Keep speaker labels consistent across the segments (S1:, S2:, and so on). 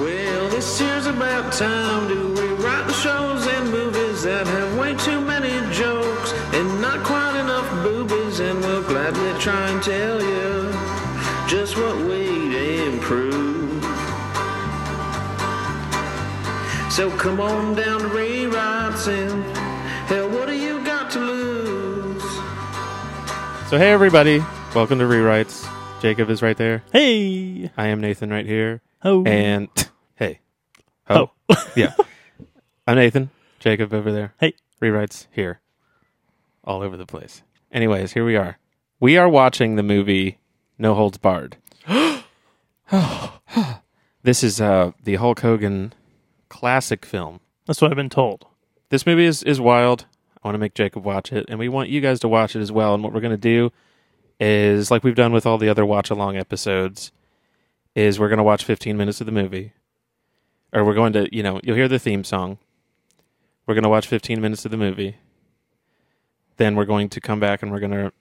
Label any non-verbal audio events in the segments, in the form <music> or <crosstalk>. S1: Well, this year's about time to rewrite the shows and movies that have way too many jokes and not quite enough boobies, and we'll gladly try and tell you just what we'd improve. So come on down to rewrites and hell, what do you got to lose?
S2: So hey everybody, welcome to Rewrites. Jacob is right there.
S3: Hey,
S2: I am Nathan right here.
S3: ho,
S2: And <laughs> hey, oh yeah, I'm Nathan. Jacob over there.
S3: Hey.
S2: Rewrites here, all over the place. Anyways, here we are. We are watching the movie No Holds Barred. <gasps> <sighs> this is uh, the Hulk Hogan classic film.
S3: that's what I've been told.
S2: this movie is is wild. I want to make Jacob watch it, and we want you guys to watch it as well. And what we're going to do is, like we've done with all the other watch along episodes, is we're going to watch 15 minutes of the movie, or we're going to, you know, you'll hear the theme song. We're going to watch 15 minutes of the movie. Then we're going to come back and we're going to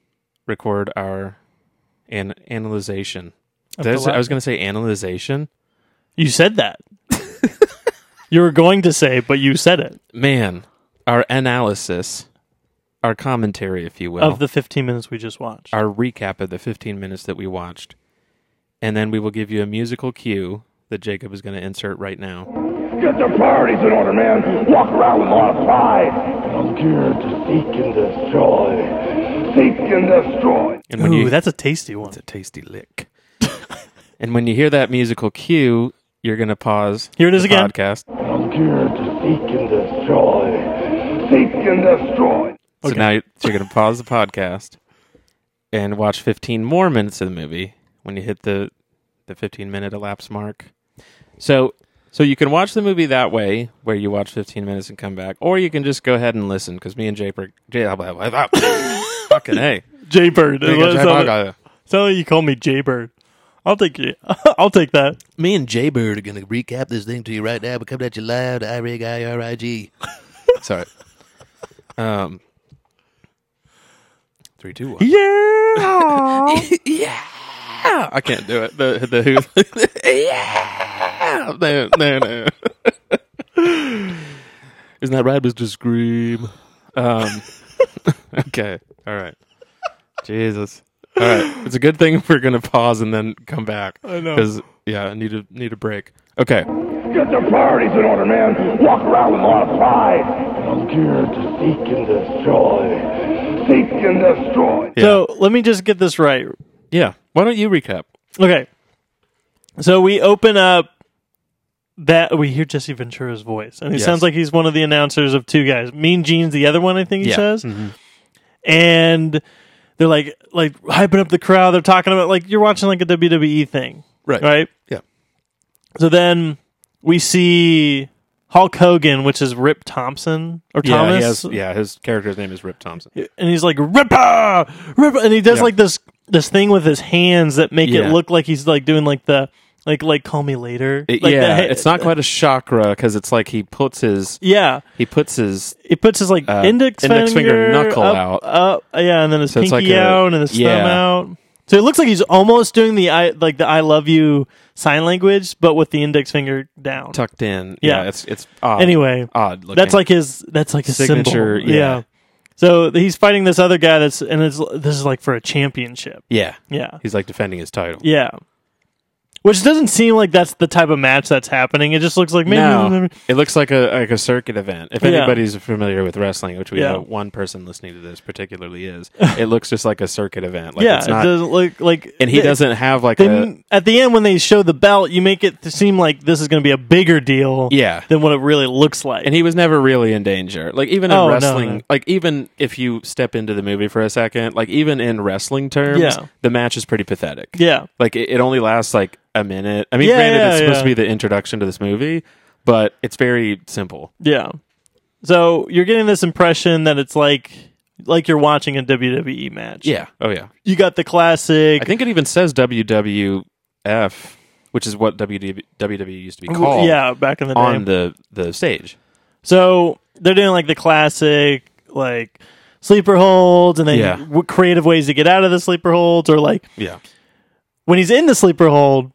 S2: record our an analyzation.
S3: Of
S2: Did I
S3: the
S2: say- I
S3: la-
S2: was going to say analyzation.
S3: You
S2: <laughs>
S3: said that. you were going to say, but you said it
S2: Man, our analysis, our commentary, if you will,
S3: of the 15 minutes we just watched.
S2: our recap of the 15 minutes that we watched. And then we will give you a musical cue that Jacob is going to insert right now.
S4: Get your priorities in order, man. Walk around with a lot of pride. I'm geared to seek and destroy. Seek and destroy.
S2: And
S3: Ooh,
S2: you
S3: that's a tasty one.
S2: a tasty lick. <laughs> and when you hear that musical cue, you're going to pause.
S3: Here it is
S2: the
S3: again.
S2: Podcast.
S4: I'm geared to seek and destroy. Seek and destroy.
S2: So now you- so you're going to pause the podcast and watch 15 more minutes of the movie when you hit the the 15 minute elapsed mark. So so you can watch the movie that way, where you watch 15 minutes and come back, or you can just go ahead and listen because me and Jay, Ber- Jay blah, blah, blah,
S5: <laughs>
S2: fucking hey,
S3: Jaybird.
S2: me and,
S3: It's
S2: Jay
S3: not-
S2: Bog-
S3: it's not like you call me Jaybird. I'll take you. <laughs> I'll take that.
S5: Me and Jaybird are going to recap this thing to you right now. We're coming at you loud, I-rig, I-R-I-G.
S2: <laughs> sorry. Um, three, two, one.
S3: Yeah.
S2: Ah, I can't do it. The the who? <laughs> yeah. No, no, no. <laughs> Isn't that right, Mister Scream? Um. <laughs> okay. All right. Jesus. All right. It's a good thing we're gonna pause and then come back. I
S3: know.
S2: Because yeah, I need a need a break. Okay.
S4: Get your priorities in order, man. Walk around with a lot of pride. I'm geared to seek and destroy. Seek and
S3: <laughs>
S4: destroy.
S3: So let me just get this right.
S2: Yeah. Why don't you recap?
S3: Okay. So we open up that we hear Jesse Ventura's voice, and he
S2: Yes.
S3: sounds like he's one of the announcers of two guys. Mean Gene's the other one, I think he
S2: Yeah. Mm-hmm.
S3: says. And they're like like hyping up the crowd. They're talking about like you're watching like a WWE thing,
S2: Right.
S3: right?
S2: Yeah.
S3: So then we see Hulk Hogan, which is Rip Thompson or
S2: Yeah.
S3: Thomas,
S2: He has, yeah. His character's name is Rip Thompson.
S3: and he's like Ripper, Ripper, and he does
S2: Yeah.
S3: like this this thing with his hands that make
S2: Yeah.
S3: it look like he's like doing like the like like call me later.
S2: It-
S3: like
S2: yeah.
S3: the-
S2: it's not quite a chakra because it's like he puts his
S3: Yeah,
S2: he puts his
S3: he puts his like
S2: Uh,
S3: index,
S2: index finger knuckle
S3: up-
S2: out.
S3: up, uh, yeah, and then his
S2: So it's
S3: pinky
S2: like a-
S3: out and his thumb
S2: yeah.
S3: out. So it looks like he's almost doing the I like the I love you sign language, but with the index finger down.
S2: tucked in.
S3: Yeah.
S2: Yeah, it's it's odd.
S3: Anyway,
S2: odd. Looking.
S3: That's like his. That's like his
S2: Signature,
S3: symbol.
S2: yeah.
S3: So he's fighting this other guy. That's and it's this is like for a championship.
S2: yeah,
S3: Yeah.
S2: he's like defending his title.
S3: Yeah. Which doesn't seem like that's the type of match that's happening. It just looks like maybe.
S2: No, it looks like a like a circuit event. If
S3: Yeah.
S2: anybody's familiar with wrestling, which we
S3: Yeah.
S2: know one person listening to this particularly is, it looks just like a circuit event. Like
S3: yeah,
S2: it's not,
S3: it doesn't look like.
S2: and he
S3: they-
S2: doesn't uh, have like a
S3: Then at the end, when they show the belt, you make it to seem like this is going to be a bigger deal.
S2: yeah.
S3: Than what it really looks like.
S2: And he was never really in danger. Like even in
S3: Oh, no,
S2: wrestling,
S3: no.
S2: like even if you step into the movie for a second, like even in wrestling terms,
S3: Yeah.
S2: the match is pretty pathetic.
S3: yeah.
S2: Like it, it only lasts like a minute. I mean,
S3: Yeah,
S2: granted,
S3: yeah,
S2: it's supposed
S3: yeah.
S2: to be the introduction to this movie, but it's very simple.
S3: Yeah. So you're getting this impression that it's like like you're watching a WWE match.
S2: Oh yeah.
S3: You got the classic.
S2: I think it even says WWF, which is what WW WWE used to be called.
S3: Yeah, back in the day.
S2: On the the stage.
S3: So they're doing like the classic like sleeper holds, and then
S2: Yeah.
S3: w- creative ways to get out of the sleeper holds, or like
S2: Yeah.
S3: when he's in the sleeper hold,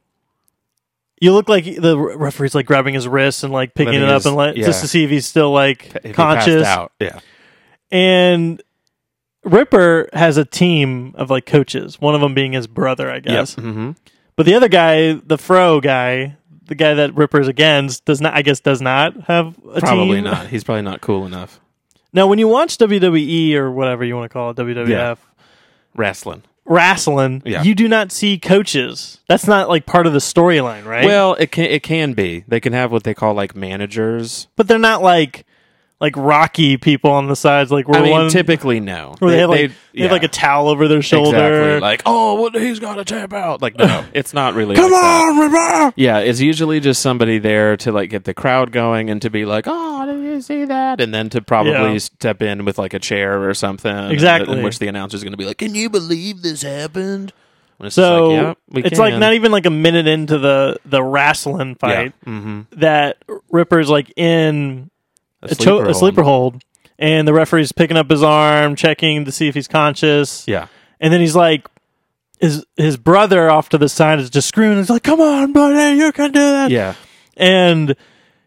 S3: you look like the re- referee's like grabbing his wrist and like picking
S2: Letting
S3: it up
S2: his-
S3: and let,
S2: yeah.
S3: just to see if he's still like
S2: If he passed
S3: conscious.
S2: out. Yeah.
S3: And Ripper has a team of like coaches. One of them being his brother, I guess.
S2: Mm-hmm.
S3: But the other guy, the Fro guy, the guy that Ripper's against, does not. I guess does not have a
S2: Probably
S3: team.
S2: not. He's probably not cool enough.
S3: Now, when you watch WWE or whatever you want to call it, WWF
S2: Yeah. Wrestling.
S3: wrestling,
S2: Yeah.
S3: you do not see coaches. That's not like part of the storyline, right?
S2: Well, it can it can be. They can have what they call like managers.
S3: but they're not like like rocky people on the sides. Like we're
S2: I mean,
S3: one
S2: typically no.
S3: where they have like they, have like a towel over their shoulder.
S2: Exactly. Like, oh, what, he's got to tap out. Like,
S3: <sighs>
S2: no, it's not really.
S6: Come
S2: like that.
S6: on, Rivera!
S2: Yeah, it's usually just somebody there to like get the crowd going and to be like, oh, did you see that? And then to probably
S3: Yeah.
S2: step in with like a chair or something. in-
S3: Exactly.
S2: in which the announcer's going to be like,
S6: Can you believe this happened?
S2: and it's just
S3: so
S2: like, yeah, we
S3: it's like
S2: can.
S3: not even like a minute into the the wrestling
S2: Yeah.
S3: fight
S2: Mhm.
S3: that Ripper's like in
S2: A
S3: a, to-
S2: sleeper
S3: a
S2: hold.
S3: sleeper hold, and the referee's picking up his arm, checking to see if he's conscious.
S2: Yeah.
S3: And then he's like, his his brother off to the side is just screwing. He's like, "Come on, buddy, you can do that." <laughs>
S2: Yeah.
S3: And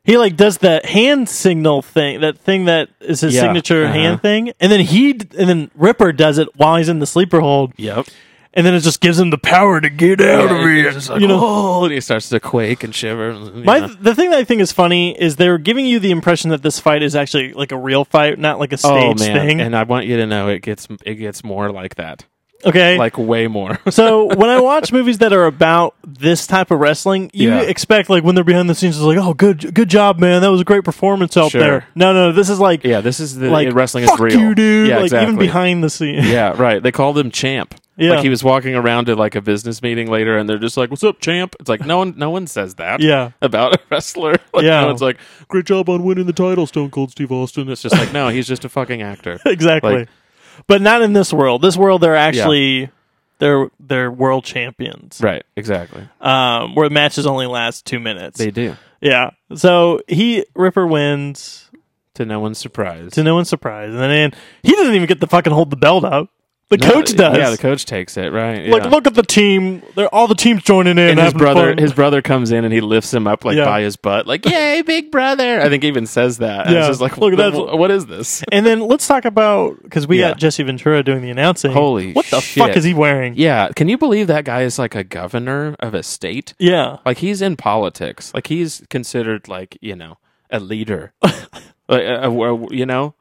S3: he like does that hand signal thing, that thing that is his
S2: Yeah,
S3: signature
S2: uh-huh.
S3: hand thing. And then he d- and then Ripper does it while he's in the sleeper hold,
S2: Yep.
S3: and then it just gives him the power to get out of
S2: Yeah,
S3: here.
S2: it's just like,
S3: you know.
S2: oh, and he starts to quake and shiver. you
S3: My
S2: know.
S3: the thing that I think is funny is they're giving you the impression that this fight is actually like a real fight, not like a
S2: oh
S3: stage
S2: man!
S3: thing.
S2: And I want you to know it gets it gets more like that,
S3: okay,
S2: like way more. <laughs>
S3: So when I watch movies that are about this type of wrestling, you
S2: Yeah.
S3: expect like when they're behind the scenes, it's like, oh, good, good job, man, that was a great performance out
S2: Sure.
S3: there. No, no, this is like,
S2: yeah, this <laughs> is the
S3: like
S2: wrestling
S3: fuck
S2: is real,
S3: you, dude.
S2: Yeah,
S3: like
S2: exactly.
S3: even behind the scenes. <laughs>
S2: Yeah, right. They called him Champ.
S3: Yeah.
S2: Like he was walking around to like a business meeting later and they're just like, What's up, champ? It's like no one no one says that.
S3: Yeah.
S2: <laughs> About a wrestler. <laughs> Like
S3: Yeah.
S2: no one's like, Great job on winning the title, Stone Cold Steve Austin. It's just like, no, he's just a fucking actor.
S3: <laughs> exactly.
S2: Like-
S3: but not in this world. This world, they're actually they're they're world champions.
S2: right, exactly.
S3: Um, where matches only last two minutes.
S2: They do.
S3: yeah. So he Ripper wins
S2: To no one's surprise.
S3: to no one's surprise, and then and he doesn't even get to fucking hold the belt up. The
S2: No,
S3: coach does.
S2: Yeah, the coach takes it, right?
S3: Like,
S2: yeah.
S3: look at the team. They're all the teams joining in.
S2: and his
S3: having
S2: brother
S3: fun.
S2: his brother comes in and he lifts him up like
S3: Yeah.
S2: by his butt, like, Yay, big brother. I think he even says that. And
S3: Yeah.
S2: it's just like
S3: Look,
S2: Look,
S3: that's-
S2: what is this?
S3: and then let's talk about because we
S2: Yeah.
S3: got Jesse Ventura doing the announcing.
S2: Holy
S3: what the
S2: shit.
S3: fuck is he wearing?
S2: Yeah. Can you believe that guy is like a governor of a state?
S3: Yeah.
S2: like he's in politics like he's considered like you know a leader <laughs> like, a, a- you know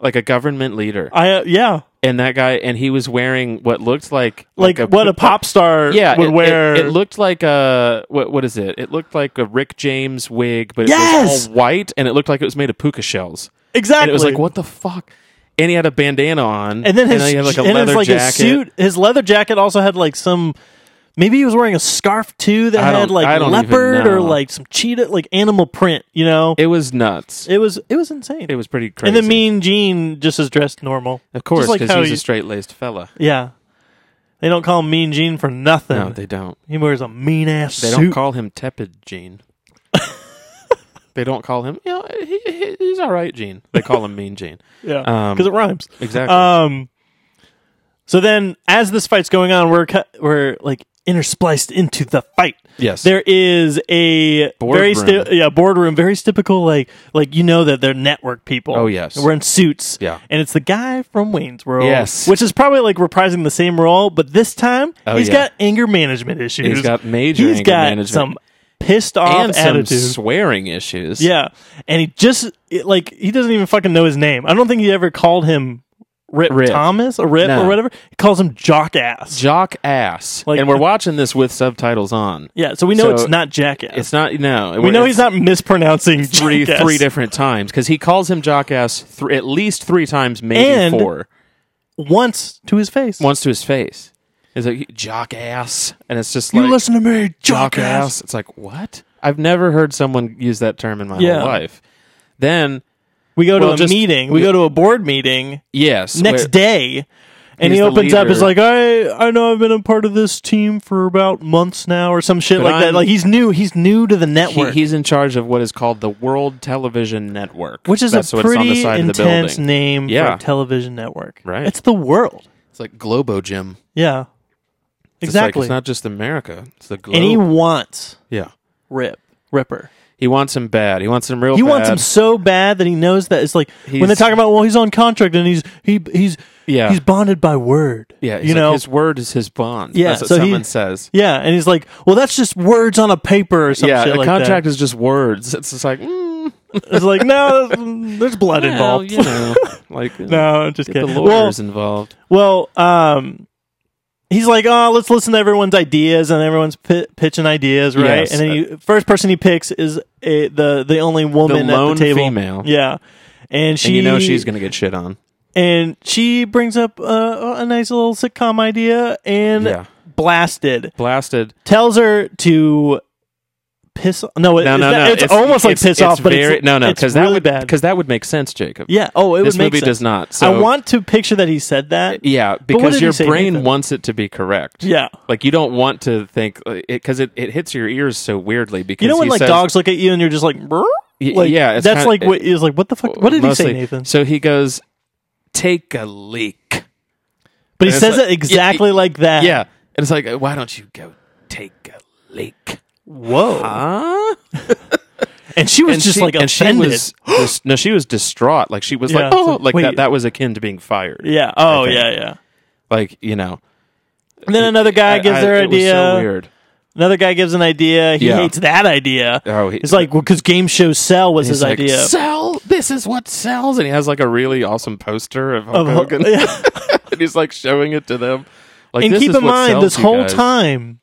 S2: like a government leader
S3: I uh, yeah,
S2: and that guy and he was wearing what looked like
S3: like, what a pop star
S2: yeah
S3: would
S2: it, it-
S3: wear.
S2: it, looked like a what what is it it looked like a rick james wig but it
S3: Yes!
S2: was all white and it looked like it was made of puka shells
S3: exactly.
S2: and it was like what the fuck and he had a bandana on
S3: And then his
S2: he had like a
S3: and his,
S2: leather
S3: like, his
S2: jacket
S3: suit, his leather jacket also had like some. Maybe he was wearing a scarf too that
S2: I don't-
S3: had
S2: I
S3: like
S2: don't even
S3: leopard or
S2: know.
S3: like some cheetah, like animal print. You know, it,
S2: it was nuts it,
S3: was it was insane.
S2: was pretty crazy
S3: and then Mean Gene just is dressed normal,
S2: of course
S3: Just like
S2: because
S3: how
S2: he's
S3: you-
S2: a straight-laced fella
S3: Yeah. They don't call him Mean Gene for nothing.
S2: no they don't
S3: he wears a mean ass
S2: They
S3: suit.
S2: don't call him tepid
S3: <laughs>
S2: Gene. they don't call him. You know, he, he- he's all right, Gene. They call him Mean Gene.
S3: yeah,
S2: um,
S3: because it rhymes.
S2: Exactly.
S3: Um. So then, as this fight's going on, we're cut, we're like interspliced into the fight.
S2: yes.
S3: There is a very
S2: Boardroom.
S3: sti- yeah boardroom, very typical like like you know that they're network people.
S2: Oh, yes.
S3: we're in suits.
S2: Yeah.
S3: and it's the guy from Wayne's World.
S2: Yes.
S3: which is probably like reprising the same role, but this time he's
S2: Oh, yeah.
S3: got anger management issues.
S2: He's got major
S3: He's
S2: anger
S3: got
S2: management.
S3: some pissed <laughs> off
S2: and some
S3: attitude.
S2: swearing issues.
S3: yeah, and he just it, like he doesn't even fucking know his name. I don't think he ever called him Rip,
S2: Rip.
S3: Thomas or Rip
S2: No.
S3: or whatever. He calls him Jock Ass.
S2: Jock ass.
S3: Like- uh,
S2: and we're watching this with subtitles on.
S3: yeah, so we know
S2: So
S3: it's not Jackass.
S2: It's not. No.
S3: we know he's not mispronouncing
S2: Three,
S3: Jackass.
S2: three different times because he calls him jockass th- at least three times, maybe
S3: And-
S2: four.
S3: once to his face.
S2: Once to his face. He's like, jockass. And it's just
S3: you
S2: like,
S3: listen to me,
S2: jock
S3: Jock
S2: ass.
S3: Ass.
S2: It's like, what? I've never heard someone use that term in my
S3: Yeah.
S2: whole life. Then,
S3: We go to
S2: Well,
S3: a
S2: just-
S3: meeting. We go to a board meeting
S2: yes.
S3: next
S2: where-
S3: day. And
S2: He's
S3: he
S2: the
S3: opens up. He's
S2: leader.
S3: like, I I know I've been a part of this team for about months now, or some shit
S2: But
S3: like that.
S2: I'm-
S3: Like he's new. He's new to the
S2: he,
S3: network.
S2: he's in charge of what is called the World Television Network,
S3: which is
S2: That's
S3: a
S2: what's on the
S3: pretty
S2: side of the
S3: intense
S2: building.
S3: name for
S2: Yeah.
S3: a television network.
S2: Right.
S3: It's the world.
S6: It's like Globo Gym.
S3: Yeah.
S2: It's like,
S3: Exactly.
S2: it's not just America; it's the globe.
S3: and he wants
S2: yeah,
S3: Rip Ripper.
S2: He wants him bad. He wants him real.
S3: He
S2: bad.
S3: wants him so bad that he knows that it's like when they
S2: He's-
S3: talk about well he's on contract and he's he he's
S2: Yeah.
S3: he's bonded by word
S2: Yeah, he's
S3: you
S2: like,
S3: know
S2: his word is his bond.
S3: Yeah,
S2: that's what
S3: so he-
S2: someone says.
S3: yeah and he's like well that's just words on a paper or some
S2: Yeah,
S3: shit
S2: a
S3: like
S2: contract
S3: that.
S2: is just words. It's just like mm,
S3: it's like no there's, there's blood
S2: well,
S3: <laughs> involved
S2: you know, like no,
S3: no just
S2: get the
S3: kidding well,
S2: lawyers involved.
S3: well um he's like oh let's listen to everyone's ideas and everyone's pi pitching ideas right
S2: Yes. Uh,
S3: and then he, first person he picks is a, the the only woman
S2: lone
S3: at the table
S2: female.
S3: yeah and she
S2: and you know she's gonna get shit on.
S3: and she brings up uh, a nice little sitcom idea and
S2: Yeah.
S3: blasted
S2: Blasted.
S3: tells her to piss no
S2: No,
S3: it, it's,
S2: no,
S3: not-
S2: no.
S3: Uh, it's, almost like
S2: it's-
S3: piss
S2: it's
S3: off but
S2: very-
S3: it's,
S2: no, no,
S3: it's
S2: because
S3: really
S2: that would
S3: bad
S2: because that would make sense, Jacob.
S3: yeah oh it
S2: this
S3: would make
S2: movie
S3: sense.
S2: does not. So
S3: i want to picture that he said that
S2: yeah
S3: what did
S2: because
S3: he
S2: your
S3: say,
S2: brain
S3: Nathan?
S2: wants it to be correct.
S3: yeah
S2: like you don't want to think because it, it hits your ears so weirdly. Because
S3: you know when
S2: he
S3: like
S2: says-
S3: dogs look at you and you're just like, "Brr?"
S2: Y-
S3: like
S2: yeah, it's
S3: that's
S2: kinda-
S3: like what is like what the fuck what did he say
S2: mostly-
S3: nathan
S2: So he goes, take a leak.
S3: but he
S2: it's
S3: says
S2: like-
S3: it exactly like that
S2: Yeah. And it's like, why don't you go take a leak?
S3: whoa
S2: Huh?
S3: and she Uh? was just like
S2: Uh, and
S3: offended
S2: she was <gasps> dis- no, she was distraught. Like she was
S3: Yeah,
S2: like,
S3: it's
S2: oh,
S3: like,
S2: like
S3: wait.
S2: that. That was akin to being fired.
S3: yeah oh
S2: I think.
S3: yeah yeah
S2: Like you know,
S3: and then another guy gives their
S2: it was
S3: idea
S2: so weird.
S3: Another guy gives an idea. He
S2: Yeah.
S3: hates that idea.
S2: Oh, he-
S3: he's like, well, because game shows sell was his
S2: He's like,
S3: idea.
S2: Sell. This is what sells. And he has like a really awesome poster of Hulk
S3: Of-
S2: Hogan.
S3: <laughs> Yeah.
S2: <laughs> and he's like showing it to them. Like,
S3: and
S2: this
S3: keep
S2: is
S3: in
S2: what
S3: mind,
S2: sells
S3: this
S2: you
S3: whole
S2: guys.
S3: time,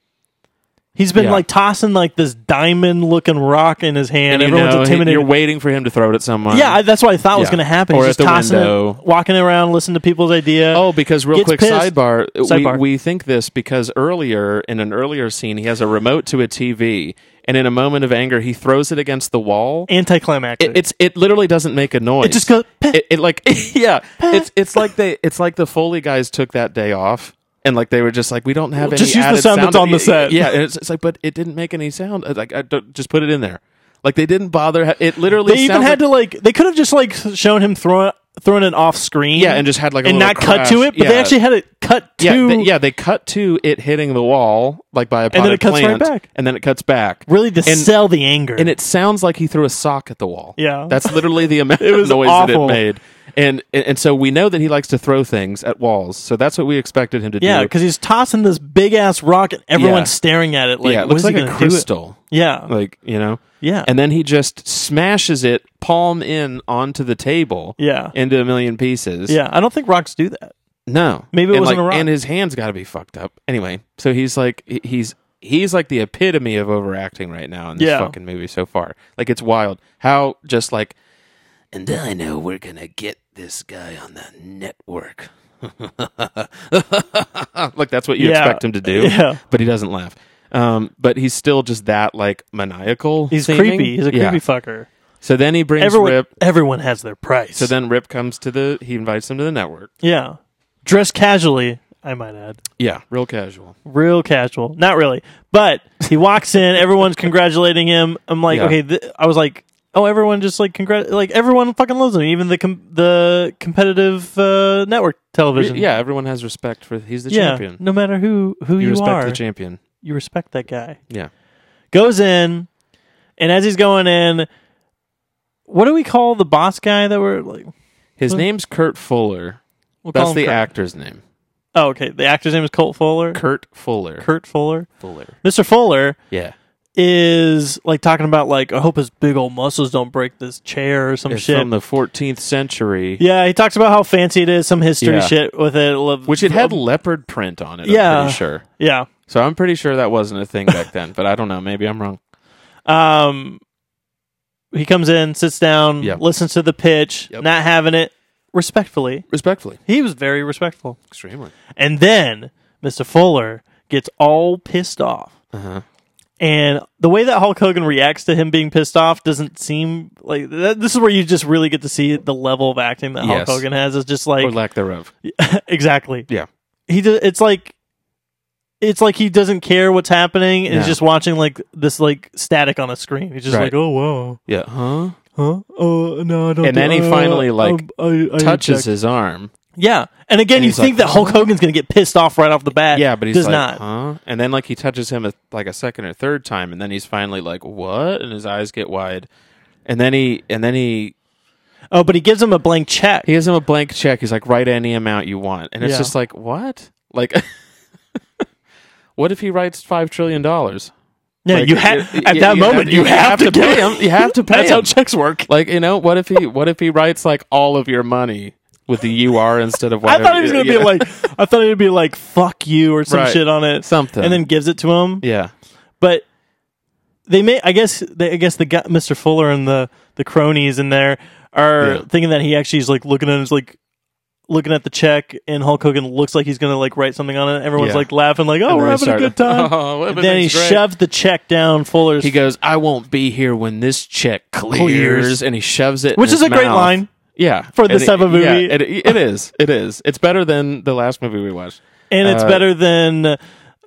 S3: he's been
S2: Yeah.
S3: like tossing like this diamond looking rock in his hand.
S2: and you
S3: Everyone's
S2: know, he-
S3: intimidated.
S2: You're waiting for him to throw it at someone.
S3: yeah, I, that's what I thought was
S2: Yeah.
S3: going to happen.
S2: Or
S3: he's
S2: at
S3: just
S2: the
S3: tossing
S2: window.
S3: it, walking around, listening to people's idea.
S2: Oh, because real
S3: Gets
S2: quick
S3: pissed.
S2: sidebar,
S3: Sidebar.
S2: We, we think this because earlier in an earlier scene he has a remote to a TV, and in a moment of anger he throws it against the wall.
S3: anticlimactic.
S2: It, it's it literally doesn't make a noise.
S3: It just goes, "Peh."
S2: It, it like <laughs> yeah. It's it's like they it's like the Foley guys took that day off. And like they were just like we don't have any
S3: Just use the
S2: added
S3: sound that's on the set.
S2: Yeah, and it's, it's like but it didn't make any sound. It's Like I don't, just put it in there. Like they didn't bother. ha- It literally
S3: they even
S2: sounds
S3: had
S2: like-
S3: to like they could have just like shown him throwing throwing it off screen.
S2: Yeah, and just had, like, a
S3: and
S2: little
S3: not cut to
S2: crash.
S3: it, but they
S2: Yeah.
S3: actually had it cut to
S2: Yeah, they, yeah, they cut to it hitting the wall like by a potted
S3: then it cuts right
S2: plant,
S3: back.
S2: and then it cuts back.
S3: really to
S2: and,
S3: sell the anger.
S2: and it sounds like he threw a sock at the wall.
S3: Yeah.
S2: that's literally
S3: <laughs>
S2: the amount
S3: was
S2: of noise
S3: awful.
S2: that it made. And, and and so we know that he likes to throw things at walls, so that's what we expected him to
S3: Yeah,
S2: do.
S3: because he's tossing this big ass rock and everyone's
S2: Yeah.
S3: staring at it like,
S2: yeah, it
S3: what
S2: looks
S3: is he
S2: like a
S3: gonna do it-
S2: crystal,
S3: Yeah,
S2: like you know.
S3: yeah,
S2: And then he just smashes it palm in onto the table,
S3: Yeah.
S2: into a million pieces.
S3: yeah. I don't think rocks do that.
S2: No,
S3: Maybe it
S2: and
S3: wasn't
S2: like,
S3: a rock.
S2: And his hands got to be fucked up. Anyway, so he's like he- he's he's like the epitome of overacting right now in this
S3: Yeah.
S2: fucking movie so far. Like it's wild how just like
S7: And I know we're gonna get this guy on the network.
S2: <laughs> like that's what you
S3: Yeah.
S2: expect him to do.
S3: <laughs> Yeah.
S2: but he doesn't laugh. Um, but he's still just that like maniacal.
S3: He's
S2: seeming.
S3: creepy. He's a
S2: Yeah.
S3: creepy fucker.
S2: So then he brings
S3: Everyone,
S2: Rip.
S3: everyone has their price.
S2: So then Rip comes to the. He invites him to the network.
S3: yeah, dress casually. I might add,
S2: Yeah, real casual.
S3: real casual. Not really, but he walks in. Everyone's congratulating him. I'm like,
S2: Yeah.
S3: okay. Th- I was like, oh, everyone just like congrat. Like everyone fucking loves him. Even the com- the competitive uh, network television.
S2: Yeah, everyone has respect for. He's the
S3: yeah.
S2: champion.
S3: No matter who who
S2: you,
S3: you,
S2: respect
S3: are,
S2: the champion.
S3: you respect that guy.
S2: Yeah.
S3: goes in, and as he's going in, what do we call the boss guy that we're like?
S2: His name's Kurt Fuller.
S3: We'll call
S2: That's
S3: him
S2: the
S3: Kurt.
S2: actor's name.
S3: Oh, okay. The actor's name is Colt Fuller.
S2: Kurt Fuller.
S3: Kurt Fuller.
S2: Fuller.
S3: Mr. Fuller
S2: Yeah.
S3: is like talking about like I hope his big old muscles don't break this chair or some
S2: It's
S3: Oh, shit.
S2: from the 14th century,
S3: yeah, he talks about how fancy it is, some history
S2: Yeah.
S3: shit with it. Love-
S2: which it had leopard print on it.
S3: Um, Yeah.
S2: I'm pretty sure.
S3: yeah.
S2: So I'm pretty sure that wasn't a thing back then, but I don't know. Maybe I'm wrong.
S3: Um, he comes in, sits down,
S2: Yep.
S3: listens to the pitch,
S2: Yep.
S3: not having it respectfully.
S2: Respectfully.
S3: He was very respectful.
S2: Extremely.
S3: And then Mr. Fuller gets all pissed off.
S2: Uh-huh.
S3: And the way that Hulk Hogan reacts to him being pissed off doesn't seem like th- this is where you just really get to see the level of acting that
S2: Yes.
S3: Hulk Hogan has. It's just like
S2: Or lack thereof.
S3: <laughs> exactly
S2: Yeah.
S3: he. Do, it's like it's like he doesn't care what's happening and he's
S2: No.
S3: just watching like this like static on a screen. He's just
S2: Right.
S3: like, oh wow,
S2: Yeah. Huh?
S3: huh? Oh no, I don't.
S2: And
S3: do-
S2: then he
S3: uh,
S2: finally,
S3: uh,
S2: like,
S3: I- I
S2: Touches
S3: reject."
S2: his arm.
S3: Yeah, and again,
S2: And
S3: you
S2: he's
S3: think
S2: like,
S3: that Hulk Hogan's going to get pissed off right off
S2: <laughs>
S3: the bat.
S2: Yeah, but he's
S3: does
S2: like,
S3: not.
S2: huh? And then like he touches him a, like a second or third time, and then he's finally like, what? And his eyes get wide, and then he and then he
S3: Oh, but he gives him a blank check.
S2: he gives him a blank check. He's like, write any amount you want, and it's
S3: Yeah.
S2: just like, what? Like, <laughs> what if he writes five trillion dollars?
S3: yeah,
S2: Like,
S3: you have
S2: y-
S3: at
S2: y-
S3: that
S2: you
S3: moment
S2: have-
S3: you,
S2: you
S3: have,
S2: have
S3: to,
S2: to
S3: give
S2: pay him. You have <laughs> to pay
S3: <laughs> That's how
S2: him.
S3: checks work.
S2: Like, you know, what if he what if he writes like all of your money with the UR instead of
S3: I
S2: whatever?
S3: thought he was going to
S2: yeah.
S3: be like, I thought it would be like "fuck you" or some
S2: Right.
S3: shit on it,
S2: Something.
S3: and then gives it to him.
S2: yeah,
S3: But they may, I guess, they, I guess the guy, Mr. Fuller and the the cronies in there are
S2: Yeah.
S3: thinking that he actually is like looking at his like looking at the check, and Hulk Hogan looks like he's going to like write something on it. Everyone's
S2: Yeah.
S3: like laughing, like, "Oh,
S2: And
S3: we're
S2: then
S3: having
S2: he
S3: a
S2: started-
S3: good time."
S2: <laughs> Oh,
S3: And then he
S2: everything's great.
S3: shoved the check down Fuller's,
S2: He goes, I won't be here when this check clears,
S3: Clears.
S2: and he shoves it, in
S3: which is
S2: his
S3: a great
S2: mouth.
S3: line.
S2: Yeah,
S3: for
S2: And
S3: this
S2: it-
S3: type of
S2: yeah,
S3: movie.
S2: it, it is. It is. It's better than the last movie we watched.
S3: and it's
S2: Uh,
S3: better than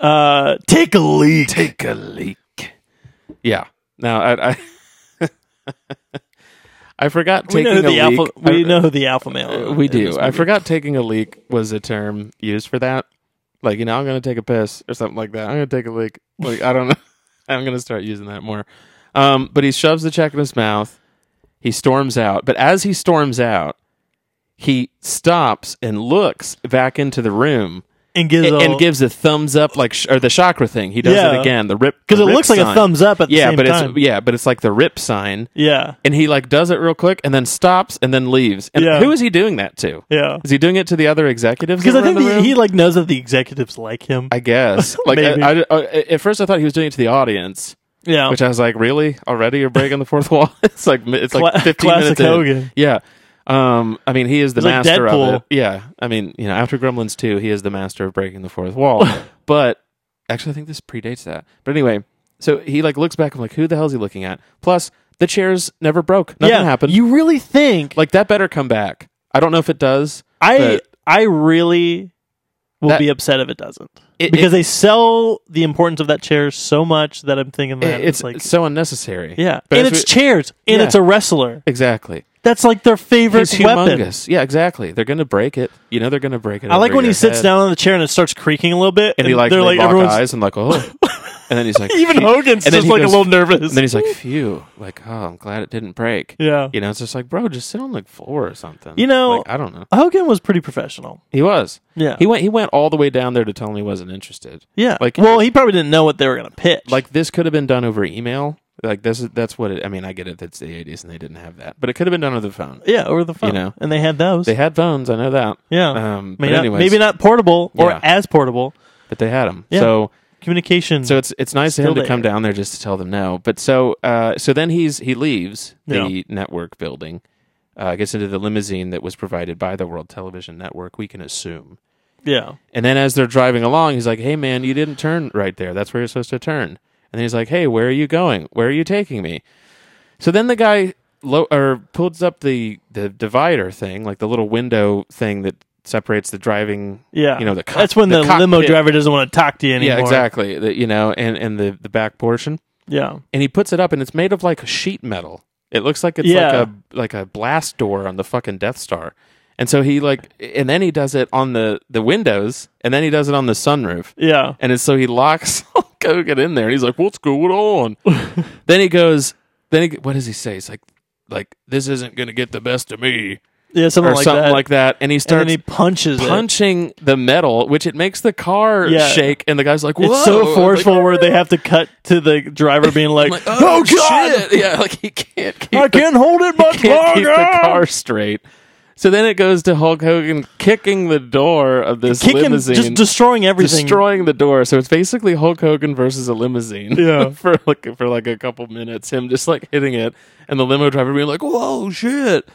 S3: uh take a leak
S2: Take a leak. Yeah. Now I. I I <laughs> forgot
S3: we
S2: taking
S3: know who
S2: a
S3: the
S2: leak.
S3: alpha we
S2: I-
S3: know who the alpha male
S2: Uh,
S3: is
S2: we
S3: in this
S2: do. I
S3: movie.
S2: forgot taking a leak was a term used for that. Like, you know, I'm going to take a piss or something like that. I'm going to take a leak. Like, I don't <laughs> know. I'm going to start using that more. Um, but he shoves the check in his mouth. He storms out. But as he storms out, he stops and looks back into the room
S3: and gives
S2: and,
S3: a,
S2: and gives a thumbs up, like, sh- or the chakra thing. He does
S3: Yeah.
S2: it again. The rip.
S3: because
S2: the
S3: it
S2: rip
S3: looks like a
S2: sign.
S3: thumbs up at the
S2: Yeah,
S3: same
S2: but
S3: time
S2: it's yeah, but it's like the rip sign,
S3: yeah
S2: and he like does it real quick, and then stops, and then leaves. And
S3: Yeah.
S2: who is he doing that to?
S3: yeah
S2: Is he doing it to the other executives?
S3: because
S2: that
S3: I
S2: were in
S3: think
S2: the
S3: the,
S2: room?
S3: he like knows that the executives like him
S2: I
S3: <laughs>
S2: guess. Like
S3: Maybe. Oh.
S2: I, I- I- at first, I thought he was doing it to the audience,
S3: yeah
S2: which I was like, "Really? Already? You're breaking the fourth <laughs> wall?" it's like it's like
S3: Cla-
S2: 15
S3: classic
S2: minutes. in.
S3: Hogan.
S2: Yeah. Um. I mean, he is the
S3: He's like
S2: master of
S3: Deadpool.
S2: it. Yeah. I mean, you know, after Gremlins two, he is the master of breaking the fourth
S3: <laughs>
S2: wall. but actually, I think this predates that. But anyway, so he like looks back. I'm like, "Who the hell is he looking at?" Plus, the chairs never broke. Nothing
S3: yeah
S2: happened.
S3: you really think
S2: like that better come back. I don't know if it does.
S3: I
S2: but-
S3: I really will
S2: That-
S3: be upset if it doesn't
S2: It-
S3: because
S2: it-
S3: they sell the importance of that chair so much that I'm thinking that
S2: it's,
S3: it's, like
S2: so unnecessary.
S3: yeah
S2: But
S3: and
S2: as
S3: it's
S2: we-
S3: chairs and
S2: Yeah.
S3: it's a wrestler
S2: Exactly.
S3: that's like their favorite
S2: He's
S3: weapon.
S2: humongous. Yeah, exactly. They're gonna break it. You know they're gonna break it.
S3: I like
S2: over
S3: when he
S2: your
S3: sits
S2: head.
S3: down on the chair and it starts creaking a little bit,
S2: and he like
S3: they're
S2: they
S3: like
S2: lock
S3: everyone's
S2: eyes and like oh, and then he's like
S3: <laughs> even
S2: phew.
S3: Hogan's
S2: And then
S3: just
S2: he
S3: like
S2: goes-
S3: a little nervous.
S2: And then he's like phew, like oh, I'm glad it didn't break.
S3: yeah,
S2: <laughs> You know, it's just like bro, just sit on the floor or something.
S3: You know-
S2: Like, I don't know.
S3: Hogan was pretty professional.
S2: He was.
S3: Yeah,
S2: He went. He went all the way down there to tell him he wasn't interested.
S3: yeah.
S2: like-
S3: well, he probably didn't know what they were gonna pitch.
S2: Like this could have been done over email. Like this is that's what it. I mean, I get it. That's the 80s and they didn't have that, but it could have been done over the phone.
S3: yeah, over the phone.
S2: You know.
S3: and they had those.
S2: They had phones. I know that.
S3: yeah,
S2: Um, but
S3: maybe, not,
S2: anyways.
S3: maybe not portable or
S2: Yeah.
S3: as portable
S2: But they had them.
S3: Yeah.
S2: So
S3: communication.
S2: So it's it's nice of
S3: Still
S2: him to come
S3: there.
S2: down there just to tell them no. But so uh, so then he's he leaves
S3: Yeah.
S2: the network building, uh, gets into the limousine that was provided by the World Television Network. We can assume.
S3: yeah,
S2: And then as they're driving along, he's like, "Hey man, you didn't turn right there. That's where you're supposed to turn." And then he's like, "Hey, where are you going? Where are you taking me?" So then the guy lo- or pulls up the the divider thing, like the little window thing that separates the driving.
S3: yeah.
S2: you know the co-
S3: that's when the, limo
S2: cockpit-
S3: driver doesn't want to talk to you anymore.
S2: Yeah, exactly. The, you know, and and the the back portion.
S3: Yeah,
S2: and he puts it up and it's made of like sheet metal. It looks like it's
S3: Yeah.
S2: like a like a blast door on the fucking Death Star. And so he like and then he does it on the the windows and then he does it on the sunroof.
S3: yeah.
S2: And it's so he locks <laughs> Hulk Hogan in there and he's like, What's going
S3: <laughs>
S2: on? then he goes then he what does he say? He's like like this isn't gonna get the best of me
S3: Yeah, something
S2: or
S3: like
S2: something
S3: that.
S2: like that. And he
S3: and then
S2: starts
S3: he punches it.
S2: punching the metal, which it makes the car
S3: Yeah.
S2: shake and the guy's like, Whoa
S3: It's so
S2: Like,
S3: forceful where they have to cut to
S2: <laughs>
S3: the driver being like,
S2: like,
S3: "Oh, god,
S2: shit!" Yeah, like he can't keep
S3: I
S2: the
S3: can't
S2: <laughs>
S3: hold it much
S2: can't
S3: longer."
S2: keep the car straight. So then it goes to Hulk Hogan kicking the door of this
S3: Kicking,
S2: limousine,
S3: just destroying everything.
S2: destroying the door. So it's basically Hulk Hogan versus a limousine. <laughs>
S3: Yeah.
S2: for like for like a couple minutes, him just like hitting it, and the limo driver being like, "Whoa, shit!"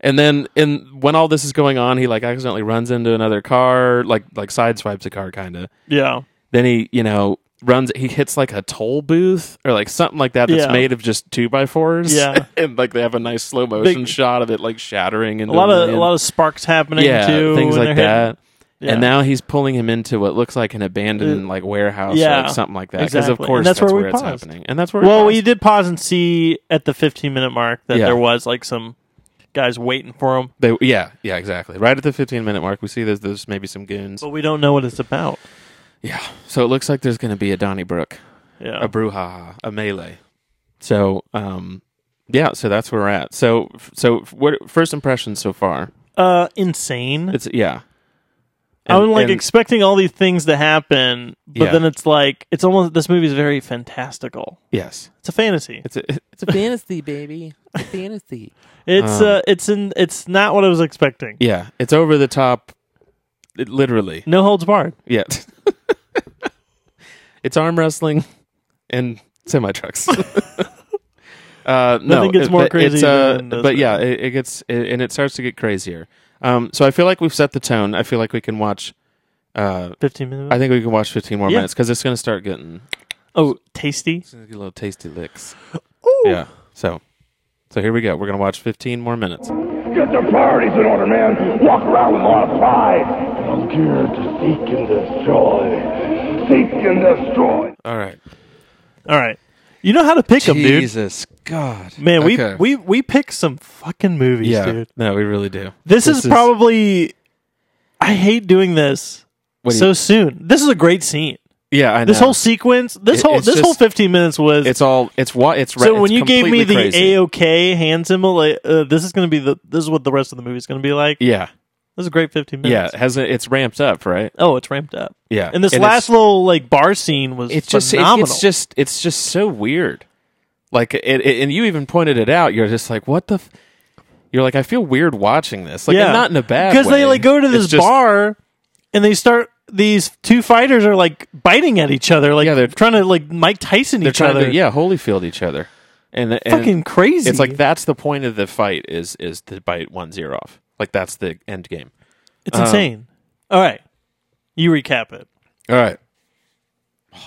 S2: And then, in when all this is going on, he like accidentally runs into another car, like like sideswipes a car, kind of.
S3: yeah,
S2: Then he, you know, runs. He hits like a toll booth or like something like that that's
S3: Yeah.
S2: made of just two by fours.
S3: Yeah.
S2: <laughs> and like they have a nice slow motion
S3: Big-
S2: shot of it like shattering and
S3: a lot of a lot of sparks happening
S2: Oh, yeah
S3: too.
S2: things
S3: when
S2: like
S3: they're hitting-
S2: that.
S3: Yeah. Uh,
S2: And now he's pulling him into what looks like an abandoned like warehouse
S3: yeah,
S2: or like, something like that. Because
S3: exactly.
S2: of
S3: And
S2: course
S3: that's
S2: that's,
S3: where
S2: where,
S3: we
S2: it's
S3: paused.
S2: happening, and that's where
S3: Well,
S2: we
S3: we did pause and see at the 15 minute mark that
S2: Yeah.
S3: there was like some guys waiting for him,
S2: They yeah yeah exactly right at the 15 minute mark we see there's there's maybe some goons
S3: but we don't know what it's about.
S2: yeah so it looks like there's going to be a Donnybrook
S3: Yeah.
S2: a brouhaha a melee so um yeah so that's where we're at so so what first impressions so far
S3: Uh, insane.
S2: it's yeah
S3: I'm like
S2: and-
S3: expecting all these things to happen, but
S2: Yeah.
S3: then it's like it's almost this movie's very fantastical.
S2: yes
S3: It's a fantasy.
S2: it's a, <laughs>
S8: It's a fantasy, baby. It's a fantasy.
S3: It's
S2: Um,
S3: uh, it's in it's not what I was expecting.
S2: yeah it's over the top it, literally
S3: No holds barred. <laughs>
S2: Yeah. it's arm wrestling and semi trucks. <laughs> uh, no,
S3: Nothing gets
S2: it-
S3: more
S2: but it's,
S3: crazy
S2: uh,
S3: than this
S2: but yeah,
S3: movie.
S2: it, it gets it, and it starts to get crazier. Um, so I feel like we've set the tone. I feel like we can watch. Uh,
S3: Fifteen minutes.
S2: I think we can watch 15 more
S3: Yeah.
S2: minutes because it's going to start getting
S3: oh, tasty.
S2: it's gonna get a little tasty licks. Yeah. So, so here we go. We're going to watch 15 more minutes.
S4: Get their priorities in order, man. Walk around with a lot of pride. I'm here to seek and destroy. Seek and destroy.
S2: All right.
S3: All right. You know how to pick them, dude.
S2: Jesus God.
S3: Man,
S2: Okay.
S3: we we we pick some fucking movies,
S2: yeah.
S3: dude.
S2: No, we really do.
S3: This, is, probably. I hate doing this
S2: What do
S3: so
S2: you-
S3: soon. This is a great scene.
S2: yeah. I know.
S3: This whole sequence. This
S2: It-
S3: whole
S2: it's
S3: this whole
S2: just-
S3: fifteen minutes was.
S2: It's all it's what it's
S3: so
S2: it's
S3: when you gave me
S2: completely
S3: the
S2: crazy.
S3: AOK hand symbol, like, uh, this is going to be the this is what the rest of the movie is going to be like.
S2: yeah
S3: This is a great fifteen
S2: yeah
S3: minutes.
S2: it has a, it's ramped up right
S3: Oh, it's ramped up.
S2: yeah
S3: And this
S2: And
S3: last
S2: it's,
S3: little like bar scene was
S2: it's just it,
S3: phenomenal.
S2: it's just it's just so weird like it, it and you even pointed it out you're just like what the f-? you're like I feel weird watching this like and not in a bad
S3: because they
S2: way.
S3: like go to
S2: It's
S3: this
S2: just-
S3: bar and they start these two fighters are like biting at each other like
S2: Yeah,
S3: they're
S2: they're-
S3: trying to like Mike Tyson
S2: they're
S3: each
S2: trying
S3: other
S2: to yeah Holyfield each other and, and
S3: fucking crazy
S2: it's like that's the point of the fight is is to bite one zero off like that's the end game
S3: it's
S2: uh,
S3: insane all right you recap it
S2: all right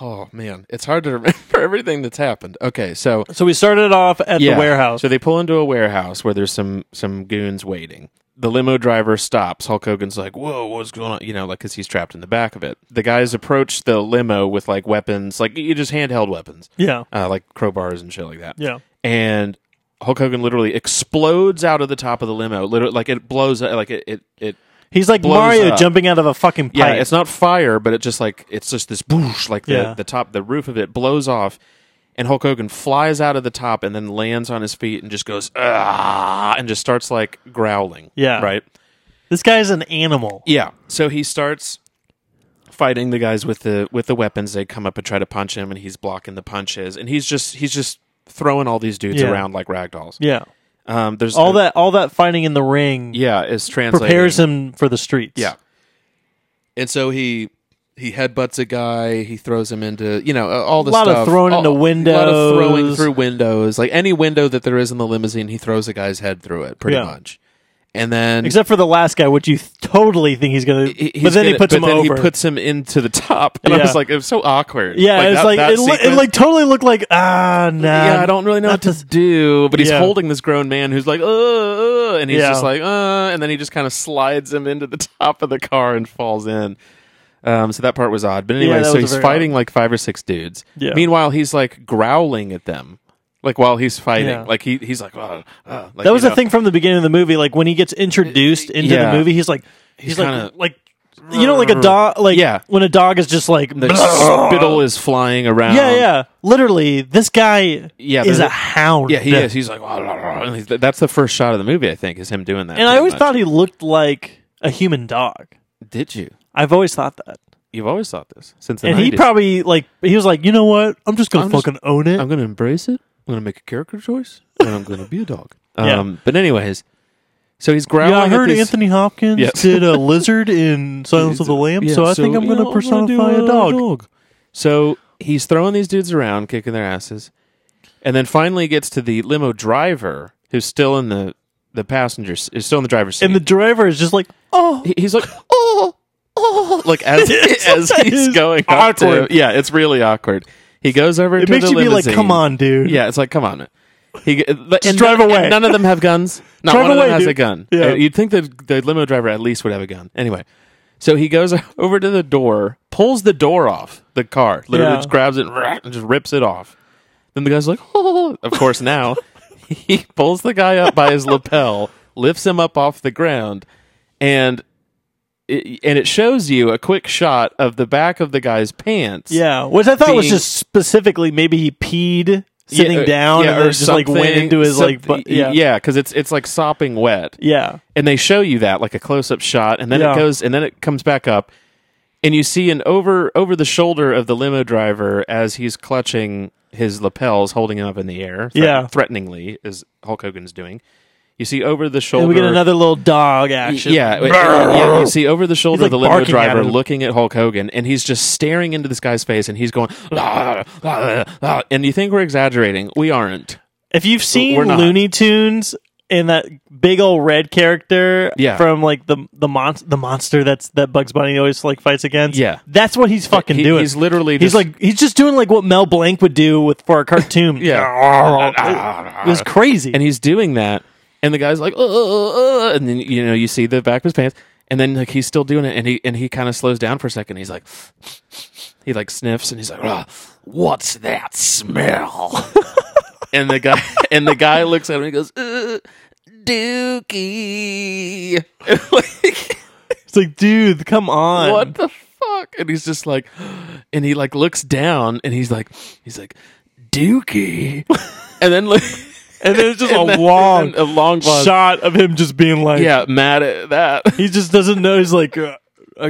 S2: oh man it's hard to remember <laughs> everything that's happened okay so
S3: so we started off at the warehouse
S2: So they pull into a warehouse where there's some some goons waiting. The limo driver stops. Hulk Hogan's like, "Whoa, what's going on?" You know, like because he's trapped in the back of it. The guys approach the limo with like weapons, like you just handheld weapons,
S3: yeah
S2: uh, like crowbars and shit like that.
S3: Yeah.
S2: And Hulk Hogan literally explodes out of the top of the limo. Literally, like it blows. Like it, it, it
S3: he's like
S2: blows
S3: Mario
S2: up.
S3: jumping out of a fucking pipe
S2: yeah, it's not fire, but it just like it's just this boosh, like the,
S3: Yeah.
S2: the top, the roof of it blows off, and Hulk Hogan flies out of the top and then lands on his feet and just goes ah, and just starts like growling.
S3: Yeah.
S2: right.
S3: this guy's an animal
S2: Yeah, so he starts fighting the guys with the with the weapons. They come up and try to punch him, and he's blocking the punches, and he's just he's just throwing all these dudes
S3: Yeah.
S2: around like ragdolls.
S3: yeah
S2: Um, there's
S3: all that all that fighting in the ring
S2: Yeah, is translating.
S3: prepares him for the streets
S2: Yeah. And so he he headbutts a guy. He throws him into you know uh, all the
S3: Lot of
S2: stuff.
S3: throwing
S2: all,
S3: into
S2: A lot of throwing
S3: windows.
S2: through windows, like any window that there is in the limousine. He throws a guy's head through it, pretty
S3: Yeah.
S2: much. And then
S3: except for the last guy which you th- totally think he's gonna
S2: he- he's
S3: but then he
S2: gonna-
S3: puts him
S2: then
S3: over
S2: He puts him into the top, <laughs> and I
S3: Yeah.
S2: was like, it was so awkward.
S3: Yeah, it's
S2: that-
S3: like
S2: that
S3: it, lo- it
S2: sequence-
S3: like totally looked like ah nah.
S2: Yeah, I don't really know
S3: not
S2: what to,
S3: to-
S2: do, but he's
S3: Yeah.
S2: holding this grown man who's like, uh, uh, and he's
S3: Yeah.
S2: just like, uh, and then he just kind of slides him into the <laughs> top of the car and falls in. Um, so that part was odd. But anyway,
S3: that
S2: so
S3: was
S2: he's
S3: very
S2: fighting like five or six dudes.
S3: Yeah.
S2: Meanwhile, he's like growling at them, like while he's fighting,
S3: Yeah.
S2: like he he's like, uh, uh, like,
S3: That was
S2: you
S3: the
S2: know.
S3: thing from the beginning of the movie. Like when he gets introduced into
S2: yeah.
S3: the movie, he's like he's,
S2: He's
S3: like
S2: kinda-
S3: like you know like a dog like
S2: Yeah.
S3: when a dog is just like <laughs>
S2: The spittle is flying around.
S3: yeah yeah literally this guy
S2: Um, Yeah,
S3: is
S2: there's
S3: a
S2: a-
S3: hound
S2: yeah. He is. He's like, "Wah, wah, wah," and he's- that's the first shot of the movie. I think is him doing that.
S3: and I
S2: pretty
S3: always
S2: much.
S3: thought he looked like a human dog.
S2: did you?
S3: I've always thought that,
S2: You've always thought this since the
S3: and he
S2: 90s.
S3: probably like he was like you know what I'm just gonna
S2: I'm just-
S3: fucking own <laughs> it.
S2: I'm going to embrace it. I'm going to make a character choice, and I'm going to be a dog.
S3: <laughs> Yeah.
S2: Um, But anyways, so he's growling.
S3: yeah, I
S2: at
S3: heard
S2: these-
S3: Anthony Hopkins
S2: Yeah.
S3: did
S2: <laughs>
S3: a lizard in Silence of the Lambs,
S2: Yeah,
S3: so I think I'm
S2: yeah,
S3: going to
S2: gonna do
S3: personify a dog.
S2: So he's throwing these dudes around, kicking their asses, and then finally gets to the limo driver who's still in the the passenger s- is still in the driver's seat.
S3: And the driver is just like, oh,
S2: He- he's like, <gasps> oh, oh, like
S3: <laughs>
S2: as
S3: It's-
S2: as he's
S3: it's
S2: going up to-
S3: awkward.
S2: yeah, it's really awkward. He goes over.
S3: it
S2: to
S3: makes
S2: the
S3: you be like,
S2: limousine.
S3: come on, dude.
S2: Yeah, it's like, come on. He, Just
S3: drive away.
S2: none of them have guns. Not
S3: Drive
S2: one of
S3: away,
S2: them has a
S3: dude.
S2: gun.
S3: Yeah.
S2: Uh, You'd think that the limo driver at least would have a gun. Anyway, so he goes <laughs> over to the door, pulls the door off the car, literally
S3: Yeah.
S2: just grabs it and <laughs> just rips it off. <laughs> Then the guy's like, oh. of course, now he pulls the guy up by his lapel, <laughs> lifts him up off the ground, and it, and it shows you a quick shot of the back of the guy's pants.
S3: Yeah, which I thought was
S2: Being-
S3: just specifically maybe he peed
S2: Yeah,
S3: sitting
S2: uh,
S3: down
S2: yeah,
S3: and then just like went
S2: something-
S3: into his like
S2: something-
S3: butt. Yeah.
S2: yeah, because it's it's like sopping wet.
S3: Yeah.
S2: and they show you that like a close up shot and then
S3: Yeah.
S2: it goes and then it comes back up and you see an over over the shoulder of the limo driver as he's clutching his lapels holding him up in the air threat-
S3: Yeah.
S2: threateningly as Hulk Hogan's doing you see over the shoulder
S3: And we get another little dog action.
S2: yeah, it- yeah, you see over the shoulder
S3: He's,
S2: of the
S3: like,
S2: limo
S3: barking at
S2: driver
S3: him.
S2: looking at Hulk Hogan, and he's just staring into this guy's face, and he's going, "Ah, ah, ah," and you think we're exaggerating? We aren't.
S3: If you've seen
S2: We're not.
S3: Looney Tunes and that big old red character
S2: Yeah.
S3: from like the the mon- the monster that's that Bugs Bunny always like fights against.
S2: Yeah.
S3: That's what he's fucking
S2: He-
S3: doing.
S2: he's literally
S3: He's
S2: just-
S3: like he's just doing like what Mel Blanc would do with for a cartoon.
S2: <laughs> Yeah,
S3: It was crazy.
S2: and he's doing that, and the guy's like, uh, uh, uh, and then you know you see the back of his pants, and then like he's still doing it, and he and he kind of slows down for a second. He's like, he like sniffs, and he's like, "Ugh, what's that smell? <laughs> and the guy and the guy looks at him and he goes, "Uh, Dookie, <laughs> like
S3: it's like, dude, come on.
S2: what the fuck? And he's just like, <gasps> and he like looks down, and he's like, he's like,
S3: <laughs>
S2: Dookie, and then like.
S3: And then it's just
S2: <laughs>
S3: a
S2: And then-
S3: long
S2: and then a long pause.
S3: shot of him just being like,
S2: yeah, mad at that.
S3: He just doesn't know. He's like, uh, I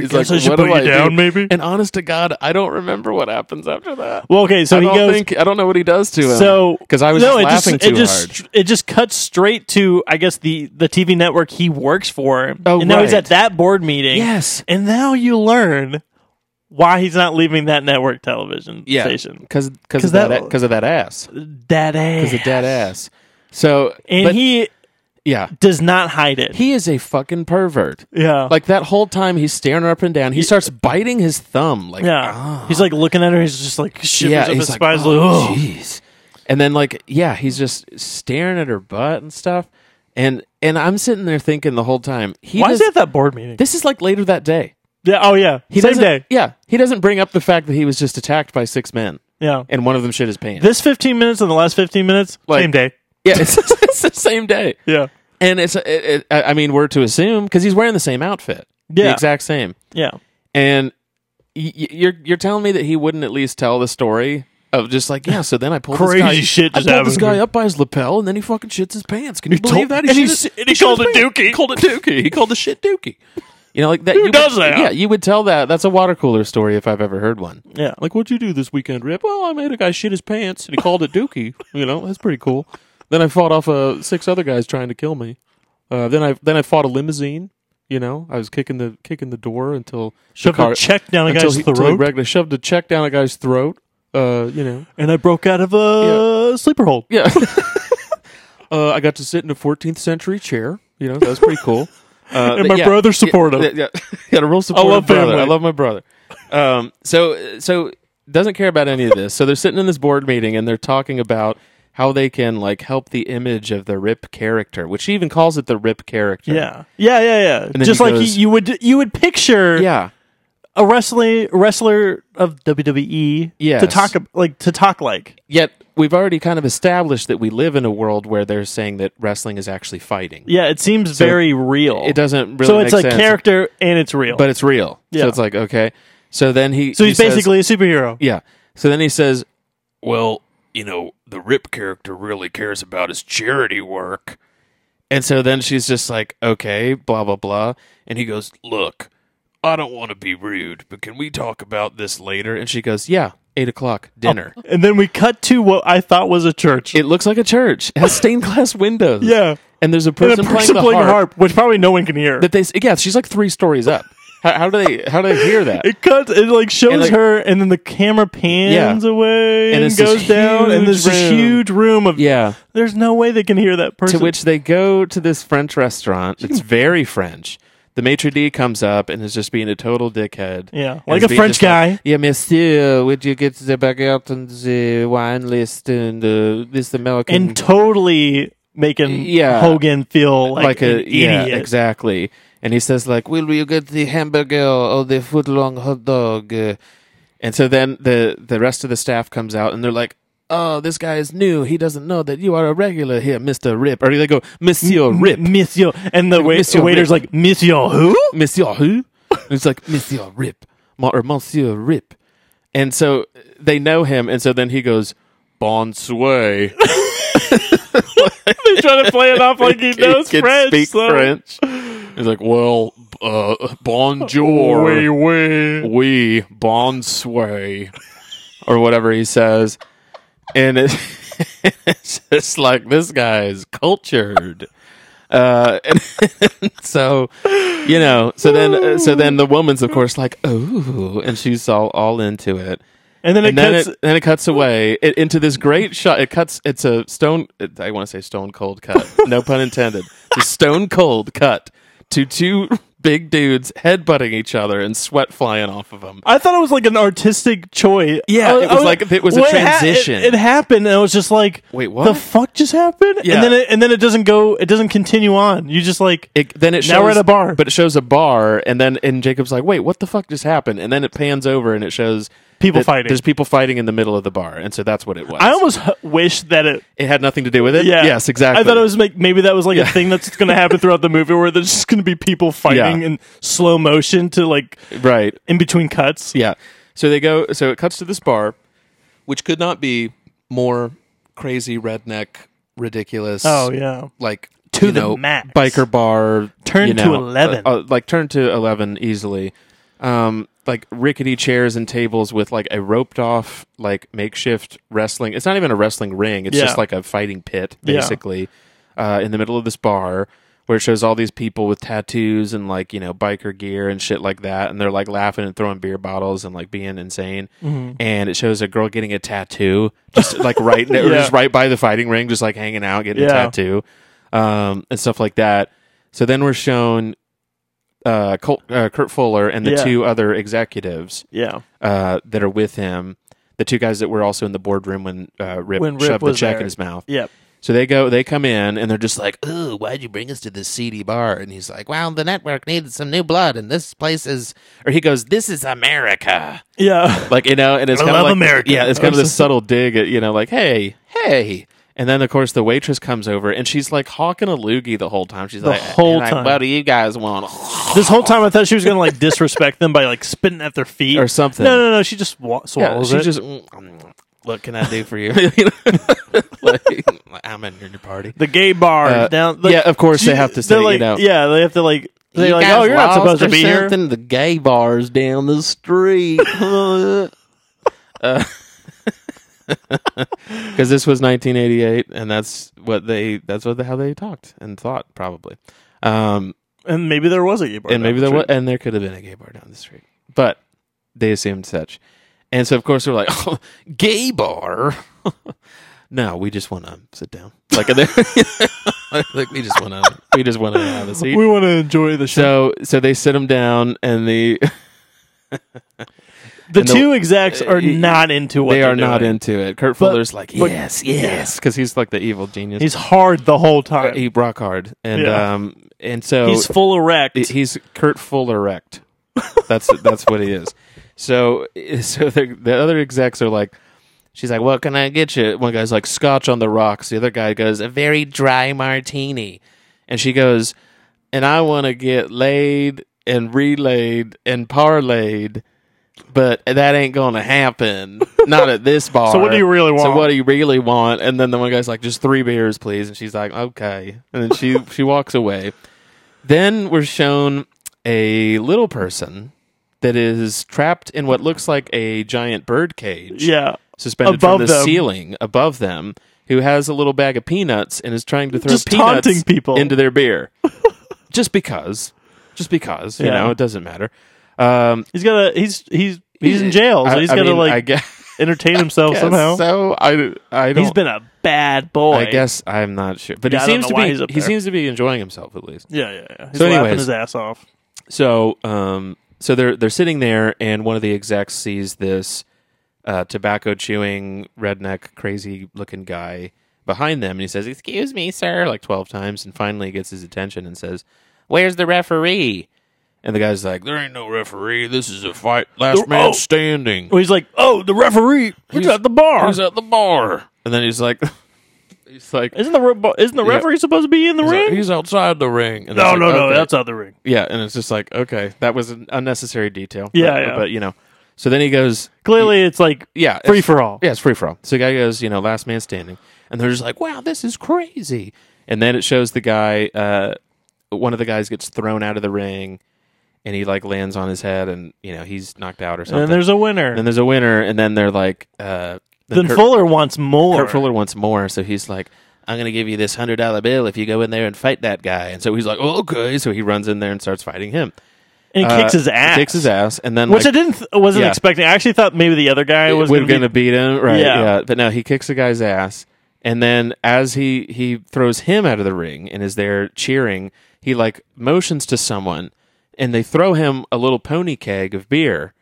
S2: <laughs> He's
S3: guess
S2: like,
S3: I should
S2: "What
S3: put
S2: do
S3: you
S2: I do?"
S3: down, maybe.
S2: And honest to God, I don't remember what happens after that.
S3: well, okay, so
S2: I
S3: he
S2: don't
S3: goes.
S2: think I don't know what he does to him.
S3: so
S2: because I was
S3: no,
S2: just laughing
S3: it just,
S2: too
S3: it just,
S2: hard.
S3: It just cuts straight to I guess the the TV network he works for.
S2: Oh,
S3: and now he's
S2: right.
S3: at that board meeting.
S2: Yes.
S3: and now you learn why he's not leaving that network television
S2: Yeah,
S3: station.
S2: because because
S3: 'Cause
S2: of that
S3: that-
S2: because of that ass
S3: That ass.
S2: because of that ass. So
S3: and
S2: but-
S3: he
S2: yeah
S3: does not hide it.
S2: he is a fucking pervert.
S3: yeah,
S2: <laughs> Like that whole time he's staring her up and down. He starts biting his thumb. Like ah,
S3: yeah. He's like looking at her. He's just like shivers
S2: oh. yeah,
S3: up
S2: he's
S3: his
S2: like,
S3: spine. He's like,
S2: "Oh,
S3: "Ugh."
S2: jeez. And then like, yeah, he's just staring at her butt and stuff. And and I'm sitting there thinking the whole time, he
S3: Why
S2: does,
S3: is he at that board meeting?
S2: this is like later that day.
S3: yeah. Oh yeah.
S2: He
S3: Same
S2: doesn't,
S3: day.
S2: Yeah, he doesn't bring up the fact that he was just attacked by six men,
S3: Yeah.
S2: and one of them shit his pants.
S3: This 15 minutes and the last 15 minutes,
S2: Like-
S3: same day.
S2: yeah, <laughs> it's, it's the same day,
S3: Yeah.
S2: and it's it, it, I I mean we're to assume because he's wearing the same outfit, the
S3: Yeah.
S2: exact same,
S3: Yeah.
S2: and y- y- you're you're telling me that he wouldn't at least tell the story. Of just like yeah, so then I pulled
S3: Crazy
S2: this guy,
S3: shit
S2: I
S3: just
S2: pulled this guy
S3: happened.
S2: up by his lapel, and then he fucking shits his pants. Can you believe
S3: told-
S2: that?
S3: and he
S2: shit his-
S3: s- and he
S2: shit his
S3: called it
S2: pants. He called it dookie. He called the shit dookie. You know, like that. Who
S3: does that?
S2: Yeah, you would tell that. That's a water cooler story if I've ever heard one.
S3: Yeah.
S2: Like, what'd you do this weekend, Rip? Well, I made a guy shit his pants and he called it Dookie. <laughs> You know, that's pretty cool. Then I fought off uh, six other guys trying to kill me. Uh, then I then I fought a limousine. You know, I was kicking the kicking the door until
S3: Shoved
S2: the
S3: a check down a
S2: until
S3: guy's
S2: he- until he
S3: throat.
S2: wrecked- I shoved a check down a guy's throat. Uh, you know,
S3: And I broke out of a sleeper hold.
S2: yeah. <laughs> uh, I got to sit in a 14th century chair. You know, that was pretty <laughs> cool. Uh,
S3: And
S2: but
S3: my brother's supportive.
S2: Yeah, yeah, <laughs> Got a real supportive
S3: love
S2: brother.
S3: family.
S2: I love my brother. Um, so so doesn't care about any of this. So they're sitting in this board meeting and they're talking about how they can like help the image of the Rip character, which she even calls it the Rip character.
S3: Yeah. Yeah, yeah, yeah.
S2: then
S3: Just
S2: he
S3: like
S2: goes-
S3: you, you would you would picture
S2: Yeah.
S3: a wrestling wrestler of WWE
S2: Yes.
S3: to talk ab- like to talk like.
S2: Yet we've already kind of established that we live in a world where they're saying that wrestling is actually fighting.
S3: Yeah, it seems very real.
S2: It doesn't really
S3: so it's
S2: make
S3: like
S2: sense,
S3: character and it's real.
S2: but it's real.
S3: Yeah.
S2: So it's like okay. So then he
S3: so he's
S2: he says-
S3: basically a superhero.
S2: yeah. So then he says
S9: Well, you know, the Rip character really cares about his charity work.
S2: And so then she's just like, okay, blah, blah, blah. And he goes,
S9: Look, I don't want to be rude, but can we talk about this later?
S2: later. And she goes, yeah, eight o'clock, dinner.
S3: And then we cut to what I thought was a church.
S2: Oh. <laughs> It looks like a church, it has stained glass windows.
S3: Yeah.
S2: And there's a
S3: and a
S2: person, playing, the harp,
S3: which probably no one can hear.
S2: that they, s- yeah, she's like three stories up. How, how do they, how do they hear <laughs> that?
S3: It cuts. It like shows
S2: And, like-
S3: her, and then the camera pans
S2: Yeah.
S3: away
S2: And
S3: and,
S2: it's this
S3: goes down, and there's this
S2: huge room.
S3: huge room of.
S2: yeah.
S3: There's no way they can hear that person.
S2: To which they go to this French restaurant. It's very French. The maitre d comes up and is just being a total dickhead.
S3: Yeah,
S2: And
S3: like
S2: is
S3: a
S2: being
S3: French
S2: just like,
S3: guy.
S2: yeah, monsieur, would you get the baguette and the wine list and uh, this American
S3: and totally making
S2: Yeah.
S3: Hogan feel like,
S2: like, a
S3: an
S2: yeah
S3: idiot.
S2: exactly and he says like will you get the hamburger or the foot long hot dog uh, and so then the the rest of the staff comes out and they're like "Oh, this guy is new. He doesn't know that you are a regular here, Mister Rip." Or they go, "Monsieur Rip,
S3: Monsieur. And the, wait,
S2: Monsieur
S3: the waiter's
S2: Rick.
S3: like, Monsieur
S2: <laughs>
S3: who?
S2: Monsieur who?" And it's like Monsieur Rip Mon- or Monsieur Rip, and so they know him, and so then he goes, "Bon sway."
S3: They're trying to play it
S2: <laughs>
S3: off like he knows
S2: can
S3: French.
S2: speak
S3: so-
S2: French. He's like, well, uh, bonjour,
S10: Wee
S2: we,
S10: wee.
S2: bon sway, or whatever he says, and it, <laughs> it's just like this guy is cultured. Uh, and <laughs> so, you know, so then, so then the woman's of course like, oh, and she's all all into it
S3: And then it
S2: and then
S3: cuts.
S2: it then it cuts away it, into this great shot. It cuts. It's a stone. It, I want to say stone cold
S3: <laughs>
S2: cut. No pun intended. The stone cold cut to two big dudes headbutting each other and sweat flying off of them.
S3: I thought it was like an artistic choice.
S2: Yeah,
S3: I-
S2: it was
S3: I
S2: like- it was a
S3: what ha- it-
S2: transition.
S3: it, happened, and I was just like,
S2: Wait, what?
S3: The fuck just happened?
S2: Yeah.
S3: And then it, and then it doesn't go. It doesn't continue on. You just like
S2: It, then it shows,
S3: Now we're at a bar.
S2: but it shows a bar, and then and Jacob's like, "Wait, what the fuck just happened?" And then it pans over, and it shows
S3: People
S2: that
S3: fighting.
S2: There's people fighting in the middle of the bar, and so that's what it was.
S3: I almost h- wish that it.
S2: it had nothing to do with it.
S3: Yeah.
S2: Yes, exactly.
S3: I thought it was like maybe that was like
S2: Yeah.
S3: a thing that's going to happen throughout the movie where there's just going to be people fighting
S2: Yeah.
S3: in slow motion to like
S2: right.
S3: in between cuts.
S2: Yeah. So they go. So it cuts to this bar, which could not be more crazy redneck, ridiculous.
S3: Oh yeah.
S2: like
S3: To
S2: you
S3: the
S2: know,
S3: max.
S2: biker bar.
S3: Turn
S2: you
S3: to
S2: know,
S3: 11.
S2: uh, uh, like turn to eleven easily. Um, like rickety chairs and tables with like a roped off like makeshift wrestling. It's not even a wrestling ring. It's
S3: Yeah.
S2: just like a fighting pit
S3: Yeah.
S2: basically. Uh, in the middle of this bar. Where it shows all these people with tattoos and like you know biker gear and shit like that, and they're like laughing and throwing beer bottles and like being insane.
S3: Mm-hmm.
S2: And it shows a girl getting a tattoo, just like
S3: <laughs>
S2: right, there,
S3: Yeah.
S2: just right by the fighting ring, just like hanging out, getting a
S3: Yeah.
S2: tattoo, um, and stuff like that. So then we're shown uh, Colt, uh, Kurt Fuller and the
S3: Yeah.
S2: two other executives
S3: Yeah.
S2: uh, that are with him, the two guys that were also in the boardroom when uh, Rip
S3: When Rip
S2: shoved the
S3: was
S2: check
S3: there.
S2: in his mouth.
S3: Yeah.
S2: So they go, they come in, and they're just like,
S5: Ooh, why'd you bring us to this seedy bar? And he's like, Well, the network needed some new blood, and this place is.
S2: or he goes, "This is America,"
S3: Yeah. <laughs>
S2: like you know, and it's
S3: I
S2: kind of
S3: love
S2: like,
S3: America.
S2: Yeah, it's kind of this
S3: <laughs>
S2: subtle dig at you know, like, hey, hey. And then of course the waitress comes over and she's like hawking a loogie the whole time. She's
S3: The
S2: like,
S3: whole
S2: "Like,
S3: time.
S2: what do you guys want?
S3: This whole time I thought she was going to like disrespect them by like spitting at their feet
S2: Or something.
S3: No, no, no. She just wa-
S2: Yeah,
S3: swallows
S2: she
S3: it.
S2: just "Mm, mm, what can I do for you? <laughs> You know?
S3: <laughs>
S2: like, I'm in your party.
S3: the gay bar
S2: Uh,
S3: down.
S2: yeah, of course they have to
S3: they're
S2: say, you
S3: like,
S2: know.
S3: Yeah, they have to like. They're like,
S5: guys
S3: oh, you're not
S5: lost
S3: supposed to
S5: or
S3: be here.
S5: something? The gay bars down the
S2: <laughs>
S5: street. Uh, <laughs>
S2: Because this was 1988, and that's what they that's what they, how they talked and thought probably. Um,
S3: And maybe there was a gay bar.
S2: and maybe
S3: down
S2: there
S3: the
S2: was,
S3: street.
S2: and there could have been a gay bar down the street, but they assumed such. And so of course they're like, oh, gay bar. <laughs> no, we just want to sit down. Like, <laughs> they're- like we just want to we just want to have a seat.
S3: We want to enjoy the show.
S2: So so they sit him down, and the <laughs>
S3: The
S2: and the-
S3: two execs are
S2: uh, y-
S3: not into what
S2: they
S3: they're
S2: are not
S3: doing.
S2: into it. Kurt
S3: But-
S2: Fuller's like,
S3: but-
S2: yes, yes, because he's like the evil genius.
S3: He's hard the whole time.
S2: he rock hard, and
S3: Yeah.
S2: um, and so
S3: He's full erect.
S2: he- he's Kurt Fuller wrecked. That's that's what he is. So <laughs> so the, the other execs are like,
S5: She's like, What can I get you?
S2: one guy's like Scotch on the rocks, the other guy goes a very dry martini, and she goes, and I want to get laid and relayed and parlayed. But that ain't gonna happen. Not at this bar.
S3: <laughs> So what do you really
S2: So
S3: want?
S2: what do you really want? And then the one guy's like, just three beers, please. And she's like, okay. And then she she walks away. Then we're shown a little person that is trapped in what looks like a giant bird cage.
S3: yeah.
S2: Suspended
S3: Above
S2: from the
S3: them.
S2: ceiling above them, who has a little bag of peanuts and is trying to throw
S3: Just
S2: peanuts
S3: taunting people.
S2: into their
S3: <laughs>
S2: beer. just because. Just because. You
S3: Yeah.
S2: know, it doesn't matter. Um
S3: He's got to. He's he's he's in jail, so
S2: I-
S3: he's
S2: I
S3: got to
S2: mean, I
S3: like
S2: guess,
S3: <laughs> entertain himself
S2: guess
S3: somehow.
S2: So I I don't
S3: He's been a bad boy.
S2: I guess I'm not sure, but
S3: Yeah, I
S2: he
S3: don't
S2: seems
S3: know
S2: to
S3: why
S2: be
S3: he's up
S2: he
S3: there.
S2: seems to be enjoying himself at least.
S3: Yeah, yeah, yeah. He's
S2: So
S3: laughing
S2: anyways.
S3: his ass off.
S2: So um so they're they're sitting there, and one of the execs sees this uh, tobacco chewing redneck crazy looking guy behind them, and he says, "Excuse me, sir," like twelve times, and finally gets his attention and says, "Where's the referee?" And the guy's like, "There ain't no referee. This is a fight. Last man
S3: oh.
S2: standing."
S3: Well, he's like, "Oh, the referee. He's at the bar.
S2: Who's at the bar? And then he's like, <laughs> he's like,
S3: Isn't the re- bo- isn't the
S2: Yeah.
S3: referee supposed to be in the
S2: he's, like,
S3: ring?
S2: he's outside the ring. And
S3: no,
S2: it's like,
S3: no, no.
S2: okay.
S3: That's out the ring.
S2: yeah. And it's just like, okay, that was an unnecessary detail.
S3: Yeah,
S2: but,
S3: yeah.
S2: but you know. So then he goes,
S3: Clearly, it's like
S2: yeah,
S3: free
S2: it's-
S3: for all.
S2: Yeah, it's free for all. So the guy goes, you know, last man standing, and they're just like, wow, this is crazy. And then it shows the guy, uh, one of the guys gets thrown out of the ring, and he like lands on his head, and you know he's knocked out or
S3: And
S2: something.
S3: then there's a winner.
S2: And there's a winner, and then they're like, uh,
S3: then
S2: Kurt-
S3: Fuller wants more.
S2: Kurt Fuller wants more, so he's like, I'm going to give you this $100 bill if you go in there and fight that guy. And so he's like, oh, okay. So he runs in there and starts fighting him.
S3: and he
S2: Uh,
S3: kicks his
S2: he
S3: ass.
S2: Kicks his ass. And then,
S3: Which I
S2: like,
S3: didn't, th- wasn't
S2: Yeah.
S3: expecting. I actually thought maybe the other guy was
S2: we're
S3: going
S2: going to
S3: to
S2: beat him. Right.
S3: Yeah.
S2: Yeah. But no, he kicks the guy's ass. And then as he, he throws him out of the ring and is there cheering, he like motions to someone and they throw him a little pony keg of beer.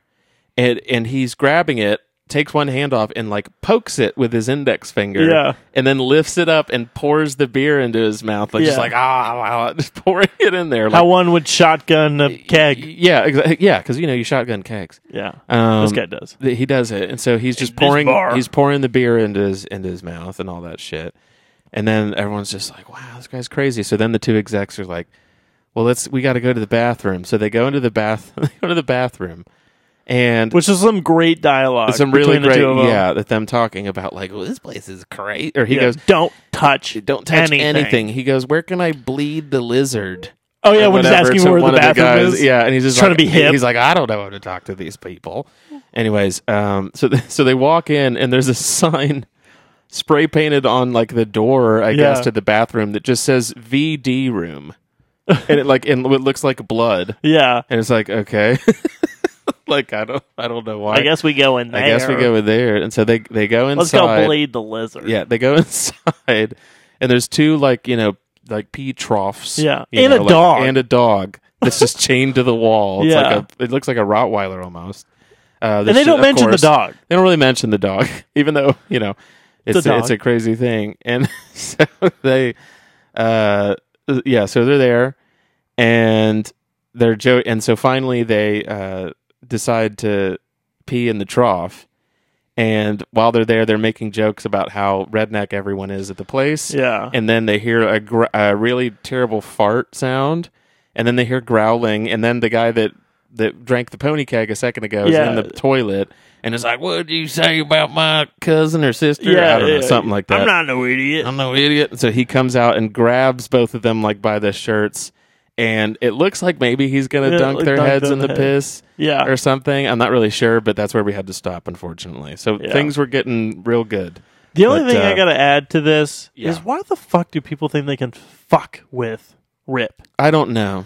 S2: and and he's grabbing it, takes one hand off and like pokes it with his index finger,
S3: Yeah.
S2: and then lifts it up and pours the beer into his mouth, like just
S3: Yeah.
S2: like ah, ah, ah," <laughs> just pouring it in there. Like,
S3: how one would shotgun a keg.
S2: Yeah, exa- yeah, because you know you shotgun kegs.
S3: Yeah,
S2: Um,
S3: this guy does.
S2: th- He does it, and so he's just
S3: this
S2: pouring.
S3: bar.
S2: He's pouring the beer into his into his mouth and all that shit. And then everyone's just like, "Wow, this guy's crazy." So then the two execs are like, "Well, let's we got to go to the bathroom." So they go into the bath. <laughs> they go to the bathroom, and
S3: Which is some great dialogue.
S2: some really
S3: between the
S2: great,
S3: two of them.
S2: yeah, that them talking about like, well, this place is great. Or he
S3: Yeah.
S2: goes,
S3: "Don't touch,
S2: don't touch anything. He goes, where can I bleed the lizard?
S3: Oh yeah,
S2: Or
S3: when he's
S2: whatever.
S3: asking
S2: So
S3: where the
S2: one of
S3: bathroom
S2: guys-
S3: is.
S2: Yeah, and he's just
S3: Trying
S2: like-
S3: to be hip.
S2: He's like, I don't know how to talk to these people. Anyways, um, so th- so they walk in and there's a sign <laughs> spray painted on like the door, I guess,
S3: Yeah.
S2: to the bathroom that just says VD room, and it like and it looks like blood,
S3: yeah.
S2: and it's like okay, <laughs> like I don't I don't know why.
S3: I guess we go in there.
S2: I guess we go in there, and so they they go inside.
S3: Let's go bleed the lizard.
S2: Yeah, they go <laughs> inside, and there's two like you know like pee troughs.
S3: Yeah.
S2: you
S3: And a
S2: like-
S3: dog.
S2: and a dog that's just chained to the wall. It's
S3: Yeah.
S2: like a, it looks like a Rottweiler almost. Uh,
S3: and
S2: there's
S3: they
S2: ju-
S3: don't
S2: of
S3: mention
S2: course,
S3: the dog.
S2: They don't really mention the dog, <laughs> even though you know it's
S3: a
S2: a, it's
S3: dog.
S2: a crazy thing. And <laughs> so they, uh, yeah, so they're there, and they're jo- and so finally they uh, decide to pee in the trough. And while they're there, they're making jokes about how redneck everyone is at the place.
S3: Yeah.
S2: And then they hear a, gr- a really terrible fart sound, and then they hear growling, and then the guy that that drank the pony keg a second ago is
S3: Yeah.
S2: in the toilet and is like, "What do you say about my cousin or sister?
S3: Yeah,
S2: I don't know,
S3: yeah.
S2: something like that."
S3: I'm not no idiot.
S2: I'm no idiot. So he comes out and grabs both of them like by the shirts, and it looks like maybe he's gonna
S3: Yeah,
S2: dunk
S3: like
S2: their
S3: dunk
S2: heads in
S3: them
S2: the
S3: head. Ah.
S2: piss
S3: yeah.
S2: or something. I'm not really sure, but that's where we had to stop, unfortunately. So
S3: Yeah.
S2: things were getting real good.
S3: the only
S2: but,
S3: thing I
S2: uh,
S3: gotta add to this
S2: Yeah.
S3: is why the fuck do people think they can fuck with Rip?
S2: I don't know.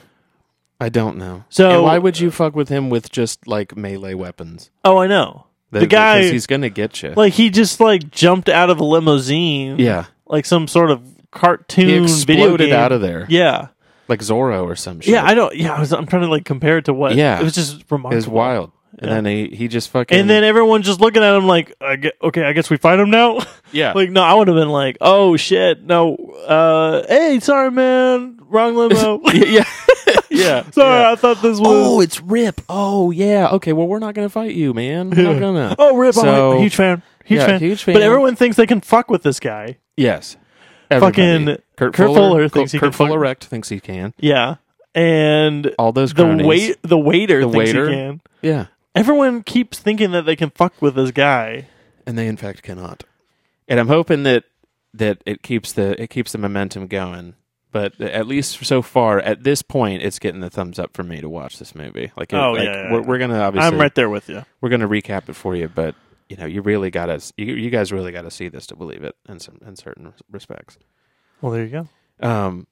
S2: I don't know.
S3: So-
S2: And why would you fuck with him with just like melee weapons?
S3: Oh, I know. The,
S2: That-
S3: guy,
S2: because he's gonna get you.
S3: like, he just like jumped out of a limousine.
S2: yeah,
S3: like some sort of cartoon.
S2: he
S3: video
S2: exploded
S3: game.
S2: out of there
S3: Yeah,
S2: like Zorro or some shit.
S3: yeah. I don't. Yeah, I was, I'm trying to like compare it to what.
S2: Yeah.
S3: it was just remarkable.
S2: it was wild.
S3: Yeah.
S2: And then he, he just fucking <laughs>
S3: And then everyone just looking at him like, I gue- okay, I guess we fight him now. <laughs>
S2: yeah
S3: like, no, I would have been like, oh shit, no. Uh, hey, sorry, man, wrong limo.
S2: <laughs> yeah yeah
S3: <laughs> sorry, I thought this was.
S2: Oh, it's Rip. Oh, yeah. Okay. Well, we're not gonna fight you, man. We're not gonna.
S3: <laughs> Oh, Rip, I'm
S2: So-
S3: a huge fan. Huge,
S2: Yeah,
S3: fan.
S2: huge
S3: But
S2: fan.
S3: everyone thinks they can fuck with this guy.
S2: yes.
S3: Fucking Kurt Fuller
S2: Kurt-
S3: thinks he
S2: Kurt
S3: can fuck-
S2: Fuller wrecked thinks he can.
S3: Yeah. And
S2: All those
S3: the
S2: cronies.
S3: wait the waiter
S2: The
S3: thinks
S2: waiter.
S3: he can.
S2: Yeah.
S3: Everyone keeps thinking that they can fuck with this guy.
S2: and they in fact cannot. And I'm hoping that that it keeps the it keeps the momentum going. But at least so far, at this point, it's getting the thumbs up for me to watch this movie. Like, it-
S3: Oh,
S2: like,
S3: yeah, yeah,
S2: we're,
S3: yeah.
S2: we're gonna obviously
S3: I'm right there with you.
S2: we're gonna recap it for you, but you know, you really gotta you, you guys really gotta see this to believe it in some in certain respects.
S3: Well, there you go.
S2: Um,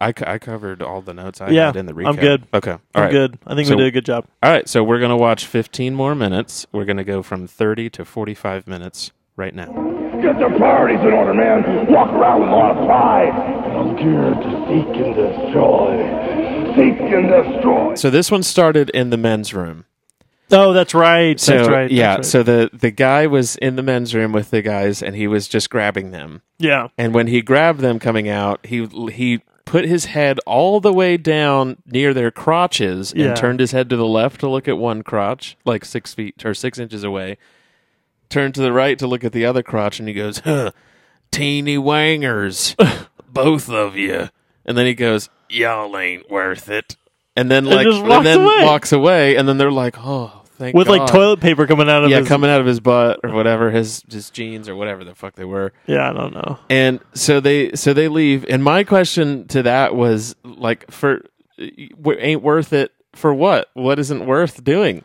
S2: I, co- I covered all the notes I
S3: Yeah,
S2: had in the
S3: I'm
S2: recap.
S3: good.
S2: Okay, all right,
S3: I'm good. I think
S2: So-
S3: we did a good job.
S2: All right, so we're gonna watch 15 more minutes. We're gonna go from 30 to 45 minutes right now.
S4: Get your priorities in order, man. Walk around with a lot of pride. I'm here to seek and destroy. Seek and destroy.
S2: So this one started in the men's room.
S3: Oh, that's right.
S2: So
S3: that's right.
S2: yeah,
S3: that's right.
S2: so the the guy was in the men's room with the guys, and he was just grabbing them.
S3: yeah.
S2: And when he grabbed them coming out, he he put his head all the way down near their crotches and
S3: Yeah.
S2: turned his head to the left to look at one crotch, like six feet or six inches away. Turned to the right to look at the other crotch, and he goes, huh, "Teeny
S3: <laughs>
S2: wangers, both of you." And then he goes, "Y'all ain't worth it." And then like,
S3: just
S2: and,
S3: walks
S2: then
S3: away.
S2: walks away. And then they're like, "Oh, thank
S3: with like
S2: God."
S3: toilet paper coming out of
S2: yeah,
S3: his.
S2: coming out of his butt or whatever, his his jeans or whatever the fuck they were.
S3: yeah, I don't know.
S2: And so they so they leave. And my question to that was like, for w- ain't worth it for what? What isn't worth doing?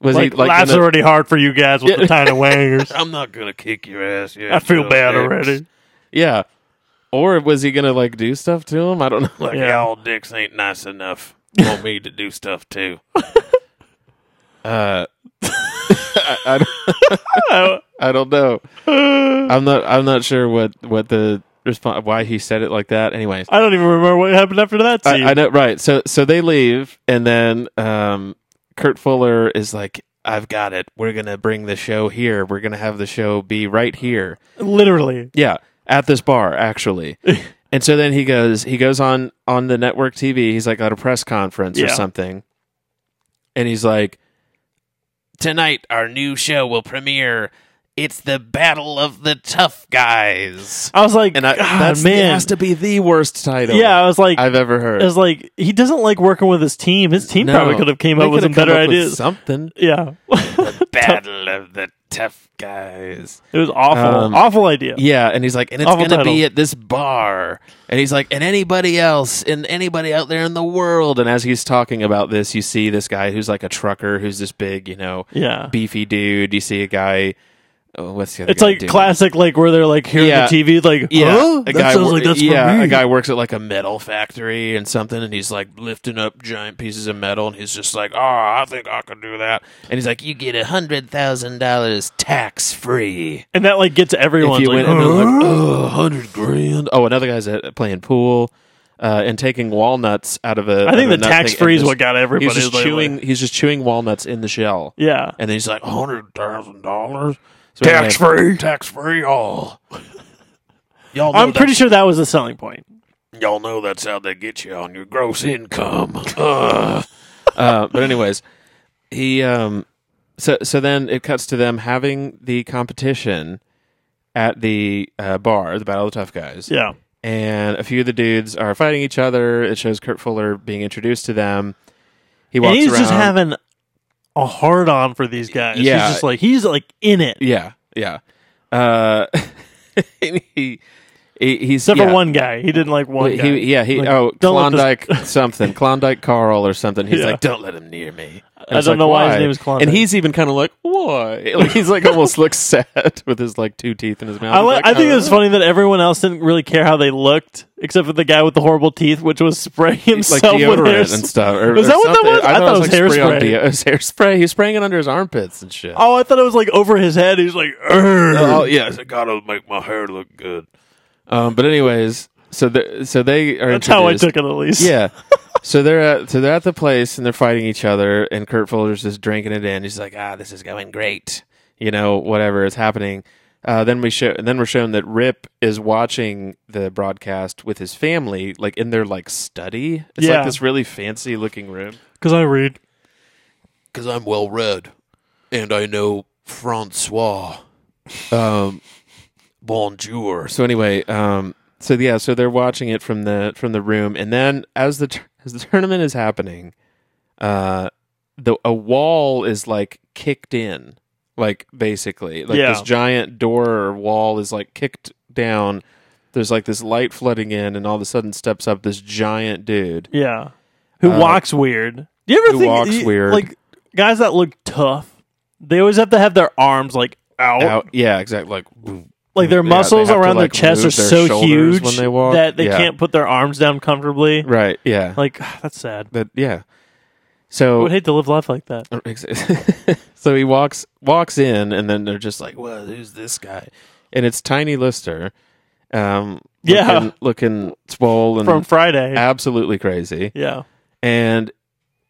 S2: Was
S3: Like,
S2: he like?
S3: life's
S2: gonna-
S3: already hard for you guys with the
S2: <laughs>
S3: tiny wangers.
S5: I'm not gonna kick your ass. Yeah,
S3: I feel bad
S5: dicks.
S3: already.
S2: yeah. Or was he gonna like do stuff to him? I don't know.
S5: Like
S3: Yeah.
S5: y'all dicks ain't nice enough. Want me to do stuff too?
S2: <laughs> I don't know. I'm not. I'm not sure what what the response. Why he said it like that. Anyways,
S3: <sighs> I don't even remember what happened after that scene.
S2: I, I know, right? So, so they leave, and then um, Kurt Fuller is like, "I've got it. We're gonna bring the show here. We're gonna have the show be right here.
S3: Literally,
S2: Yeah, at this bar, actually."
S3: <laughs>
S2: and so then he goes, he goes on on the network TV. He's like at a press conference or
S3: Yeah.
S2: something, and he's like,
S5: Tonight, our new show will premiere. It's the Battle of the Tough Guys.
S3: I was like,
S2: "And I,
S3: Oh "God,
S2: that's the-
S3: man,
S2: has to be the worst title."
S3: yeah." I was like,
S2: I've ever heard.
S3: I was like, he doesn't like working with his team. His team
S2: No.
S3: probably could have came
S2: They
S3: up with
S2: could have come
S3: some better
S2: up with
S3: ideas. <laughs>
S2: Something.
S3: yeah,
S5: Battle of the Tough Guys.
S3: it was awful,
S2: Um,
S3: awful idea.
S2: Yeah, and he's like, and it's
S3: Awful
S2: gonna be
S3: title.
S2: at this bar, and he's like, and anybody else, and anybody out there in the world. And as he's talking about this, you see this guy who's like a trucker, who's this big, you know,
S3: Yeah.
S2: beefy dude. You see a guy. Oh, what's the other?
S3: It's
S2: guy
S3: like
S2: doing?
S3: classic, like where they're like hearing
S2: Yeah.
S3: the TV, like,
S2: Yeah,
S3: huh?
S2: a
S3: That
S2: guy.
S3: sounds
S2: wor-
S3: like that's for
S2: yeah,
S3: me.
S2: a guy works at like a metal factory and something, and he's like lifting up giant pieces of metal, and he's just like, oh, I think I could do that.
S5: And he's like, you get a hundred thousand dollars tax free.
S3: and that like gets everyone.
S2: if you
S3: Like,
S2: win, and they're
S3: "Huh?"
S2: like, oh, 100 grand. Oh, another guy's uh, playing pool uh, and taking walnuts out of a.
S3: I think
S2: out
S3: the
S2: of a nut
S3: tax
S2: thing
S3: free
S2: and
S3: is
S2: just-
S3: what got everybody.
S2: He's just
S3: like,
S2: chewing.
S3: like-
S2: he's just chewing walnuts in the shell,
S3: yeah,
S2: and then he's like, oh,
S5: Hundred thousand dollars
S2: tax
S5: free, tax free
S2: <laughs>
S5: all. Y'all know
S3: I'm pretty sure that was a selling point.
S5: that, y'all know that's how they get you on your gross income. <laughs>
S2: Uh, but anyways, he um, so so then it cuts to them having the competition at the uh, bar, the Battle of the Tough Guys.
S3: Yeah,
S2: and a few of the dudes are fighting each other. It shows Kurt Fuller being introduced to them. He walks
S3: and he's
S2: around.
S3: just having a hard on for these guys.
S2: Yeah.
S3: he's just like he's like in it.
S2: Yeah, yeah. Uh, <laughs> and he, he he's
S3: Except
S2: yeah.
S3: for one guy, he didn't like one. guy.
S2: He, yeah, he.
S3: Like,
S2: oh,
S3: don't let this-
S2: Klondike something, Klondike Carl or something. He's
S3: Yeah.
S2: like,
S5: Don't let him near me.
S2: I
S3: don't know why his name is Klondike.
S2: And he's even kind of like, why? <laughs> Like, he's like almost looks sad <laughs> with his like two teeth in his mouth.
S3: I,
S2: He's
S3: li-
S2: like,
S3: I think it
S2: "Uh."
S3: was funny that everyone else didn't really care how they looked, except for the guy with the horrible teeth, which was spraying
S2: like
S3: himself with
S2: deodorant
S3: hair.
S2: and stuff. Or,
S3: Was
S2: or
S3: that what that
S2: something.
S3: was?
S2: I thought, it was, like spray on
S3: hairspray.
S2: deo- <laughs> it was hairspray. He was spraying it under his armpits and shit.
S3: Oh, I thought it was like over his head. He's like, "Urgh."
S2: oh yeah.
S5: I gotta make my hair look good.
S2: Um, but anyways, so the, so they are
S3: that's how I
S2: introduced.
S3: took it at least.
S2: Yeah. so they're at so they're at the place and they're fighting each other and Kurt Fuller's just drinking it in. He's like, ah, this is going great. You know, whatever is happening. Uh, then we show and then we're shown that Rip is watching the broadcast with his family, like in their like study. It's
S3: Yeah.
S2: like this really fancy looking room.
S3: because I read.
S5: Cause I'm well read, and I know Francois.
S2: Um,
S5: Bonjour.
S2: so anyway, um, so yeah, so they're watching it from the from the room, and then as the <laughs> tur- as the tournament is happening, uh, the a wall is like kicked in, like basically, like
S3: Yeah.
S2: this giant door or wall is like kicked down. There's like this light flooding in, and all of a sudden steps up this giant dude.
S3: Yeah, who
S2: Uh,
S3: walks weird? Do you ever
S2: who
S3: think
S2: walks
S3: you-
S2: weird.
S3: Like guys that look tough, they always have to have their arms like out,
S2: Out, yeah, exactly. Like, <sniffs> boom.
S3: like their
S2: Yeah, they
S3: muscles
S2: have to,
S3: around
S2: like,
S3: their chest
S2: move
S3: are
S2: their
S3: so
S2: shoulders
S3: huge
S2: when they walk.
S3: that they
S2: Yeah.
S3: can't put their arms down comfortably.
S2: right, yeah,
S3: Like <sighs> that's sad.
S2: that, yeah.
S3: I
S2: So
S3: would hate to live life like that.
S2: <laughs> so he walks walks in, and then they're just like, "Well, who's this guy?" And it's Tiny Lister, um,
S3: Yeah.
S2: looking, looking swole and
S3: From Friday,
S2: absolutely crazy.
S3: yeah.
S2: And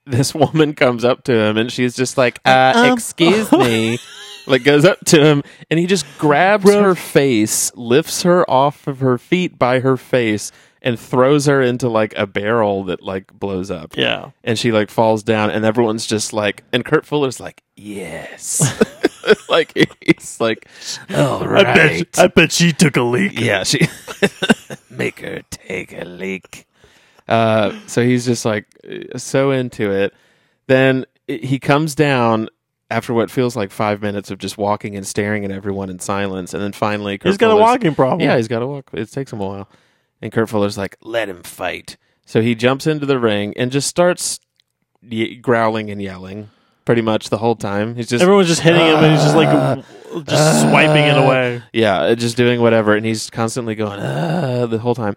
S2: this <laughs> woman comes up to him, and she's just like, uh,
S3: Uh-uh.
S2: "Excuse
S3: <laughs>
S2: me." Like goes up to him and he just grabs her face, lifts her off of her feet by her face, and throws her into like a barrel that like blows up.
S3: Yeah.
S2: And she like falls down and everyone's just like and Kurt Fuller's like, Yes. <laughs> like he's like
S5: All right.
S3: I bet she took a
S2: <laughs>
S3: leak.
S2: Yeah, she <laughs>
S5: Make her take a leak.
S2: Uh, so he's just like uh, so into it. Then i- he comes down after what feels like five minutes of just walking and staring at everyone in silence, and then finally Kurt
S3: He's got a
S2: Fuller's-
S3: walking problem.
S2: Yeah, he's got to walk. It takes him a while. And Kurt Fuller's like, "Let him fight." So he jumps into the ring and just starts ye- growling and yelling pretty much the whole time. He's just uh,
S3: Everyone's just hitting him, and he's just like, w- just swiping it away.
S2: yeah, uh, just doing whatever, and he's constantly going uh, the whole time.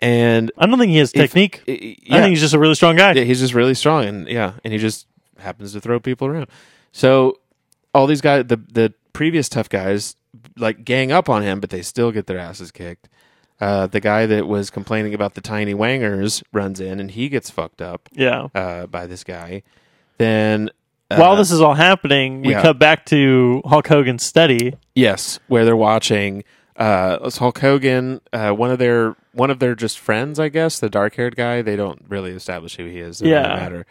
S2: And
S3: I don't think he has
S2: If-
S3: technique.
S2: uh, yeah,
S3: I think he's just a really strong guy.
S2: Yeah, he's just really strong, and yeah, and he just happens to throw people around. So all these guys, the the previous tough guys, like gang up on him, but they still get their asses kicked. Uh, the guy that was complaining about the tiny wangers runs in, and he gets fucked up
S3: Yeah.
S2: uh, by this guy. Then uh,
S3: While this is all happening, we
S2: yeah.
S3: cut back to Hulk Hogan's study.
S2: Yes, where they're watching uh it's Hulk Hogan, uh one of their one of their just friends, I guess, the dark haired guy. They don't really establish who he is. It doesn't
S3: Yeah.
S2: matter.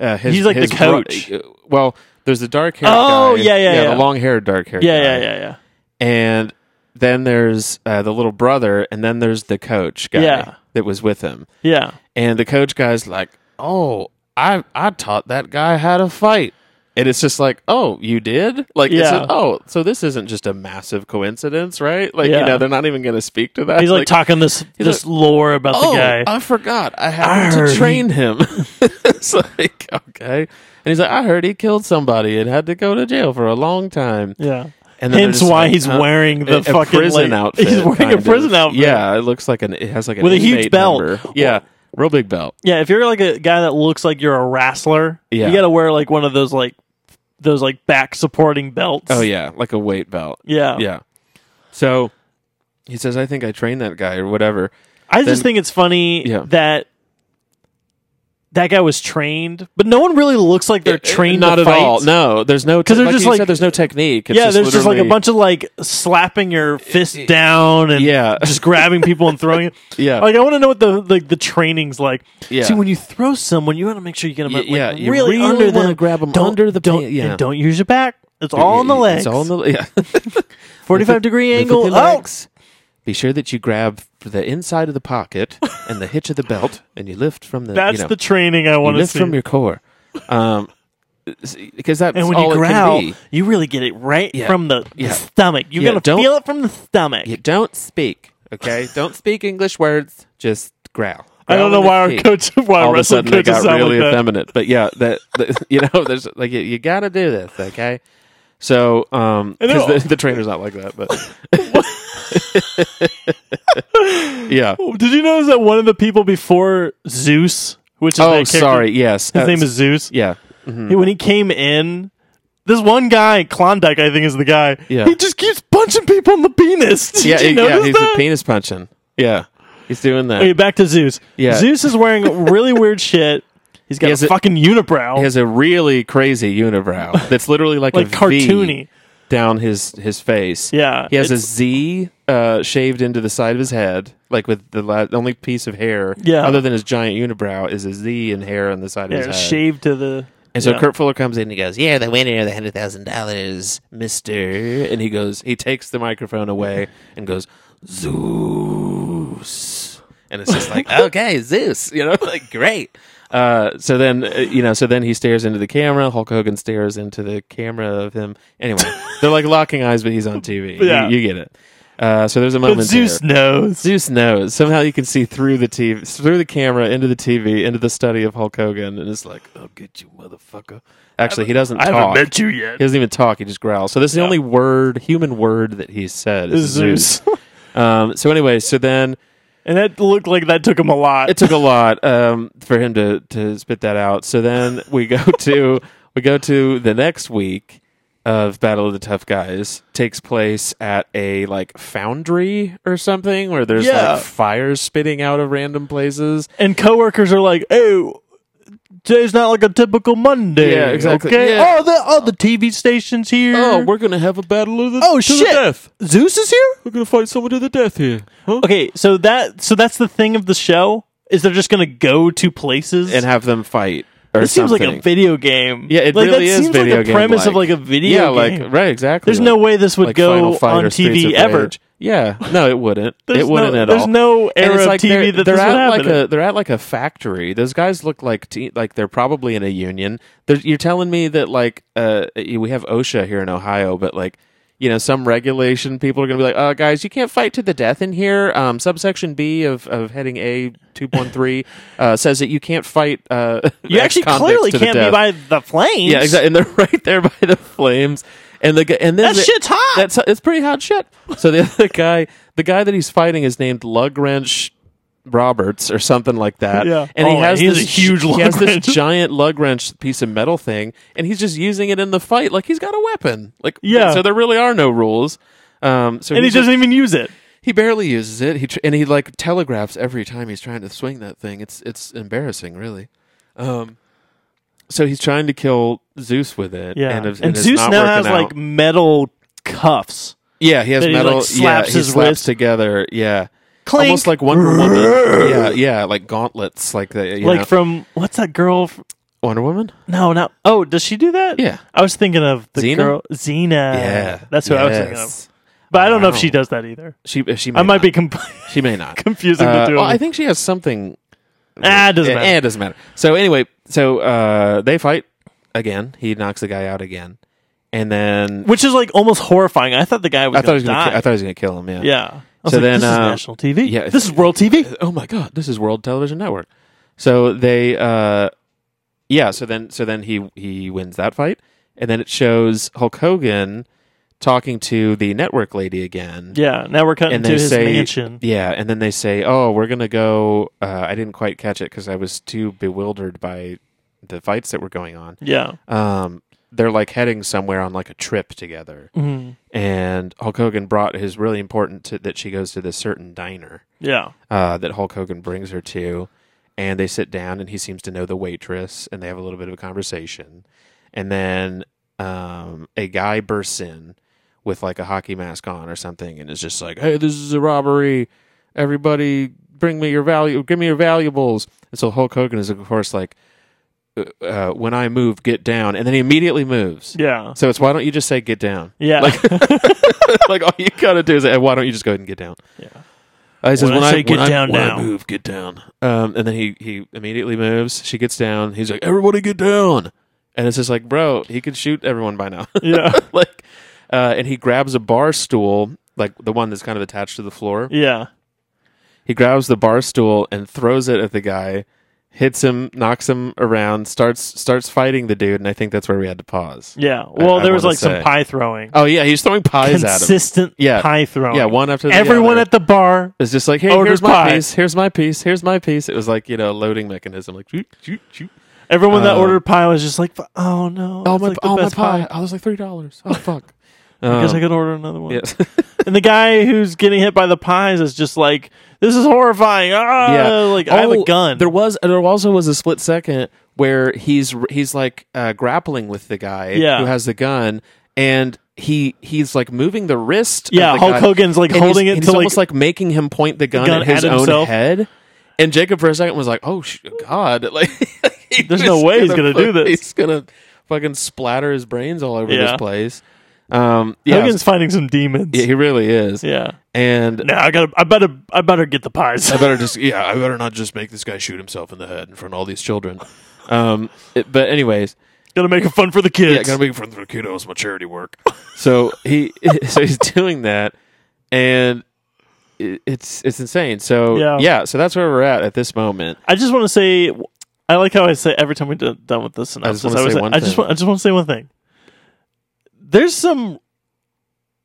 S2: Uh, his,
S3: He's like the
S2: his
S3: coach.
S2: bro- uh, well, there's the dark haired
S3: Oh,
S2: guy.
S3: yeah, yeah, yeah.
S2: the long haired dark haired
S3: Yeah,
S2: guy.
S3: yeah, yeah, yeah.
S2: And then there's uh, the little brother and then there's the coach guy
S3: Yeah.
S2: that was with him.
S3: Yeah.
S2: And the coach guy's like, "Oh, I I taught that guy how to fight." And it's just like, "Oh, you did?" Like, it's
S3: Yeah.
S2: a- oh, so this isn't just a massive coincidence, right? Like,
S3: Yeah.
S2: you know, they're not even going to speak to that.
S3: He's like, talking this this lore about
S2: "Oh,
S3: the guy.
S2: I forgot. I
S3: I
S2: had
S3: heard
S2: to
S3: he-
S2: train him." <laughs> it's like, okay. And he's like, "I heard he killed somebody and had to go to jail for a long time."
S3: yeah.
S2: And then they're
S3: Hence
S2: just
S3: why
S2: like,
S3: he's
S2: huh?
S3: wearing the
S2: a, a
S3: fucking
S2: prison
S3: like- <laughs>
S2: outfit.
S3: He's wearing
S2: kind
S3: a
S2: of.
S3: prison outfit.
S2: Yeah, it looks like an. It has like an
S3: With a huge
S2: inmate
S3: belt.
S2: number. Yeah, real big belt.
S3: Yeah, if you're like a guy that looks like you're a wrestler,
S2: Yeah.
S3: you got to wear like one of those like those like back supporting belts.
S2: Oh yeah, like a weight belt.
S3: Yeah.
S2: Yeah. So he says, I think I trained that guy or whatever.
S3: I just
S2: Then-
S3: think it's funny
S2: Yeah.
S3: that that guy was trained, but no one really looks like they're trained
S2: Eh, Not
S3: to
S2: at
S3: fight.
S2: all. No, there's no,
S3: 'Cause
S2: because
S3: they're
S2: like
S3: just
S2: you
S3: like-
S2: said, there's no technique. It's
S3: Yeah, there's just like a
S2: literally-
S3: bunch of like slapping your fist down and
S2: Yeah.
S3: <laughs> just grabbing people and throwing it.
S2: <laughs> Yeah.
S3: Like I want to know what the like the training's like.
S2: Yeah.
S3: See, when you throw someone, you want to make sure you get them
S2: Y-
S3: like,
S2: yeah, you
S3: really,
S2: really
S3: under
S2: wanna
S3: them.
S2: grab 'em
S3: Don't-
S2: under the
S3: don't
S2: pant- yeah.
S3: and don't use your back. It's
S2: <laughs>
S3: all on the legs.
S2: It's all in the yeah.
S3: 45 degree
S2: Look at
S3: angle.
S2: the
S3: Oh,
S2: legs. Be sure that you grab the inside of the pocket and the hitch of the belt, and you lift from the. you
S3: that's
S2: know,
S3: the training I
S2: You
S3: want to
S2: lift
S3: see.
S2: from your core, um, because that's
S3: and when
S2: all
S3: you
S2: it
S3: growl,
S2: can be.
S3: you really get it right
S2: Yeah.
S3: from the, the
S2: Yeah.
S3: stomach. You
S2: Yeah,
S3: got to
S2: don't-
S3: feel it from the stomach.
S2: You don't speak,
S3: <laughs>
S2: okay? don't speak English words. Just growl.
S3: I don't know
S2: Growl
S3: why
S2: and
S3: our
S2: speak.
S3: coach, why
S2: all
S3: our
S2: of a
S3: wrestling
S2: sudden they
S3: coaches
S2: got
S3: sound
S2: really
S3: like that.
S2: effeminate. But yeah, that, that- <laughs> you know, there's like you, you got to do this, okay? So, um,
S3: And they're all-
S2: because the, the trainer's not like that, but <laughs> yeah.
S3: Did you notice that one of the people before Zeus, which is that
S2: Oh,
S3: character-
S2: sorry. Yes,
S3: his name is Zeus.
S2: yeah.
S3: He- when he came in, this one guy, Klondike, I think is the guy.
S2: Yeah.
S3: He just keeps punching people in the penis. <laughs> Did
S2: Yeah,
S3: you
S2: he-
S3: notice
S2: yeah. He's
S3: that?
S2: a penis punching. Yeah, he's doing that.
S3: Okay, back to Zeus.
S2: Yeah.
S3: Zeus is wearing
S2: <laughs>
S3: really weird shit. He's got
S2: He
S3: a
S2: has a-
S3: fucking unibrow.
S2: He has a really crazy
S3: <laughs>
S2: unibrow that's literally like,
S3: like
S2: a V
S3: cartoony.
S2: down his his face.
S3: Yeah,
S2: he has a
S3: it's-
S2: Z uh, shaved into the side of his head, like with the la- the only piece of hair.
S3: Yeah.
S2: other than his giant unibrow, is a Z and hair on the side
S3: Yeah,
S2: of his head.
S3: shaved to the.
S2: and so
S3: yeah.
S2: Kurt Fuller comes in and he goes, "Yeah, the winner of the hundred thousand dollars, Mister." And he goes, he takes the microphone away and goes, "Zeus," and it's just
S3: <laughs>
S2: like, "Okay, Zeus," you know, <laughs> like great. Uh, so then, uh, you know, so then he stares into the camera. Hulk Hogan stares into the camera of him. Anyway, they're like locking eyes, but he's on
S3: <laughs>
S2: TV. You-
S3: Yeah.
S2: you, get it. Uh, so there's a
S3: But
S2: moment.
S3: Zeus
S2: there.
S3: knows.
S2: Zeus knows. Somehow you can see through the TV, through the camera, into the TV, into the study of Hulk Hogan, and it's like, "I'll get you, motherfucker." Actually, he doesn't
S3: I haven't
S2: talk.
S3: met you yet.
S2: He doesn't even talk. He just growls. So this is the only word, human word, that he said is Zeus.
S3: Zeus.
S2: um, so anyway, so then
S3: <laughs> and that looked like that took him a lot.
S2: it took a lot um, for him to to spit that out. So then we go <laughs> to we go to the next week of Battle of the Tough Guys takes place at a like foundry or something where there's
S3: Yeah.
S2: like fires spitting out of random places.
S3: and coworkers are like, "Oh, today's not like a typical Monday.
S2: Yeah, exactly.
S3: Okay.
S2: Yeah.
S3: Oh, the oh the TV stations here.
S2: Oh, we're gonna have a battle of the
S3: Mm-hmm. oh
S2: to the
S3: shit.
S2: death.
S3: Zeus is here.
S2: We're gonna fight someone to the death here. Huh?
S3: Okay, so that so that's the thing of the show is they're just gonna go to places.
S2: And have them fight. Or
S3: this seems like a
S2: something.
S3: video game.
S2: Yeah, it
S3: like,
S2: really
S3: that
S2: is
S3: seems
S2: video
S3: like the
S2: game
S3: premise of like
S2: like.
S3: a video
S2: yeah,
S3: game.
S2: like right, exactly.
S3: There's no way this would
S2: like Final
S3: go
S2: Fight
S3: on
S2: or Streets
S3: TV
S2: of
S3: ever.
S2: Rage. Yeah, no, it wouldn't.
S3: <laughs> There's
S2: it wouldn't
S3: no,
S2: at
S3: there's
S2: all.
S3: no
S2: And
S3: era
S2: it's
S3: of
S2: like
S3: TV
S2: they're,
S3: that
S2: they're
S3: this would
S2: at like
S3: happen. in.
S2: a they're at like a factory. Those guys look like te- like they're probably in a union. There's, you're telling me that like uh we have OSHA here in Ohio, but like you know some regulation people are gonna be like, uh guys, you can't fight to the death in here. Um, subsection B of of heading A two point three uh, says that you can't fight. Uh, <laughs>
S3: you actually
S2: ex-convicts
S3: clearly
S2: to the
S3: can't
S2: death.
S3: be by the flames.
S2: Yeah, exactly. And they're <laughs> right there by the flames. And the guy, and then
S3: That shit's hot.
S2: That's it's pretty hot shit. So the <laughs> other guy, the guy that he's fighting is named Lugrange Roberts or something like that.
S3: Yeah.
S2: And
S3: Oh,
S2: he has
S3: he has
S2: this
S3: a huge
S2: he has this
S3: <laughs> Lagrange.
S2: giant Lugrange piece of metal thing, and he's just using it in the fight like he's got a weapon. Like
S3: Yeah.
S2: So there really are no rules. Um. So
S3: And he
S2: he's just-
S3: doesn't even use it.
S2: he barely uses it. He tr- and he like telegraphs every time he's trying to swing that thing. It's it's embarrassing, really. Um, so he's trying to kill Zeus with it.
S3: Yeah.
S2: and,
S3: And,
S2: it's- it's
S3: Zeus
S2: not
S3: now
S2: working
S3: has
S2: out.
S3: like metal cuffs.
S2: yeah, he has
S3: that he,
S2: metal.
S3: like, slaps
S2: yeah, he
S3: his
S2: slaps
S3: wrist.
S2: together. Yeah,
S3: Clink.
S2: almost like Wonder
S3: <laughs>
S2: Woman. yeah, yeah, like gauntlets, like the you
S3: like
S2: know.
S3: from what's that girl? f-
S2: Wonder Woman.
S3: No, not. Oh, does she do that?
S2: Yeah.
S3: I was thinking of the
S2: Xena?
S3: girl Xena.
S2: Yeah,
S3: Uh, that's who I was thinking of.
S2: Yes.
S3: But I don't know if
S2: Wow.
S3: she does that either.
S2: She she may
S3: I might
S2: not.
S3: be comp-
S2: she may not
S3: confusing
S2: Uh,
S3: the two.
S2: well,
S3: of them.
S2: I think she has something
S3: <laughs> ah, it doesn't
S2: Eh, eh,
S3: matter.
S2: it doesn't matter. So anyway, so uh, they fight again. He knocks the guy out again, and then
S3: Which is like almost horrifying. I thought the guy was.
S2: I thought he
S3: gonna
S2: was gonna
S3: die.
S2: ki- I thought he was gonna kill him. Yeah.
S3: Yeah. I was
S2: So
S3: like,
S2: then,
S3: this is
S2: uh,
S3: national TV.
S2: yeah,
S3: this is world TV.
S2: Oh my god, this is World Television Network. So they, uh, yeah. So then, so then he he wins that fight, and then it shows Hulk Hogan talking to the network lady again.
S3: Yeah. Now we're cutting
S2: and
S3: to
S2: they
S3: his
S2: say
S3: mansion.
S2: yeah and then they say oh we're gonna go uh, i didn't quite catch it because i was too bewildered by the fights that were going on
S3: Yeah.
S2: um, they're like heading somewhere on like a trip together,
S3: Mhm.
S2: and Hulk Hogan brought his really important to, that she goes to this certain diner
S3: Yeah.
S2: uh, that Hulk Hogan brings her to, and they sit down, and he seems to know the waitress, and they have a little bit of a conversation, and then um, a guy bursts in with like a hockey mask on or something, and is just like, "Hey, this is a robbery! Everybody, bring me your value, give me your valuables!" And so Hulk Hogan is of course like, uh, uh, "When I move, get down!" And then he immediately moves.
S3: Yeah.
S2: So it's why don't you just say get down?
S3: Yeah.
S2: Like, <laughs> like all you gotta do is say, why don't you just go ahead and get down?
S3: Yeah.
S2: Uh, he says,
S3: When
S2: when,
S3: I
S2: I,
S3: say get
S2: when I-
S3: down
S2: when I
S3: now."
S2: move, get down. Um, and then he, he immediately moves. She gets down. He's like, everybody get down. And it's just like, bro, he could shoot everyone by now.
S3: <laughs>
S2: <laughs>
S3: yeah.
S2: like, uh, and he grabs a bar stool, like the one that's kind of attached to the floor.
S3: Yeah.
S2: He grabs the bar stool and throws it at the guy, hits him, knocks him around, starts starts fighting the dude. And I think that's where we had to pause.
S3: Yeah. Well,
S2: I
S3: there was
S2: wanna
S3: like some
S2: say.
S3: pie throwing.
S2: Oh yeah, he's throwing pies at him.
S3: Consistent
S2: Yeah.
S3: pie throwing.
S2: Yeah, one after the
S3: Everyone
S2: other.
S3: at the bar.
S2: It's just like, hey,
S3: Order
S2: here's my
S3: pie.
S2: piece, here's my piece, here's my piece. It was like, you know, a loading mechanism. Like, shoot, shoot, shoot.
S3: Everyone that
S2: Uh,
S3: ordered pie was just like, oh no.
S2: Oh
S3: it's
S2: my,
S3: like the
S2: oh my
S3: best
S2: pie. Oh, it was like three dollars. Oh <laughs> fuck.
S3: I guess I could order
S2: <laughs>
S3: another one.
S2: yes.
S3: And the guy who's getting hit by the pies is just like, this is horrifying. Ah, like I have a
S2: Oh,
S3: gun.
S2: There was there also was a split second where he's he's like uh, grappling with the guy
S3: Yeah.
S2: who has the gun and. He he's like moving the wrist. of
S3: Yeah,
S2: the
S3: Hulk
S2: guy,
S3: Hogan's, like,
S2: and
S3: holding
S2: he's,
S3: it
S2: and
S3: to,
S2: he's
S3: like-
S2: almost like making him point the gun,
S3: gun
S2: at his
S3: at
S2: own
S3: himself.
S2: head. And Jacob for a second was like, "Oh sh- God!" <laughs> Like, he
S3: There's
S2: was
S3: no way he's gonna do
S2: fuck-
S3: this.
S2: He's gonna fucking splatter his brains all over
S3: Yeah.
S2: this place. Um, yeah,
S3: Hogan's finding some demons.
S2: yeah, he really is.
S3: yeah.
S2: And
S3: Nah, I gotta. I better. I better get the pies.
S2: I better just yeah, I better not just make this guy shoot himself in the head in front of all these children. Um, it- but anyways,
S3: <laughs> gotta make it fun for the kids.
S2: yeah, gotta make it for the kiddos, my charity work. So he, <laughs> so he's doing that, and it, it's it's insane. So
S3: Yeah.
S2: yeah. so that's where we're at at this moment.
S3: I just want to say, I like how I say every time we're done, done with this
S2: I just
S3: synopsis.
S2: wanna
S3: I, was
S2: say
S3: like-
S2: one
S3: I just
S2: thing.
S3: want. I just want to say one thing. There's some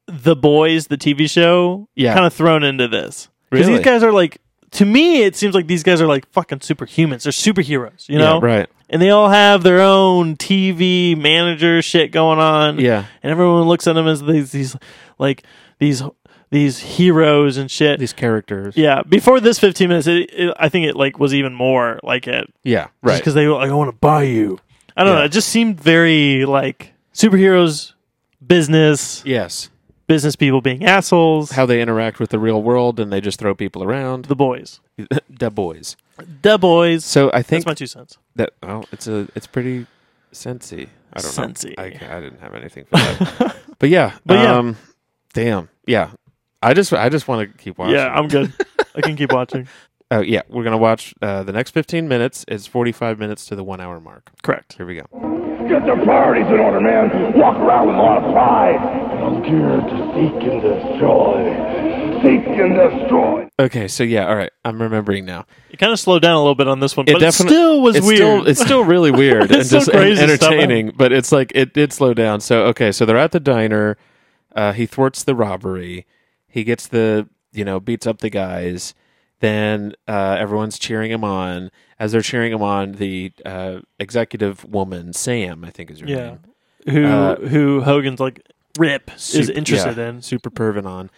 S3: the boys, the TV show,
S2: Yeah.
S3: kind of thrown into this because
S2: Really?
S3: these guys are like. To me, it seems like these guys are like fucking superhumans. They're superheroes, you know,
S2: yeah, right?
S3: and they all have their own TV manager shit going on.
S2: Yeah,
S3: and everyone looks at them as these, these like these these heroes and shit.
S2: These characters.
S3: yeah, before this 15 minutes, it, it, I think it like was even more like it,
S2: Yeah,
S3: just
S2: right.
S3: because they were like, I want to buy you. I don't know.
S2: Yeah.
S3: It just seemed very like superheroes, business,
S2: Yes.
S3: business people being assholes.
S2: How they interact with the real world and they just throw people around.
S3: the boys,
S2: <laughs> The boys.
S3: the boys.
S2: So I think
S3: That's my two cents.
S2: that well, it's a it's pretty sensy. I don't
S3: Scentsy.
S2: know. I, ca- I didn't have anything for
S3: <laughs>
S2: that. but yeah,
S3: But yeah.
S2: um, damn, yeah. I just I just want to keep watching.
S3: Yeah, I'm good. I can
S2: <laughs>
S3: keep watching.
S2: Oh yeah, we're gonna watch uh, the next 15 minutes. It's 45 minutes to the one hour mark.
S3: Correct.
S2: Here we go.
S4: Get their priorities in order, man. Walk around with a lot of pride. I'm here to seek and destroy. Seek and destroy.
S2: Okay, so yeah, all right. I'm remembering now.
S3: It kind of slowed down a little bit on this one,
S2: It
S3: but it
S2: definite-
S3: still was
S2: it's
S3: weird.
S2: Still, it's still
S3: <laughs>
S2: really weird and
S3: It's so
S2: just en-
S3: crazy stuff.
S2: entertaining, but it's like it did slow down. So okay, so they're at the diner. Uh, he thwarts the robbery. He gets the you know beats up the guys. Then uh, everyone's cheering him on. As they're cheering him on, the uh, executive woman Sam, I think is her
S3: yeah.
S2: name,
S3: Who
S2: Uh,
S3: who Hogan's like Rip is
S2: Sup-
S3: interested
S2: yeah,
S3: in.
S2: super pervin on.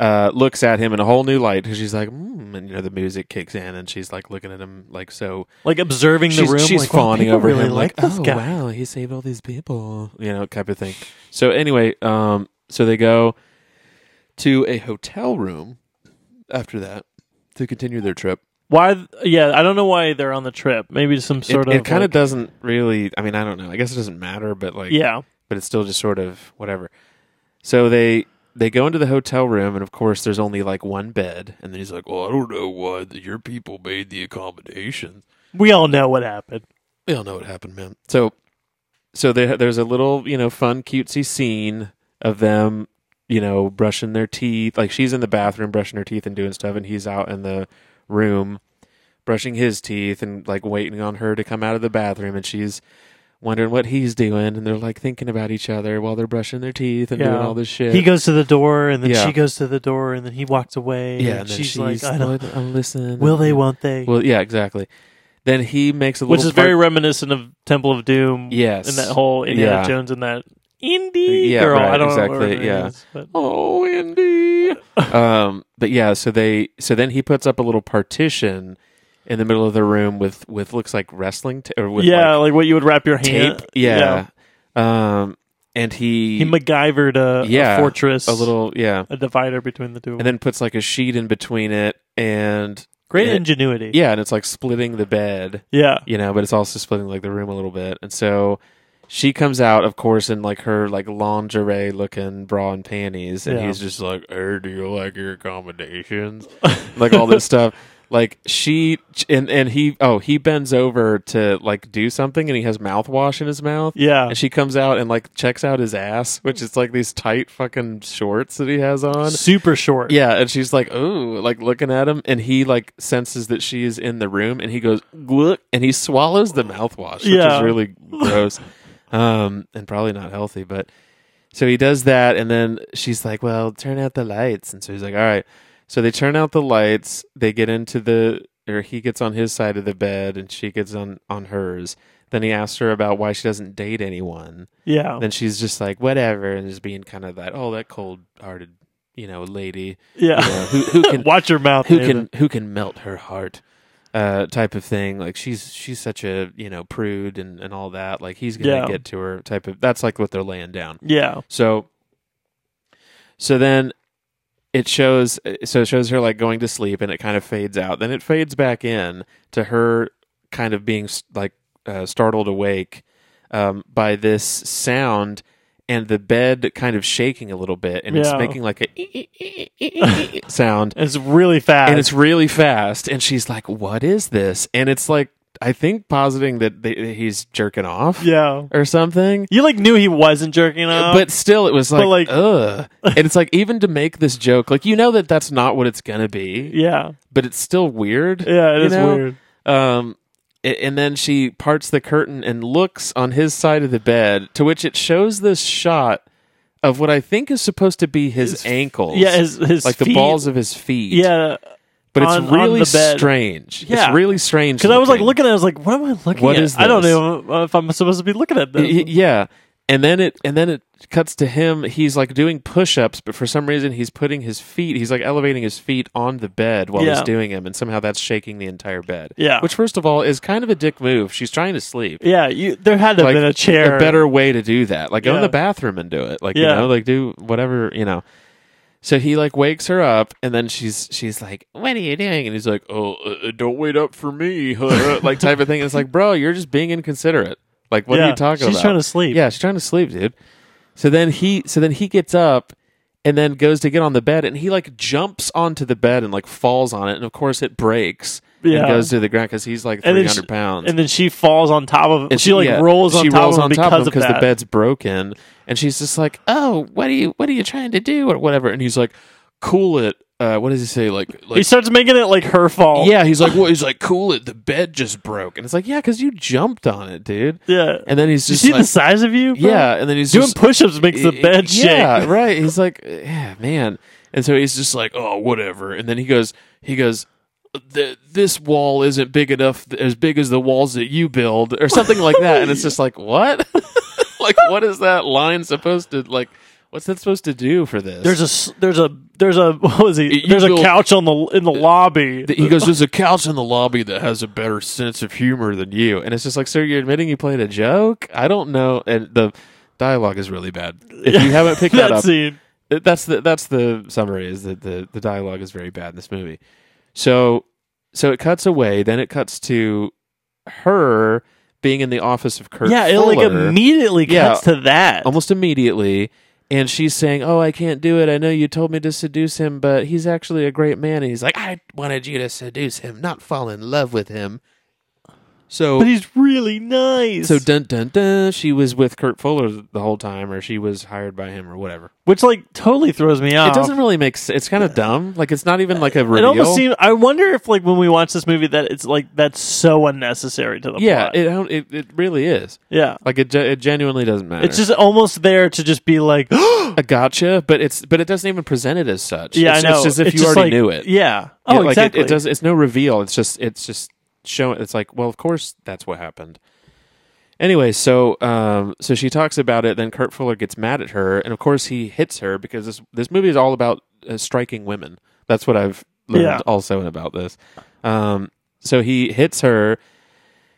S2: Uh, looks at him in a whole new light because she's like, mm, and you know the music kicks in, and she's like looking at him like so.
S3: Like observing
S2: she's,
S3: the room.
S2: She's
S3: like, wow,
S2: fawning
S3: people
S2: over
S3: really
S2: him,
S3: like,
S2: like,
S3: this
S2: oh
S3: guy.
S2: wow, he saved all these people, you know, type of thing. <laughs> So anyway, um, so they go to a hotel room after that to continue their trip.
S3: Why? th- Yeah, I don't know why they're on the trip. Maybe some sort
S2: it,
S3: of.
S2: it kind
S3: like-
S2: of doesn't really. I mean, I don't know. I guess it doesn't matter, but like,
S3: Yeah,
S2: but it's still just sort of whatever. So they they go into the hotel room, and of course, there's only like one bed, and then he's like, "Well, I don't know why the, your people made the accommodations."
S3: we all know what happened.
S2: We all know what happened, man. So, so there, there's a little, you know, fun, cutesy scene of them, you know, brushing their teeth. Like she's in the bathroom brushing her teeth and doing stuff, and he's out in the room brushing his teeth and like waiting on her to come out of the bathroom, and she's wondering what he's doing, and they're like thinking about each other while they're brushing their teeth and
S3: Yeah.
S2: doing all this shit.
S3: He goes to the door, and then
S2: Yeah.
S3: she goes to the door, and then he walks away.
S2: yeah,
S3: and,
S2: and then
S3: she's, like, I don't.
S2: "Lord, I'll listen.
S3: Will they? Won't they?
S2: Well, yeah, exactly. Then he makes a
S3: Which
S2: little
S3: is very
S2: fart-
S3: reminiscent of Temple of Doom.
S2: Yes.
S3: and that whole Indiana
S2: Yeah.
S3: Jones and that indie
S2: Yeah,
S3: girl.
S2: right,
S3: I don't know.
S2: exactly,
S3: What her name
S2: yeah.
S3: is, but
S2: Oh, Andy. um, but yeah, so they so then he puts up a little partition in the middle of the room with with looks like wrestling t- or with
S3: yeah,
S2: like,
S3: like, what you would wrap your hand.
S2: tape. Yeah. Um, and he
S3: He MacGyvered a, a
S2: yeah
S3: fortress,
S2: a little yeah,
S3: a divider between the two.
S2: and then puts like a sheet in between it and
S3: Great
S2: and it-
S3: ingenuity.
S2: yeah, and it's like splitting the bed
S3: yeah.
S2: you know, but it's also splitting like the room a little bit. And so she comes out, of course, in like her like lingerie looking bra and panties, and
S3: Yeah.
S2: he's just like, "Er, do you like your
S3: <laughs>
S2: accommodations?" like all this stuff. Like she and and he oh he bends over to like do something, and he has mouthwash in his mouth.
S3: Yeah.
S2: and she comes out and like checks out his ass, which is like these tight fucking shorts that he has on.
S3: Super short.
S2: Yeah, and she's like, "Ooh," like looking at him, and he like senses that she is in the room, and he goes, "Gluck," and he swallows the mouthwash, which
S3: Yeah.
S2: is really gross, um, and probably not healthy. But so he does that, and then she's like, "Well, turn out the lights," and so he's like, "All right." So they turn out the lights. They get into the, or he gets on his side of the bed, and she gets on on hers. Then he asks her about why she doesn't date anyone.
S3: Yeah.
S2: Then she's just like, "Whatever," and just being kind of that, "Oh, that cold hearted." You know, lady
S3: yeah. <laughs>
S2: you know, who, who can
S3: Watch your mouth.
S2: who
S3: Nathan.
S2: can who can melt her heart uh type of thing like she's she's such a you know prude and and all that like he's gonna
S3: Yeah.
S2: get to her type of that's like what they're laying down
S3: Yeah.
S2: so so then it shows so it shows her like going to sleep and it kind of fades out then it fades back in to her kind of being s- like uh, startled awake um, by this sound and the bed kind of shaking a little bit and it's
S3: Yeah.
S2: making like
S3: <laughs>
S2: a sound
S3: It's really fast.
S2: and it's really fast and she's like what is this and it's like i think positing that they, that he's jerking off
S3: yeah.
S2: or something
S3: You like knew he wasn't jerking off.
S2: but still it was
S3: Um, but
S2: like,
S3: like-
S2: ugh and it's like even to make this joke like you know that that's not what it's gonna be
S3: yeah.
S2: but it's still weird
S3: Yeah, it
S2: you
S3: is
S2: know?
S3: weird.
S2: um a- and then she parts the curtain and looks on his side of the bed to which it shows this shot of what i think is supposed to be his, ankles
S3: Yeah, his his
S2: like the
S3: feet-
S2: balls of his feet
S3: Yeah.
S2: but
S3: on-
S2: it's
S3: on
S2: really
S3: the bed.
S2: strange.
S3: Yeah.
S2: It's really strange.
S3: Because I was like
S2: looking.
S3: looking at it, I was like, what am I looking
S2: What
S3: at?
S2: is
S3: I don't
S2: this?
S3: know if I'm supposed to be looking at
S2: <laughs>
S3: this.
S2: Y- y- yeah. and then it and then it cuts to him he's like doing push-ups but for some reason he's putting his feet he's like elevating his feet on the bed while he's
S3: Yeah.
S2: doing them and somehow that's shaking the entire bed
S3: Yeah.
S2: which first of all is kind of a dick move she's trying to sleep
S3: Yeah, you there had to have
S2: Like,
S3: been a chair.
S2: a better way to do that like go in
S3: Yeah.
S2: the bathroom and do it like you
S3: Yeah.
S2: know like do whatever you know so he like wakes her up and then she's she's like what are you doing and he's like oh uh, uh, don't wait up for me <laughs> huh?" like type of thing it's like bro you're just being inconsiderate like what
S3: yeah,
S2: are you talking
S3: she's
S2: about
S3: trying to sleep.
S2: yeah, she's trying to sleep, dude. So then he so then he gets up and then goes to get on the bed and he like jumps onto the bed and like falls on it and of course it breaks
S3: Yeah.
S2: and goes to the ground because he's like
S3: And then
S2: three hundred
S3: she-
S2: pounds.
S3: and then she falls on top of.
S2: And
S3: she like
S2: yeah,
S3: rolls on
S2: she
S3: top
S2: rolls
S3: of him
S2: on
S3: because
S2: top of him
S3: that.
S2: the bed's broken and she's just like, oh, what are you what are you trying to do or whatever? And he's like, cool it. Uh, what does he say? Like like
S3: he "Oh." starts making it like her fault.
S2: yeah, he's like, well, he's like, cool it. The bed just broke, and it's like, yeah, because you jumped on it, dude.
S3: yeah.
S2: And then he's
S3: you
S2: just
S3: see
S2: like,
S3: the size of you? bro?
S2: yeah, and then he's
S3: doing
S2: just,
S3: push-ups makes the bed
S2: yeah,
S3: shake.
S2: <laughs> right. He's like, yeah, man. And so he's just like, oh, whatever. And then he goes, he goes, "Th- this wall isn't big enough, as big as the walls that you build, or something like that. And it's just like, what? <laughs> like, what is that line supposed to like? What's that supposed to do for this?
S3: There's a s- there's a there's a <laughs> what was he?
S2: You
S3: There's a
S2: build-
S3: couch on the in the lobby. <laughs>
S2: he goes, there's a couch in the lobby that has a better sense of humor than you. And it's just like, sir, you're admitting you played a joke. I don't know. And the dialogue is really bad. If you haven't picked that,
S3: <laughs> that
S2: up,
S3: scene.
S2: Th- that's the that's the summary is that the the dialogue is very bad in this movie. So so it cuts away, then it cuts to her being in the office of Kurt.
S3: Yeah, it like
S2: Fuller
S3: immediately
S2: Yeah.
S3: cuts to that.
S2: almost immediately, and she's saying, "Oh, I can't do it. I know you told me to seduce him, but he's actually a great man." And he's like, "I wanted you to seduce him, not fall in love with him." So
S3: but he's really nice.
S2: so dun dun dun. She was with Kurt Fuller the whole time, or she was hired by him, or whatever.
S3: which like totally throws me off.
S2: It doesn't really make sense. It's kind of dumb. Like it's not even like a
S3: It
S2: reveal.
S3: almost seems. I wonder if like when we watch this movie that it's like that's so unnecessary to the
S2: yeah,
S3: plot.
S2: it, don't- it it really is.
S3: yeah.
S2: Like it, ge- it genuinely doesn't matter.
S3: It's just almost there to just
S2: <gasps>
S3: be like, <gasps> yeah,
S2: a gotcha, but it's but it doesn't even present it as such.
S3: I
S2: it's,
S3: know.
S2: It's as if
S3: It's
S2: you
S3: just
S2: already
S3: like-
S2: knew it.
S3: Yeah.
S2: Yeah,
S3: Oh,
S2: like it-
S3: exactly.
S2: It, does. It's no reveal. It's just it's just showing. It's like well, of course that's what happened. Anyway, so um, so she talks about it. Then Kurt Fuller gets mad at her, and of course he hits her because this this movie is all about uh, striking women. That's what I've learned
S3: Yeah.
S2: also about this. Um, so he hits her.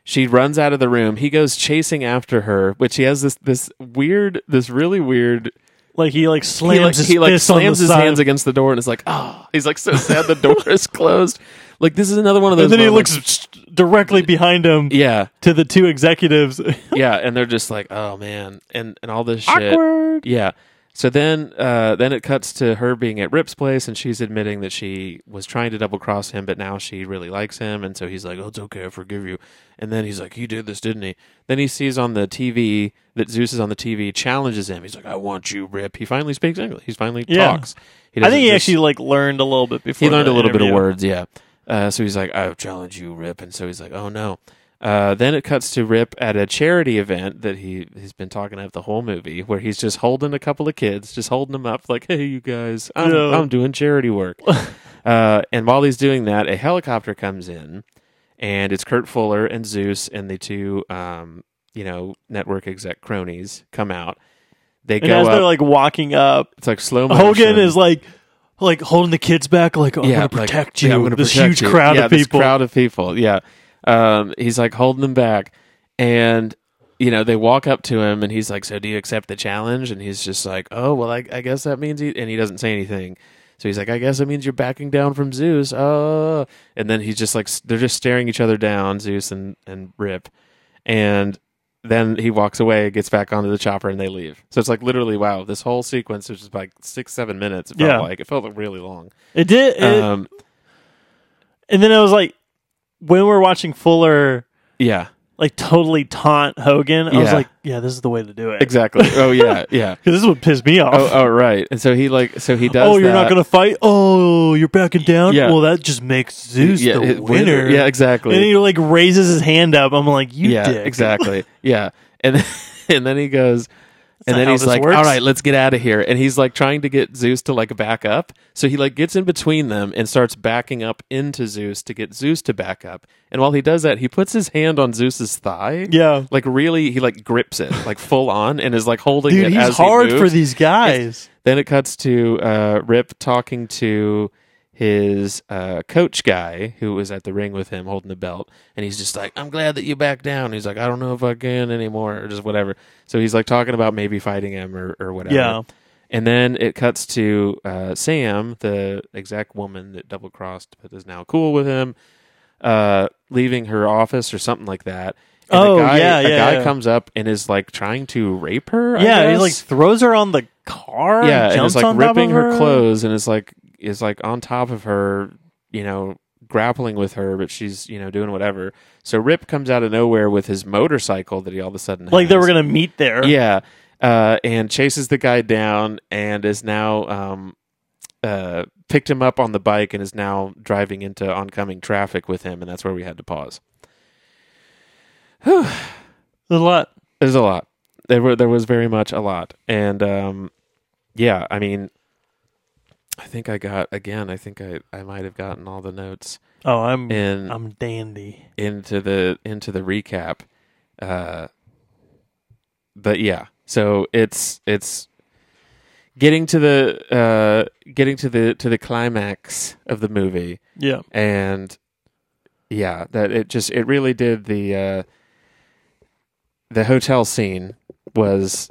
S2: She runs out of the room. He goes chasing after her, which he has this this weird, this really weird
S3: Like he like
S2: he
S3: slams
S2: like,
S3: his
S2: he, like,
S3: fist on
S2: slams
S3: the
S2: his
S3: side.
S2: hands against the door and is like, oh, he's like so sad the door is closed. Like this is another one of those.
S3: and then he
S2: moments-
S3: looks st- directly behind him
S2: yeah,
S3: to the two executives. <laughs>
S2: yeah, and they're just like, oh man, and and all this shit.
S3: Awkward.
S2: Yeah. So then, uh, then it cuts to her being at Rip's place, and she's admitting that she was trying to double cross him, but now she really likes him, and so he's like, "Oh, it's okay, I forgive you." And then he's like, "He did this, didn't he?" Then he sees on the TV that Zeus is on the TV, challenges him. He's like, "I want you, Rip." He finally speaks English. He finally
S3: Yeah.
S2: talks. He
S3: I think
S2: doesn't
S3: he
S2: just-
S3: actually like learned a little bit before.
S2: he learned
S3: the
S2: a little bit of
S3: interview.
S2: words, yeah. Uh, so he's like, "I challenge you, Rip," and so he's like, "Oh no." Uh, then it cuts to Rip at a charity event that he he's been talking of the whole movie, where he's just holding a couple of kids, just holding them up, like, "Hey, you guys, I'm
S3: Yeah.
S2: I'm doing charity
S3: <laughs>
S2: work." uh, and while he's doing that, a helicopter comes in, and it's Kurt Fuller and Zeus and the two, um, you know, network exec cronies come out. They
S3: And
S2: go
S3: as
S2: up.
S3: they're like walking up,
S2: it's like slow motion.
S3: Hogan is like, like holding the kids back, like I'm gonna
S2: like,
S3: protect
S2: yeah,
S3: you.
S2: I'm gonna
S3: this
S2: protect
S3: huge
S2: you.
S3: crowd
S2: Yeah,
S3: of
S2: this
S3: people.
S2: crowd of people. Yeah. Um, he's like holding them back, and you know they walk up to him, and he's like, "So do you accept the challenge?" And he's just like, "Oh well, I, I guess that means," he, and he doesn't say anything. So he's like, "I guess that means you're backing down from Zeus." Oh, and then he's just like, s- they're just staring each other down, Zeus and and Rip, and. Then he walks away, gets back onto the chopper, and they leave. So it's like literally, wow, this whole sequence, which is like six, seven minutes, it felt
S3: Yeah.
S2: like it felt like really long.
S3: It did, it-
S2: um,
S3: and then I was like, when we're watching Fuller
S2: yeah,
S3: like totally taunt Hogan, I was
S2: Yeah.
S3: like, yeah, this is the way to do it.
S2: Exactly. <laughs> Oh yeah, yeah.
S3: Because this would piss me off.
S2: Oh, oh right. And so he like so he does.
S3: oh, you're not
S2: that.
S3: gonna fight. Oh, you're backing down.
S2: Yeah.
S3: Well, that just makes Zeus
S2: yeah,
S3: the
S2: it-
S3: winner.
S2: Yeah,
S3: And then
S2: exactly.
S3: he like raises his hand up. I'm like, you
S2: yeah, <laughs>
S3: dick.
S2: exactly. Yeah, and and then he goes.
S3: not
S2: and then
S3: how
S2: he's
S3: this
S2: like,
S3: works.
S2: "All right, let's get out of here." And he's like trying to get Zeus to like back up. So he like gets in between them and starts backing up into Zeus to get Zeus to back up. And while he does that, he puts his hand on Zeus's thigh.
S3: Yeah.
S2: like really, he like grips it like full on and is like holding
S3: dude,
S2: it.
S3: he's
S2: as he
S3: hard for
S2: moves.
S3: these guys.
S2: Then it cuts to uh, Rip talking to his uh, coach guy who was at the ring with him holding the belt. And he's just like, I'm glad that you backed down. He's like, I don't know if I can anymore or just whatever. So he's like talking about maybe fighting him or, or whatever.
S3: Yeah.
S2: And then it cuts to uh, Sam, the exact woman that double crossed but is now cool with him, uh, leaving her office or something like that. And
S3: Oh,
S2: a guy,
S3: yeah,
S2: a
S3: yeah,
S2: guy
S3: yeah.
S2: comes up and is like trying to rape her. I
S3: yeah, he like
S2: guess?
S3: throws her on the car.
S2: yeah,
S3: and
S2: and
S3: jumps
S2: it's like
S3: on top of
S2: ripping her.
S3: her
S2: clothes, and it's like is like on top of her, you know, grappling with her, but she's you know doing whatever. So Rip comes out of nowhere with his motorcycle that he all of a sudden
S3: Like they
S2: has.
S3: were gonna meet there.
S2: yeah, uh, and chases the guy down, and is now um, uh, picked him up on the bike, and is now driving into oncoming traffic with him, and that's where we had to pause.
S3: There's a lot.
S2: There's a lot. There were there was very much a lot, and um, yeah, I mean, I think I got again. I think I, I might have gotten all the notes
S3: Oh, I'm
S2: in
S3: I'm dandy.
S2: into the into the recap, uh, but yeah. So it's it's getting to the uh, getting to the to the climax of the movie,
S3: Yeah.
S2: and yeah that it just it really did the uh the hotel scene was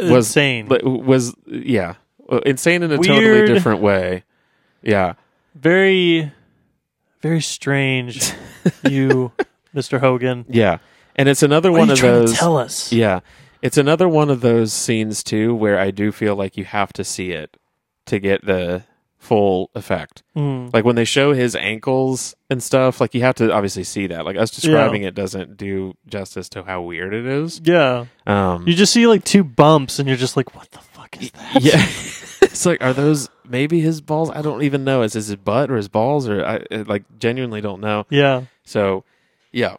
S2: Was-
S3: Insane.
S2: was yeah Well, insane in a
S3: Weird.
S2: totally different way yeah
S3: very
S2: <laughs>
S3: very strange you, Mr. Hogan.
S2: yeah and it's another
S3: What
S2: one
S3: are you
S2: of
S3: trying
S2: those
S3: to tell us?
S2: yeah it's another one of those scenes too where i do feel like you have to see it to get the full effect
S3: Mm.
S2: like when they show his ankles and stuff like you have to obviously see that like us describing it doesn't do justice to how weird it is
S3: Yeah.
S2: um <laughs>
S3: You just see like two bumps and you're just like, what the fuck is that? <laughs>
S2: Yeah. <laughs> it's like, are those maybe his balls? I don't even know. Is, is his butt or his balls? Or I I, like genuinely don't know.
S3: Yeah.
S2: So, yeah.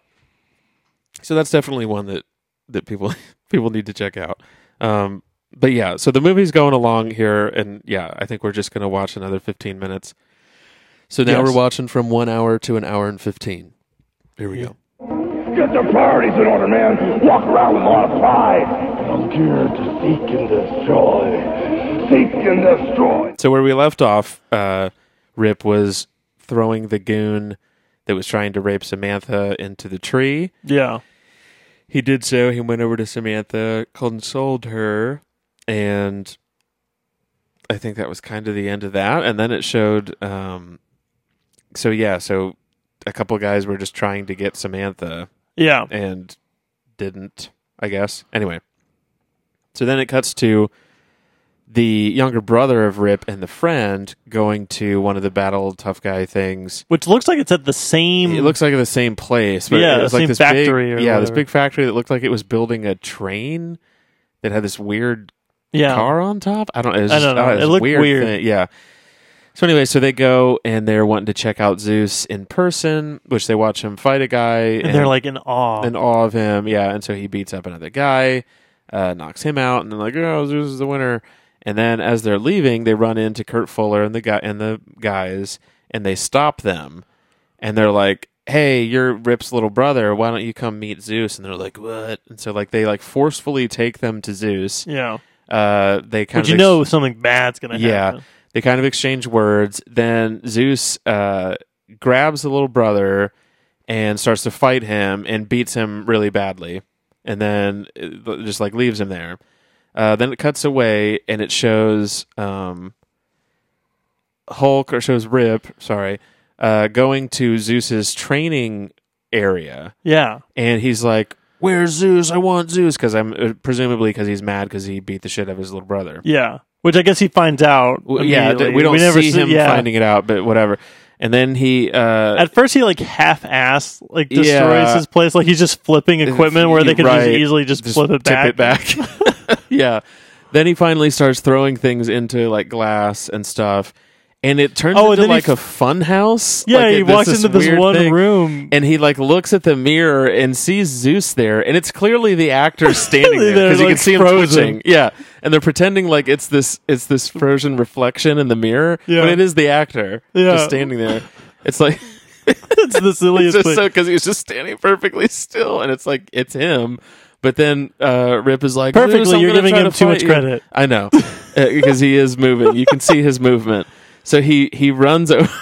S2: So that's definitely one that that people <laughs> people need to check out. Um, but yeah, so the movie's going along here, and yeah, I think we're just gonna watch another fifteen minutes. So now
S3: Yes.
S2: we're watching from one hour to an hour and fifteen. Here we go.
S4: Get their priorities in order, man. Walk around with a lot of pride. I'm here to seek and destroy. Seek and destroy.
S2: So where we left off, uh, Rip was throwing the goon that was trying to rape Samantha into the tree.
S3: Yeah.
S2: He did so. He went over to Samantha, consoled her, and I think that was kind of the end of that. And then it showed. Um, so yeah, so a couple guys were just trying to get Samantha
S3: Yeah.
S2: and didn't, I guess. Anyway, so then it cuts to the younger brother of Rip and the friend going to one of the battle tough guy things
S3: Which looks like it's at the same
S2: it looks like the same place, but
S3: Yeah,
S2: it was
S3: the
S2: like
S3: same
S2: this
S3: factory
S2: Big,
S3: or
S2: yeah, this
S3: whatever.
S2: big factory that looked like it was building a train that had this weird
S3: yeah.
S2: car on top. I don't. It was
S3: Oh. I
S2: just-
S3: don't know.
S2: was
S3: It
S2: a
S3: looked
S2: weird.
S3: weird.
S2: thing. Yeah. So anyway, so they go and they're wanting to check out Zeus in person, which they watch him fight a guy,
S3: and, they're like in awe.
S2: in awe of him. Yeah, and so he beats up another guy, uh, knocks him out, and they're like, "Oh, Zeus is the winner." And then as they're leaving, they run into Kurt Fuller and the guy and the guys, and they stop them, and they're like, "Hey, you're Rip's little brother. Why don't you come meet Zeus?" And they're like, "What?" And so like they like forcefully take them to Zeus.
S3: yeah.
S2: Uh, they kind
S3: But
S2: of
S3: you
S2: ex-
S3: know something bad's <laughs> gonna
S2: yeah.
S3: happen.
S2: They kind of exchange words. Then Zeus uh, grabs the little brother and starts to fight him and beats him really badly. And then uh, just like leaves him there. Uh, then it cuts away and it shows um, Hulk or shows Rip, sorry, uh, going to Zeus's training area
S3: Yeah.
S2: and he's like, "Where's Zeus? I want Zeus." Because I'm uh, presumably because he's mad because he beat the shit out of his little brother.
S3: Yeah. Which I guess he finds out.
S2: Well, yeah,
S3: immediately.
S2: th- we don't
S3: never
S2: see him
S3: yeah.
S2: finding it out, but whatever. And then he, uh,
S3: At first, he like half-ass like destroys
S2: Yeah.
S3: his place. Like he's just flipping equipment where they could just
S2: Right.
S3: easily just, flip it
S2: tip
S3: back.
S2: it <laughs> back. yeah. Then he finally starts throwing things into like glass and stuff, and it turns
S3: Oh, and
S2: into
S3: then he
S2: like
S3: f-
S2: a fun house.
S3: Yeah,
S2: Like,
S3: he
S2: there's
S3: walks into this
S2: weird
S3: one
S2: thing,
S3: room.
S2: and he like looks at the mirror and sees Zeus there, and it's clearly the
S3: <laughs>
S2: actor standing there
S3: They're,
S2: because you
S3: like,
S2: can see him
S3: frozen.
S2: twitching. Yeah, and they're pretending like it's this it's this frozen reflection in the mirror,
S3: Yeah.
S2: but it is the actor
S3: Yeah.
S2: just standing there. It's like
S3: <laughs> it's
S2: <laughs>
S3: the
S2: it's
S3: silliest
S2: just
S3: thing.
S2: so because he's just standing perfectly still, and it's like it's him. But then uh, Rip is like,
S3: Perfectly,
S2: "Zeus, I'm
S3: you're
S2: gonna
S3: giving
S2: try
S3: him
S2: to
S3: too much
S2: fight you."
S3: credit.
S2: I know <laughs> because he is moving. You can see his movement. So he he runs over. <laughs>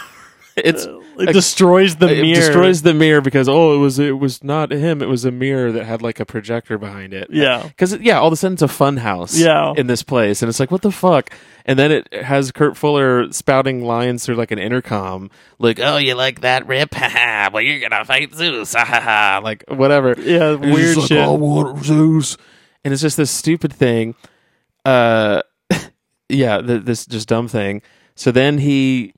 S2: It's
S3: it destroys the mirror.
S2: it destroys the mirror because oh it was it was not him it was a mirror that had like a projector behind it
S3: Yeah.
S2: because yeah all of a sudden it's a fun house
S3: Yeah.
S2: in this place and it's like what the fuck and then it has Kurt Fuller spouting lines through like an intercom like
S5: Oh, you like that
S2: <laughs>
S5: rip? Ha ha. Well, you're gonna fight Zeus. Ha ha ha. Like,
S2: like whatever
S3: Yeah,
S2: And he's
S3: weird
S2: just
S3: shit.
S2: like, I want Zeus and it's just this stupid thing uh yeah th- this just dumb thing so then he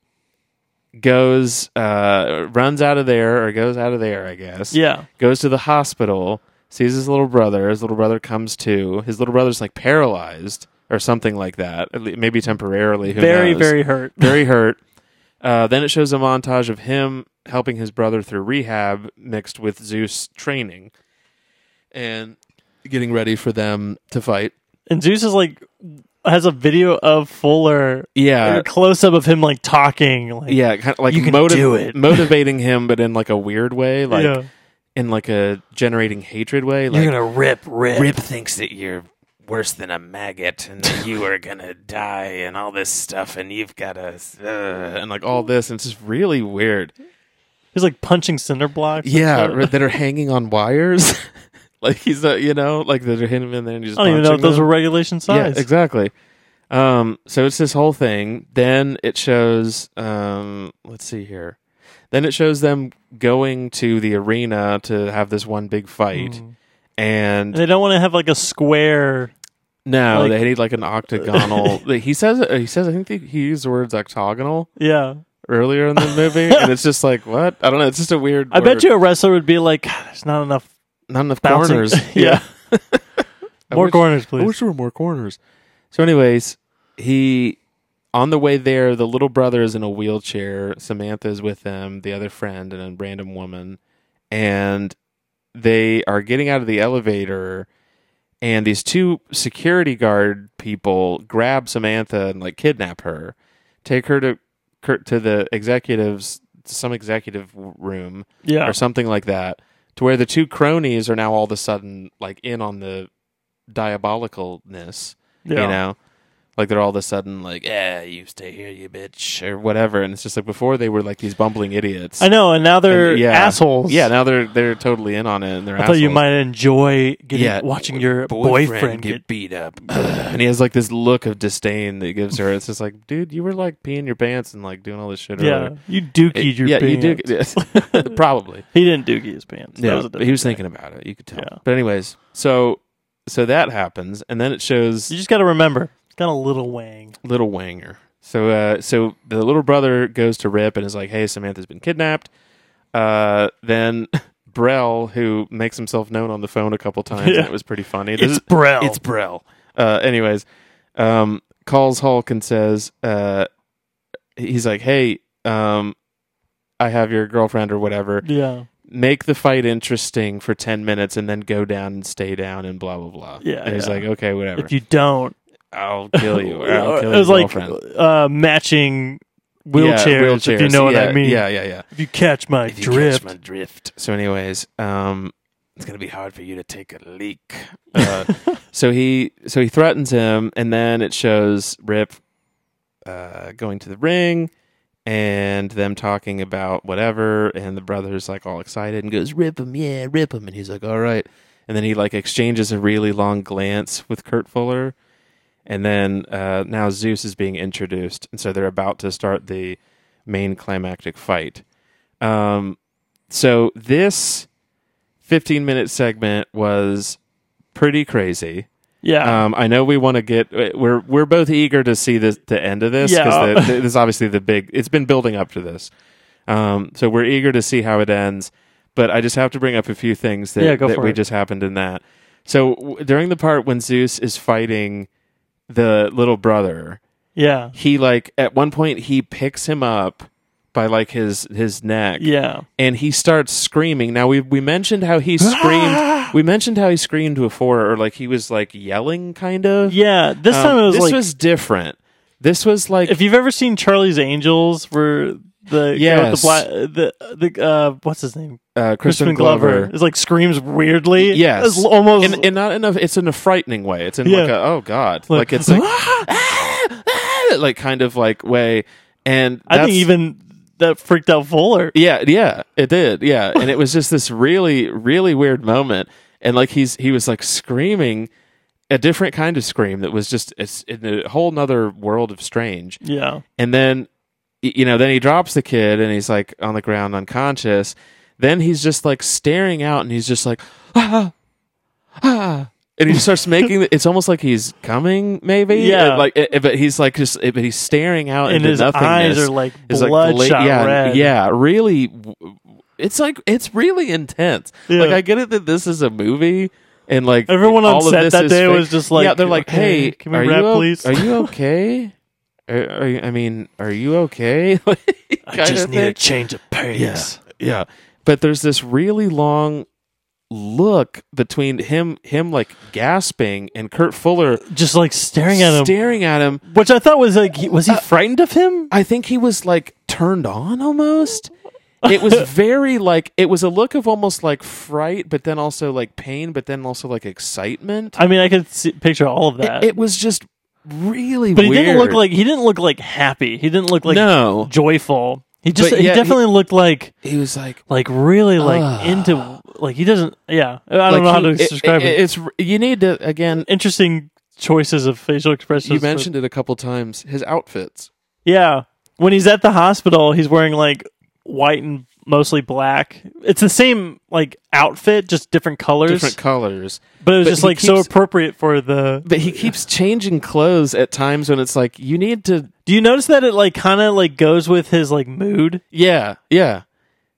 S2: goes uh runs out of there or goes out of there I guess
S3: Yeah.
S2: goes to the hospital, sees his little brother. His little brother comes to. His little brother's like paralyzed or something like that, at le- maybe temporarily. Who
S3: Very,
S2: knows?
S3: very hurt.
S2: <laughs> very hurt. Uh, then it shows a montage of him helping his brother through rehab, mixed with Zeus training and getting ready for them to fight.
S3: And Zeus is like has a video of Fuller
S2: Yeah,
S3: a close up of him like talking. Like,
S2: yeah, kind of like
S3: You can
S2: motiv- <laughs>
S3: do it.
S2: motivating him, but in like a weird way, like
S3: Yeah.
S2: in like a generating hatred way. Like,
S3: You're gonna rip, rip.
S5: Rip thinks that you're worse than a maggot and that you are gonna die and all this stuff, and you've gotta. Uh,
S2: and like all this, and it's just really weird. Uh,
S3: He's like punching cinder blocks. and
S2: Yeah,
S3: shit.
S2: r- that are hanging on wires. <laughs> like he's not, you know, like that are hidden in there and you just.
S3: I don't even know if
S2: punching
S3: those
S2: them.
S3: were regulation
S2: Yeah,
S3: size.
S2: exactly. Um, so it's this whole thing. Then it shows. Um, let's see here. Then it shows them going to the arena to have this one big fight, and
S3: Hmm. And they don't want to have like a square.
S2: no,
S3: like-
S2: they need like an
S3: <laughs>
S2: octagonal. he says. He says. I think the, he used the words octagonal
S3: Yeah.
S2: earlier in the movie, and it's just like what I don't know. It's just a weird.
S3: I bet
S2: word.
S3: you a wrestler would be like, "God, there's not enough
S2: not enough
S3: bouncing.
S2: corners.
S3: yeah.
S2: I
S3: <laughs> More
S2: wish-
S3: corners, please.
S2: I wish there were more corners. So, anyways, he on the way there, the little brother is in a wheelchair. Samantha's with them, the other friend, and a random woman, and they are getting out of the elevator. And these two security guard people grab Samantha and like kidnap her, take her to Kurt- to the executives, to some executive room,
S3: yeah.
S2: or something like that, to where the two cronies are now all of a sudden like in on the diabolicalness,
S3: yeah.
S2: you know, like they're all of a sudden like, yeah, you stay here, you bitch, or whatever, and it's just like before they were like these bumbling idiots.
S3: I know, and now
S2: And,
S3: they're assholes.
S2: Yeah, now they're they're totally in on it, and they're.
S3: I thought you
S2: assholes. <laughs>
S3: might enjoy getting,
S2: Yeah.
S3: watching your boyfriend, get
S5: beat up.
S2: <sighs> and he has like this look of disdain that he gives her. It's just like, dude, you were like peeing your pants and like doing all this shit.
S3: Yeah,
S2: earlier.
S3: you dookied your
S2: yeah,
S3: pants.
S2: you do. Yes. <laughs> Probably.
S3: He didn't dookie his pants. That
S2: Yeah,
S3: was a
S2: but he was
S3: different
S2: thinking about it. You could tell.
S3: Yeah.
S2: But anyways, so so that happens, and then it shows
S3: thing. You just got to remember, it's got a little wang.
S2: little Wanger. So uh, so the little brother goes to Rip and is like, "Hey, Samantha's been kidnapped." Uh, then <laughs> Brell, who makes himself known on the phone a couple times,
S3: Yeah.
S2: and it was pretty funny. This
S3: It's
S2: is-
S3: Brell.
S2: It's Brell. Uh, anyways, um, calls Hulk and says, uh, "He's like, hey, um, I have your girlfriend or whatever."
S3: yeah,
S2: make the fight interesting for 10 minutes and then go down and stay down and blah blah blah
S3: Yeah,
S2: and he's
S3: yeah.
S2: like okay whatever
S3: if you don't,
S2: i'll kill
S3: <laughs>
S2: you or i'll
S3: it
S2: kill
S3: was
S2: your
S3: like
S2: girlfriend
S3: uh, matching
S2: Yeah,
S3: wheelchairs, If you
S2: wheelchairs.
S3: know what
S2: Yeah,
S3: I mean.
S2: yeah yeah yeah
S3: If you catch my
S5: If you
S3: drift,
S5: catch my drift,
S2: so anyways um
S5: it's gonna be hard for you to take a leak. <laughs>
S2: uh, so he so he threatens him and then it shows rip uh going to the ring and them talking about whatever and the brother's like all excited and goes rip him yeah rip him and he's like all right and then he like exchanges a really long glance with kurt fuller and then uh now zeus is being introduced and so they're about to start the main climactic fight um so this 15 minute segment was pretty crazy
S3: yeah,
S2: um, I know we want to get we're we're both eager to see this the end of this
S3: Yeah.
S2: the, the- this is obviously the big it's been building up to this, um, so we're eager to see how it ends. But I just have to bring up a few things that,
S3: Yeah, go
S2: that
S3: for
S2: we
S3: it.
S2: just happened in that. So w- during the part when Zeus is fighting the little brother,
S3: Yeah.
S2: he like at one point he picks him up by like his his neck
S3: Yeah.
S2: and he starts screaming now we we mentioned how he
S3: <gasps>
S2: screamed we mentioned how he screamed before or like he was like yelling kind of
S3: Yeah. This
S2: Um,
S3: time it was
S2: this
S3: like
S2: was different this was like
S3: if you've ever seen Charlie's Angels where the yeah
S2: Yes.
S3: the bla- the, the uh what's his name?
S2: uh, Crispin Glover
S3: is like screams weirdly.
S2: Yes,
S3: It's almost
S2: and, and not in a it's in a frightening way. It's in like
S3: Yeah.
S2: a oh god, like,
S3: Like- <laughs>
S2: it's like <laughs> like kind of like way. And
S3: I think
S2: that's-
S3: even that freaked out Fuller.
S2: yeah, yeah, it did, yeah. And it was just this really, really weird moment. And like he's he was like screaming a different kind of scream that was just it's in a whole nother world of strange.
S3: Yeah.
S2: And then, y- you know, then he drops the kid and he's like on the ground unconscious. Then he's just like staring out and he's just like, ah, ah. And he
S3: <laughs>
S2: starts making the- it's almost like he's coming, maybe.
S3: Yeah.
S2: And, like, it- but he's like just, it- but he's staring out
S3: And
S2: into
S3: his
S2: nothingness.
S3: eyes are like
S2: It's, like,
S3: bloodshot
S2: gla- yeah,
S3: red.
S2: Yeah. Really. w- It's like, it's really intense.
S3: Yeah.
S2: Like, I get it that this is a movie. And like
S3: Everyone on
S2: all of
S3: set
S2: this
S3: that
S2: is
S3: day
S2: fake.
S3: was just like,
S2: yeah, they're like,
S3: "Okay,
S2: hey,
S3: can we
S2: are
S3: rap,
S2: you o-
S3: please?"
S2: Are you
S3: <laughs>
S2: okay? Are, are you, I mean, are you okay? <laughs> Like,
S3: I
S2: kind
S3: just
S2: of
S3: need a
S2: thing.
S3: change of pace.
S2: yeah. But there's this really long look between him, him like gasping, and Kurt Fuller
S3: Just like staring at him.
S2: staring at him.
S3: which I thought was like, he- was he
S2: Uh,
S3: frightened of him?
S2: I think he was like turned on almost. It
S3: <laughs>
S2: was very like it was a look of almost like fright, but then also like pain, but then also like excitement.
S3: I mean, I could see, picture all of that.
S2: It, it was just really
S3: but he
S2: weird.
S3: didn't look like he didn't look like happy. He didn't look like
S2: no.
S3: joyful. He just
S2: But
S3: he
S2: yet he-
S3: definitely looked like
S2: He was like
S3: like really like
S2: Ugh.
S3: into like he doesn't. Yeah, I don't know how to
S2: Like, it-
S3: describe it.
S2: it- It's you need to again.
S3: Interesting choices of facial expressions.
S2: You
S3: but-
S2: mentioned it a couple times. His outfits.
S3: yeah. When he's at the hospital, he's wearing like white and mostly black. It's the same like outfit, just different colors.
S2: Different colors,
S3: but it was
S2: but
S3: just
S2: he
S3: like so
S2: keeps-
S3: appropriate for the
S2: but he keeps changing clothes at times when it's like you need to.
S3: Do you notice that it like kind of like goes with his like mood?
S2: Yeah, yeah.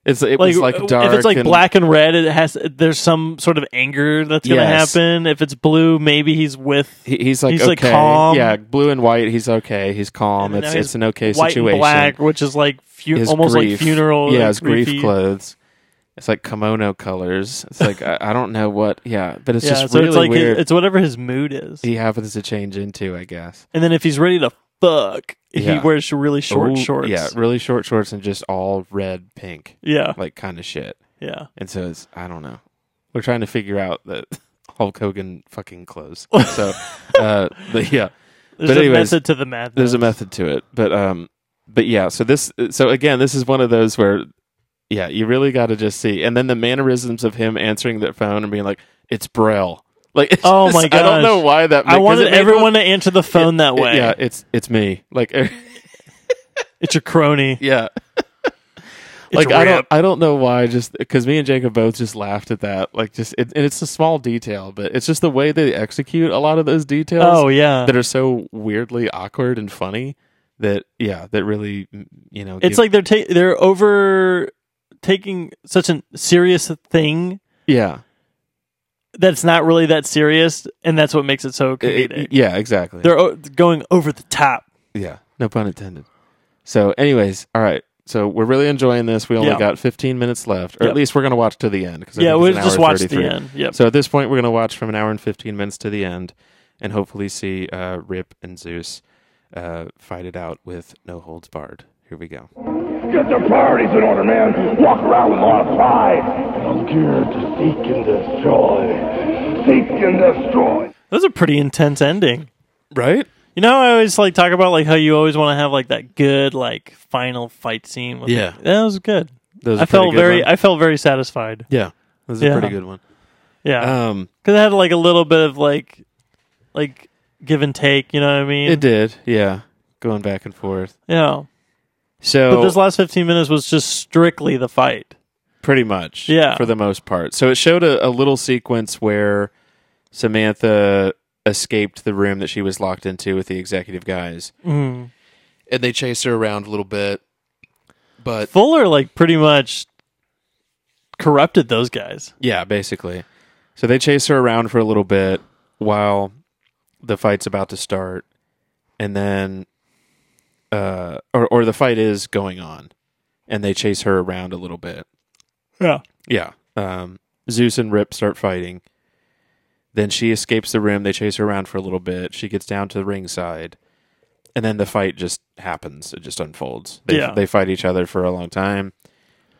S2: It's it was like dark.
S3: If it's like
S2: and-
S3: black and red, it has there's some sort of anger that's gonna
S2: Yes.
S3: happen. If it's blue, maybe he's with
S2: he- he's like
S3: he's,
S2: okay.
S3: like, calm.
S2: Yeah, blue and white. He's okay. He's calm.
S3: And
S2: It's
S3: now he's
S2: it's an okay
S3: white
S2: situation.
S3: and black, which is like fu-
S2: His
S3: almost
S2: grief.
S3: like funeral.
S2: Yeah,
S3: like,
S2: his grief
S3: griefy.
S2: clothes. It's like kimono colors. It's like I, I don't know what. Yeah, but it's
S3: Yeah,
S2: just
S3: so
S2: really
S3: it's like his-
S2: weird.
S3: it's whatever his mood is.
S2: he happens to change into, I guess.
S3: And then if he's ready to fuck, he
S2: Yeah.
S3: wears really short
S2: Ooh,
S3: shorts.
S2: Yeah, really short shorts and just all red, pink,
S3: yeah,
S2: like kind of shit.
S3: yeah.
S2: And so it's I don't know. We're trying to figure out that <laughs> Hulk Hogan fucking clothes.
S3: <laughs>
S2: So, uh, but yeah,
S3: There's
S2: But
S3: a
S2: anyways,
S3: method to the madness.
S2: there's a method to it. But um, but yeah. So this, so again, this is one of those where, yeah, you really got to just see. And then the mannerisms of him answering the phone and being like, "It's Braille." Like, <laughs> it's
S3: Oh
S2: just-
S3: my
S2: I
S3: gosh.
S2: don't know why that.
S3: I
S2: because
S3: wanted
S2: it made
S3: everyone
S2: me-
S3: to answer the phone that way.
S2: Yeah, it's it's me. Like, <laughs>
S3: It's your crony.
S2: yeah.
S3: It's
S2: like I
S3: Rip.
S2: don't, I don't know why. Just because me and Jacob both just laughed at that. Like just, it, and it's a small detail, but it's just the way they execute a lot of those details.
S3: Oh yeah.
S2: that are so weirdly awkward and funny. That yeah, that really you know.
S3: It's
S2: give-
S3: like they're ta- they're over taking such a serious thing
S2: yeah,
S3: that's not really that serious, and that's what makes it so
S2: It-
S3: comedic.
S2: it- yeah, exactly.
S3: they're o- going over the top.
S2: yeah, no pun intended. So, anyways, all right. So we're really enjoying this. We only
S3: Yeah.
S2: got 15 minutes left, or
S3: Yep.
S2: at least we're gonna watch to the end. Cause I
S3: yeah,
S2: think
S3: we'll
S2: it's an
S3: just
S2: hour
S3: watch the
S2: 33.
S3: end. Yep.
S2: So at this point, we're going to watch from an hour and 15 minutes to the end and hopefully see uh, Rip and Zeus uh, fight it out with No Holds Barred. Here we go.
S4: Get their priorities in order, man. Walk around with a lot of pride. I'm here to seek and destroy. Seek and destroy.
S3: that was a pretty intense ending.
S2: Right?
S3: You know, how I always like talk about like how you always want to have like that good like final fight scene. With
S2: Yeah.
S3: it. that was good.
S2: That was a
S3: I
S2: pretty
S3: felt
S2: good
S3: very,
S2: one.
S3: I felt very satisfied.
S2: yeah. That was a
S3: Yeah.
S2: pretty good one.
S3: Yeah,
S2: Um,
S3: because it had like a little bit of like, like give and take. You know what I mean?
S2: it did. Yeah. Going back and forth.
S3: Yeah. But
S2: So
S3: this last 15 minutes was just strictly the fight.
S2: pretty much.
S3: Yeah.
S2: For the most part. So it showed a, a little sequence where Samantha escaped the room that she was locked into with the executive guys.
S3: Mm.
S2: Mm-hmm. And they chased her around a little bit. But
S3: Fuller, like, pretty much corrupted those guys.
S2: Yeah, basically. So they chase her around for a little bit while the fight's about to start, and then uh, or or the fight is going on, and they chase her around a little bit.
S3: Yeah.
S2: Yeah. Um, Zeus and Rip start fighting. Then she escapes the room. They chase her around for a little bit. She gets down to the ringside. And then the fight just happens. It just unfolds. They,
S3: Yeah.
S2: they fight each other for a long time.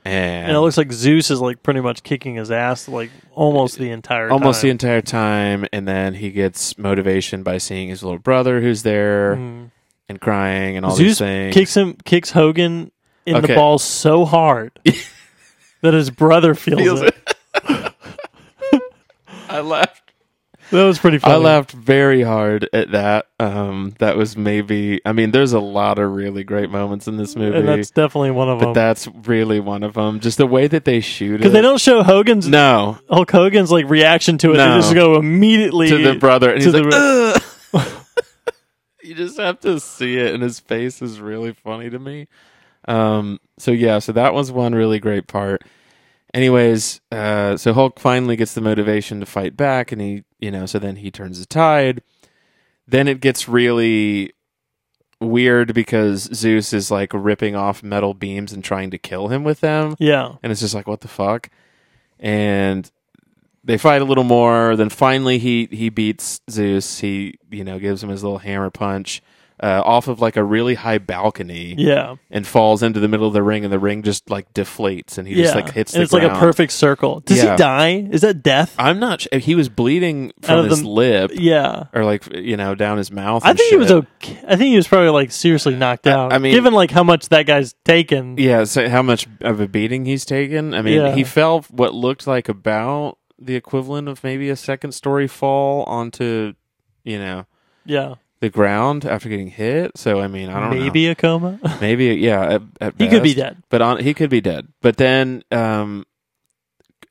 S2: And,
S3: And it looks like Zeus is like pretty much kicking his ass like almost the entire
S2: almost the
S3: time.
S2: entire time. And then he gets motivation by seeing his little brother who's there
S3: Mhm.
S2: and crying and all these
S3: Zeus
S2: things.
S3: kicks him kicks Hogan in
S2: Okay.
S3: the balls
S2: <laughs>
S3: so hard that his brother feels,
S2: Feels
S3: it.
S2: I laughed.
S3: That was pretty funny.
S2: I laughed very hard at that. Um, that was maybe. I mean, there's a lot of really great moments in this movie.
S3: and that's definitely one of
S2: but
S3: them.
S2: that's really one of them. Just the way that they shoot it.
S3: Because they don't show Hogan's
S2: no
S3: Hulk Hogan's like reaction to it.
S2: No.
S3: They just go immediately
S2: to the brother, and
S3: to
S2: he's like,
S3: the-
S2: "Ugh." you just have to see it, and his face is really funny to me. Um, so yeah, so that was one really great part. Anyways, uh, so Hulk finally gets the motivation to fight back, and he, you know, so then he turns the tide. Then it gets really weird because Zeus is like ripping off metal beams and trying to kill him with them.
S3: yeah.
S2: and it's just like what the fuck and they fight a little more then finally he he beats zeus he you know gives him his little hammer punch uh, off of like a really high balcony
S3: Yeah.
S2: and falls into the middle of the ring and the ring just like deflates and he
S3: yeah.
S2: just like hits
S3: and
S2: the
S3: it's like a
S2: ground.
S3: perfect circle. Does
S2: Yeah.
S3: he die? Is that death?
S2: i'm not sure he was bleeding
S3: Out
S2: from
S3: of
S2: his
S3: the-
S2: lip
S3: yeah.
S2: or like you know down his mouth
S3: I
S2: and
S3: think he was
S2: shit.
S3: okay. I think he was probably like seriously knocked out.
S2: I mean-
S3: given like how much that guy's taken,
S2: Yeah, so how much of a beating he's taken? I mean,
S3: Yeah.
S2: he fell what looked like about the equivalent of maybe a second story fall onto, you know,
S3: yeah,
S2: the ground after getting hit. So I mean, I don't
S3: maybe a coma. <laughs>
S2: know. Maybe yeah, at, at
S3: he could be
S2: best.
S3: dead.
S2: But on he could be dead. But then um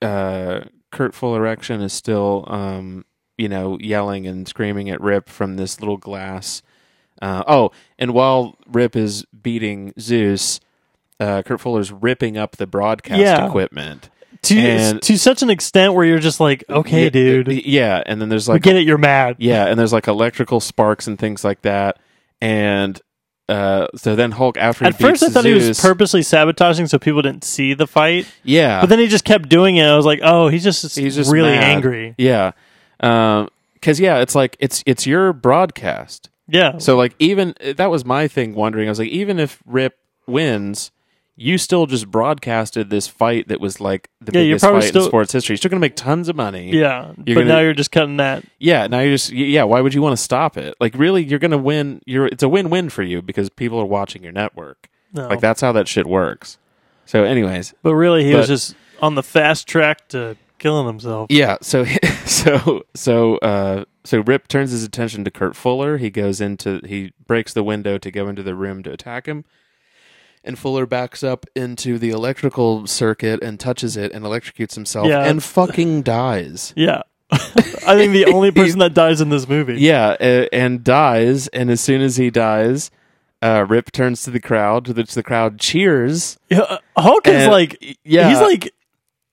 S2: uh Kurt Full Erection is still um you know, yelling and screaming at Rip from this little glass. Uh, oh, and while Rip is beating Zeus, uh, Kurt Fuller's ripping up the broadcast
S3: Yeah.
S2: equipment.
S3: To
S2: And-
S3: to such an extent where you're just like, okay,
S2: Yeah,
S3: dude,
S2: Yeah, and then there's
S3: I
S2: like
S3: get it. You're mad.
S2: yeah, and there's like electrical sparks and things like that. And uh, so then Hulk after he
S3: At first, I
S2: beats
S3: thought he was
S2: Zeus-
S3: purposely sabotaging so people didn't see the fight,
S2: Yeah,
S3: but then he just kept doing it. I was like, oh, he's just
S2: he's just
S3: really
S2: mad.
S3: angry.
S2: Yeah, because yeah, it's like it's it's your broadcast.
S3: Yeah,
S2: So like even that was my thing wondering. I was like, even if Rip wins, you still just broadcasted this fight that was like the
S3: Yeah, you're
S2: biggest
S3: probably
S2: fight
S3: still-
S2: in sports history. You're still gonna make tons of money.
S3: yeah. But
S2: gonna-
S3: now you're just cutting that.
S2: Yeah, now you're just yeah. Why would you want to stop it? Like, really, you're gonna win. You're it's a win-win for you because people are watching your network.
S3: No.
S2: Like that's how that shit works. So, anyways,
S3: But really, he was
S2: But-
S3: just on the fast track to killing himself.
S2: yeah. So <laughs> so so uh so Rip turns his attention to Kurt Fuller. He goes into he breaks the window to go into the room to attack him. And Fuller backs up into the electrical circuit and touches it and electrocutes himself
S3: Yeah.
S2: and fucking dies.
S3: Yeah. <laughs> I think the
S2: <laughs>
S3: only person that dies in this movie.
S2: Yeah, a- and dies. And as soon as he dies, uh, Rip turns to the crowd, to which the crowd
S3: <laughs>
S2: cheers. <laughs>
S3: Yeah, uh, Hulk is
S2: And-
S3: like,
S2: yeah.
S3: he's like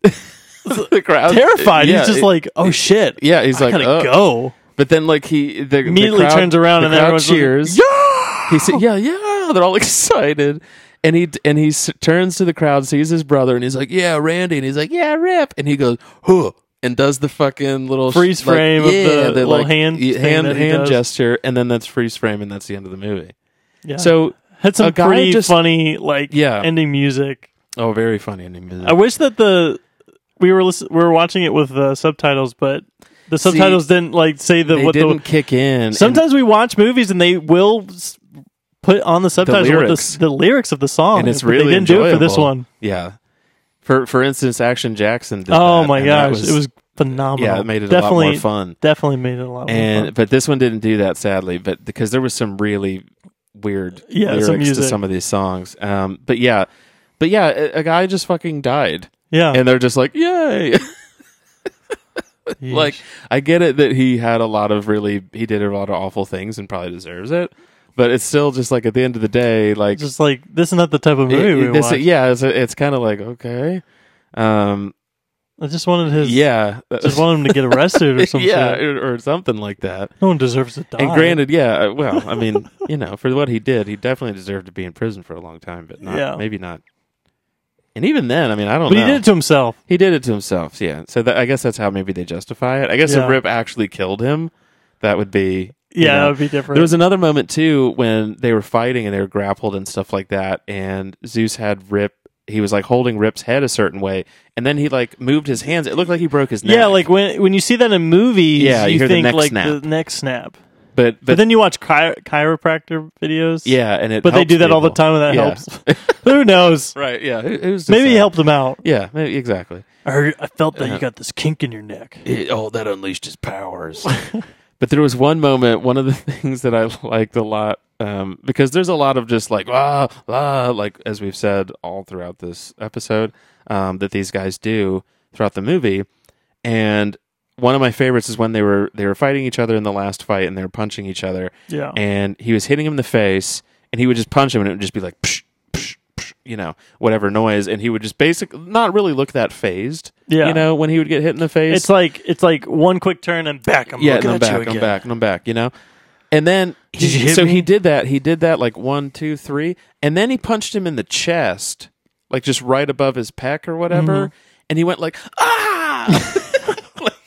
S2: the crowd
S3: terrified.
S2: yeah,
S3: he's just
S2: it-
S3: like, oh shit.
S2: yeah, he's
S3: I
S2: like,
S3: gotta
S2: "Oh."
S3: go.
S2: But then, like he the, the
S3: Immediately
S2: crowd-
S3: turns around
S2: the
S3: and
S2: crowd
S3: everyone's like,
S2: cheers. yeah, he said, yeah, yeah. They're all <laughs> excited, and he and he s- turns to the crowd, sees his brother, and he's like, yeah, Randy, and he's like, yeah, Rip, and he goes, huh. And does the fucking little sh-
S3: Freeze
S2: like,
S3: frame of the
S2: they're
S3: little hand
S2: y-
S3: thing
S2: hand
S3: that he
S2: hand
S3: does.
S2: gesture, and then that's freeze frame, and that's the end of the movie.
S3: Yeah.
S2: So,
S3: had some
S2: a guy
S3: pretty
S2: just-
S3: funny like
S2: Yeah.
S3: ending music.
S2: oh, very funny ending. music.
S3: I wish that the we were listen, we were watching it with the subtitles, but the subtitles didn't like say the
S2: they
S3: what
S2: didn't
S3: the.
S2: kick in. and-
S3: Sometimes we watch movies and they will s- put on the subtitles what the,
S2: lyrics.
S3: s- the lyrics of the song,
S2: and it's
S3: but
S2: really
S3: they didn't do it for this
S2: enjoyable.
S3: one.
S2: Yeah. For for instance, Action Jackson. Did
S3: Oh
S2: that,
S3: my
S2: and that
S3: gosh, it was phenomenal.
S2: yeah, it made it
S3: definitely
S2: a lot more fun.
S3: Definitely made it a lot. more
S2: And
S3: fun.
S2: but this one didn't do that sadly, but because there was some really weird
S3: Yeah, some
S2: lyrics to
S3: music.
S2: some of these songs. Um, but yeah, but yeah, a, a guy just fucking died,
S3: yeah,
S2: and they're just like, yay! <laughs>
S3: Yeesh.
S2: like I get it that he had a lot of really he did a lot of awful things and probably deserves it, but it's still just like at the end of the day, like
S3: just like this is not the type of movie
S2: It-
S3: we
S2: it- this-
S3: watch.
S2: yeah, it's, it's kind of like okay. Um,
S3: I just wanted his.
S2: yeah,
S3: <laughs>
S2: <laughs>
S3: Just wanted him to get arrested or some
S2: yeah,
S3: shit.
S2: or, or something like that.
S3: No one deserves to die.
S2: And granted, yeah, uh, well, I mean, you know, for what he did, he definitely deserved to be in prison for a long time, but not
S3: Yeah.
S2: maybe not. And even then, I mean, I don't
S3: but
S2: know.
S3: he did it to himself.
S2: He did it to himself, yeah. So that, I guess that's how maybe they justify it. I guess
S3: Yeah.
S2: if Rip actually killed him, that would be you
S3: Yeah,
S2: know.
S3: that would be different.
S2: There was another moment too when they were fighting and they were grappled and stuff like that, and Zeus had Rip. He was like holding Rip's head a certain way, and then he like moved his hands. It looked like he broke his neck.
S3: yeah, like when when you see that in movies,
S2: Yeah, you
S3: you,
S2: hear the
S3: think
S2: neck
S3: like
S2: snap.
S3: the neck snap.
S2: but but,
S3: But, then you watch chi- chiropractor videos.
S2: yeah, and it.
S3: but they
S2: helps
S3: do that all the
S2: people.
S3: time, and that
S2: Yeah.
S3: helps. <laughs> Who
S2: <laughs>
S3: knows?
S2: right? Yeah, Who- who's to
S3: Maybe
S2: say?
S3: he helped him out.
S2: Yeah, maybe, exactly.
S3: I heard, I felt that you got this kink in your neck.
S5: oh, that unleashed his
S3: <laughs>
S5: powers.
S2: But there was one moment, one of the <laughs> things that I liked a lot, um, because there's a lot of just like, ah, ah, like as we've said all throughout this episode, um, that these guys do throughout the movie. And one of my favorites is when they were they were fighting each other in the last fight and they were punching each other.
S3: Yeah.
S2: And he was hitting him in the face and he would just punch him and it would just be like psh, psh, psh, you know, whatever noise, and he would just basically not really look that phased.
S3: Yeah.
S2: You know, when he would get hit in the face.
S3: It's like it's like one quick turn and back. I'm
S2: yeah, and
S3: looking
S2: I'm
S3: at
S2: back,
S3: you again.
S2: I'm back, and I'm back, you know? And then
S3: Did you hit
S2: so
S3: me?
S2: he did that. He did that like one, two, three, and then he punched him in the chest, like just right above his pec or whatever.
S3: Mm-hmm.
S2: And he went like ah. <laughs>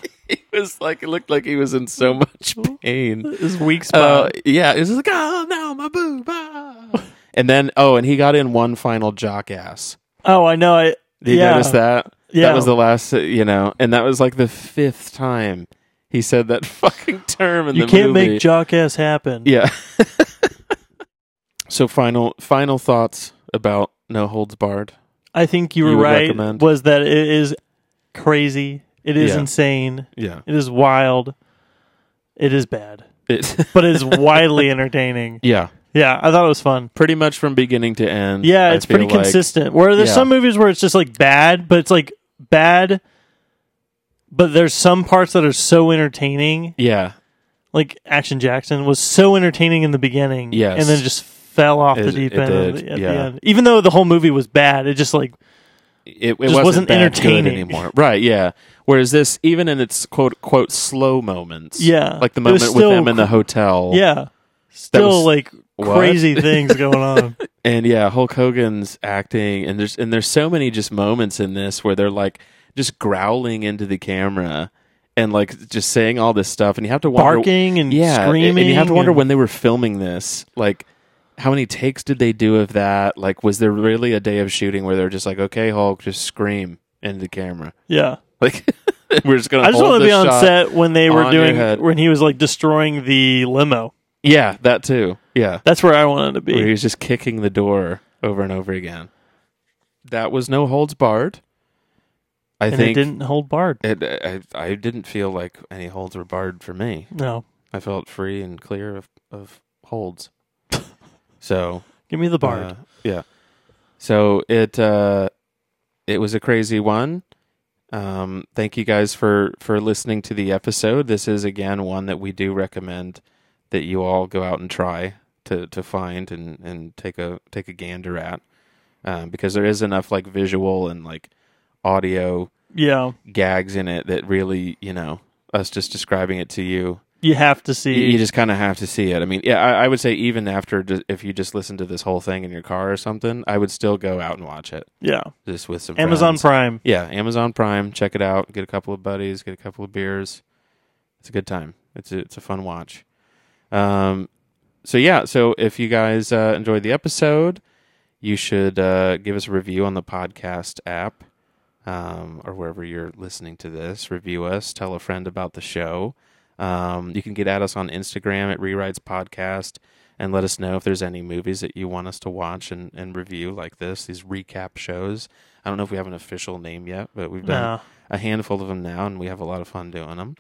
S2: Like, he was like it looked like he was in so much pain.
S3: This weak
S2: Uh,
S3: spot.
S2: yeah, it was just like oh no, my boob. ah." And then oh, and he got in one final jock ass.
S3: oh, I know. I
S2: Did you
S3: yeah.
S2: notice that?
S3: Yeah.
S2: That was the last, uh, you know, and that was like the fifth time he said that <laughs> fucking term in
S3: You
S2: the
S3: can't
S2: movie.
S3: make jock ass happen.
S2: yeah. <laughs> so final final thoughts about No Holds Barred.
S3: I think you were
S2: You would
S3: right.
S2: recommend?
S3: Was that it is crazy. It is
S2: Yeah.
S3: insane.
S2: Yeah.
S3: It is wild. It is bad,
S2: It, <laughs>
S3: but it is widely entertaining.
S2: yeah.
S3: Yeah, I thought it was fun.
S2: Pretty much from beginning to end.
S3: Yeah,
S2: I
S3: it's pretty
S2: feel like-
S3: consistent. Where there's
S2: Yeah.
S3: some movies where it's just like bad, but it's like bad, but there's some parts that are so entertaining.
S2: Yeah.
S3: Like Action Jackson was so entertaining in the beginning,
S2: Yes.
S3: and then just fell off the
S2: It-
S3: deep
S2: it
S3: end at
S2: did,
S3: the, at the
S2: yeah.
S3: end. Even though the whole movie was bad, it just like
S2: It, it
S3: Just
S2: wasn't,
S3: wasn't
S2: that good
S3: entertaining.
S2: anymore. Right, yeah. Whereas this even in its quote quote slow moments.
S3: Yeah.
S2: Like the
S3: It
S2: moment
S3: was
S2: with
S3: still
S2: them in the
S3: cr-
S2: hotel.
S3: yeah,
S2: That was-
S3: still like
S2: What? <laughs>
S3: crazy things going on.
S2: and yeah, Hulk Hogan's acting, and there's and there's so many just moments in this where they're like just growling into the camera and like just saying all this stuff, and you have to wonder,
S3: Barking and
S2: yeah, and-
S3: screaming,
S2: and you have to wonder
S3: and-
S2: when they were filming this, like how many takes did they do of that? Like, was there really a day of shooting where they're just like, okay, Hulk, just scream into the camera, <laughs>
S3: Yeah,
S2: like <laughs> we're just gonna.
S3: I just
S2: hold
S3: want to
S2: this
S3: be on
S2: shot.
S3: set when they were
S2: on your
S3: doing
S2: head.
S3: when he was like destroying the limo.
S2: Yeah, that too. Yeah,
S3: That's where I wanted to
S2: where he
S3: be.
S2: was just kicking the door over and over again. That was no holds barred. I
S3: and it
S2: think
S3: didn't hold barred.
S2: it, I I didn't feel like any holds were barred for me.
S3: No.
S2: I felt free and clear of, of
S3: <laughs>
S2: holds. so
S3: Give me the bard.
S2: uh, yeah. So it uh, it was a crazy one. Um, thank you guys for for listening to the episode. This is again one that we do recommend that you all go out and try to to find and and take a take a gander at um, because there is enough like visual and like audio
S3: yeah.
S2: gags in it that really you know us just describing it to you
S3: You have to
S2: you,
S3: see.
S2: you just kind of have to see it. I mean, yeah, I, I would say even after ju- if you just listen to this whole thing in your car or something, I would still go out and watch it
S3: yeah.
S2: just with some
S3: Amazon
S2: friends.
S3: Prime.
S2: Yeah, Amazon Prime. Check it out. Get a couple of buddies. Get a couple of beers. It's a good time. It's a, it's a fun watch. Um, so yeah. So if you guys uh, enjoyed the episode, you should uh, give us a review on the podcast app um, or wherever you're listening to this. Review us. Tell a friend about the show. Um, you can get at us on Instagram at Rewrites Podcast and let us know if there's any movies that you want us to watch and, and review like this, these recap shows. I don't know if we have an official name yet, but we've done
S3: No.
S2: a handful of them now and we have a lot of fun doing them.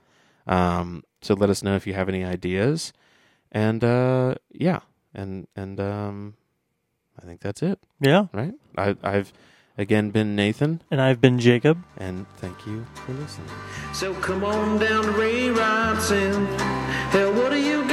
S2: Um, so let us know if you have any ideas. And uh, yeah, and and um, I think that's it,
S3: Yeah.
S2: right? I, I've again been Nathan,
S3: And I've been Jacob.
S2: and thank you for listening.
S1: So come on down to rewrites and hell, what do you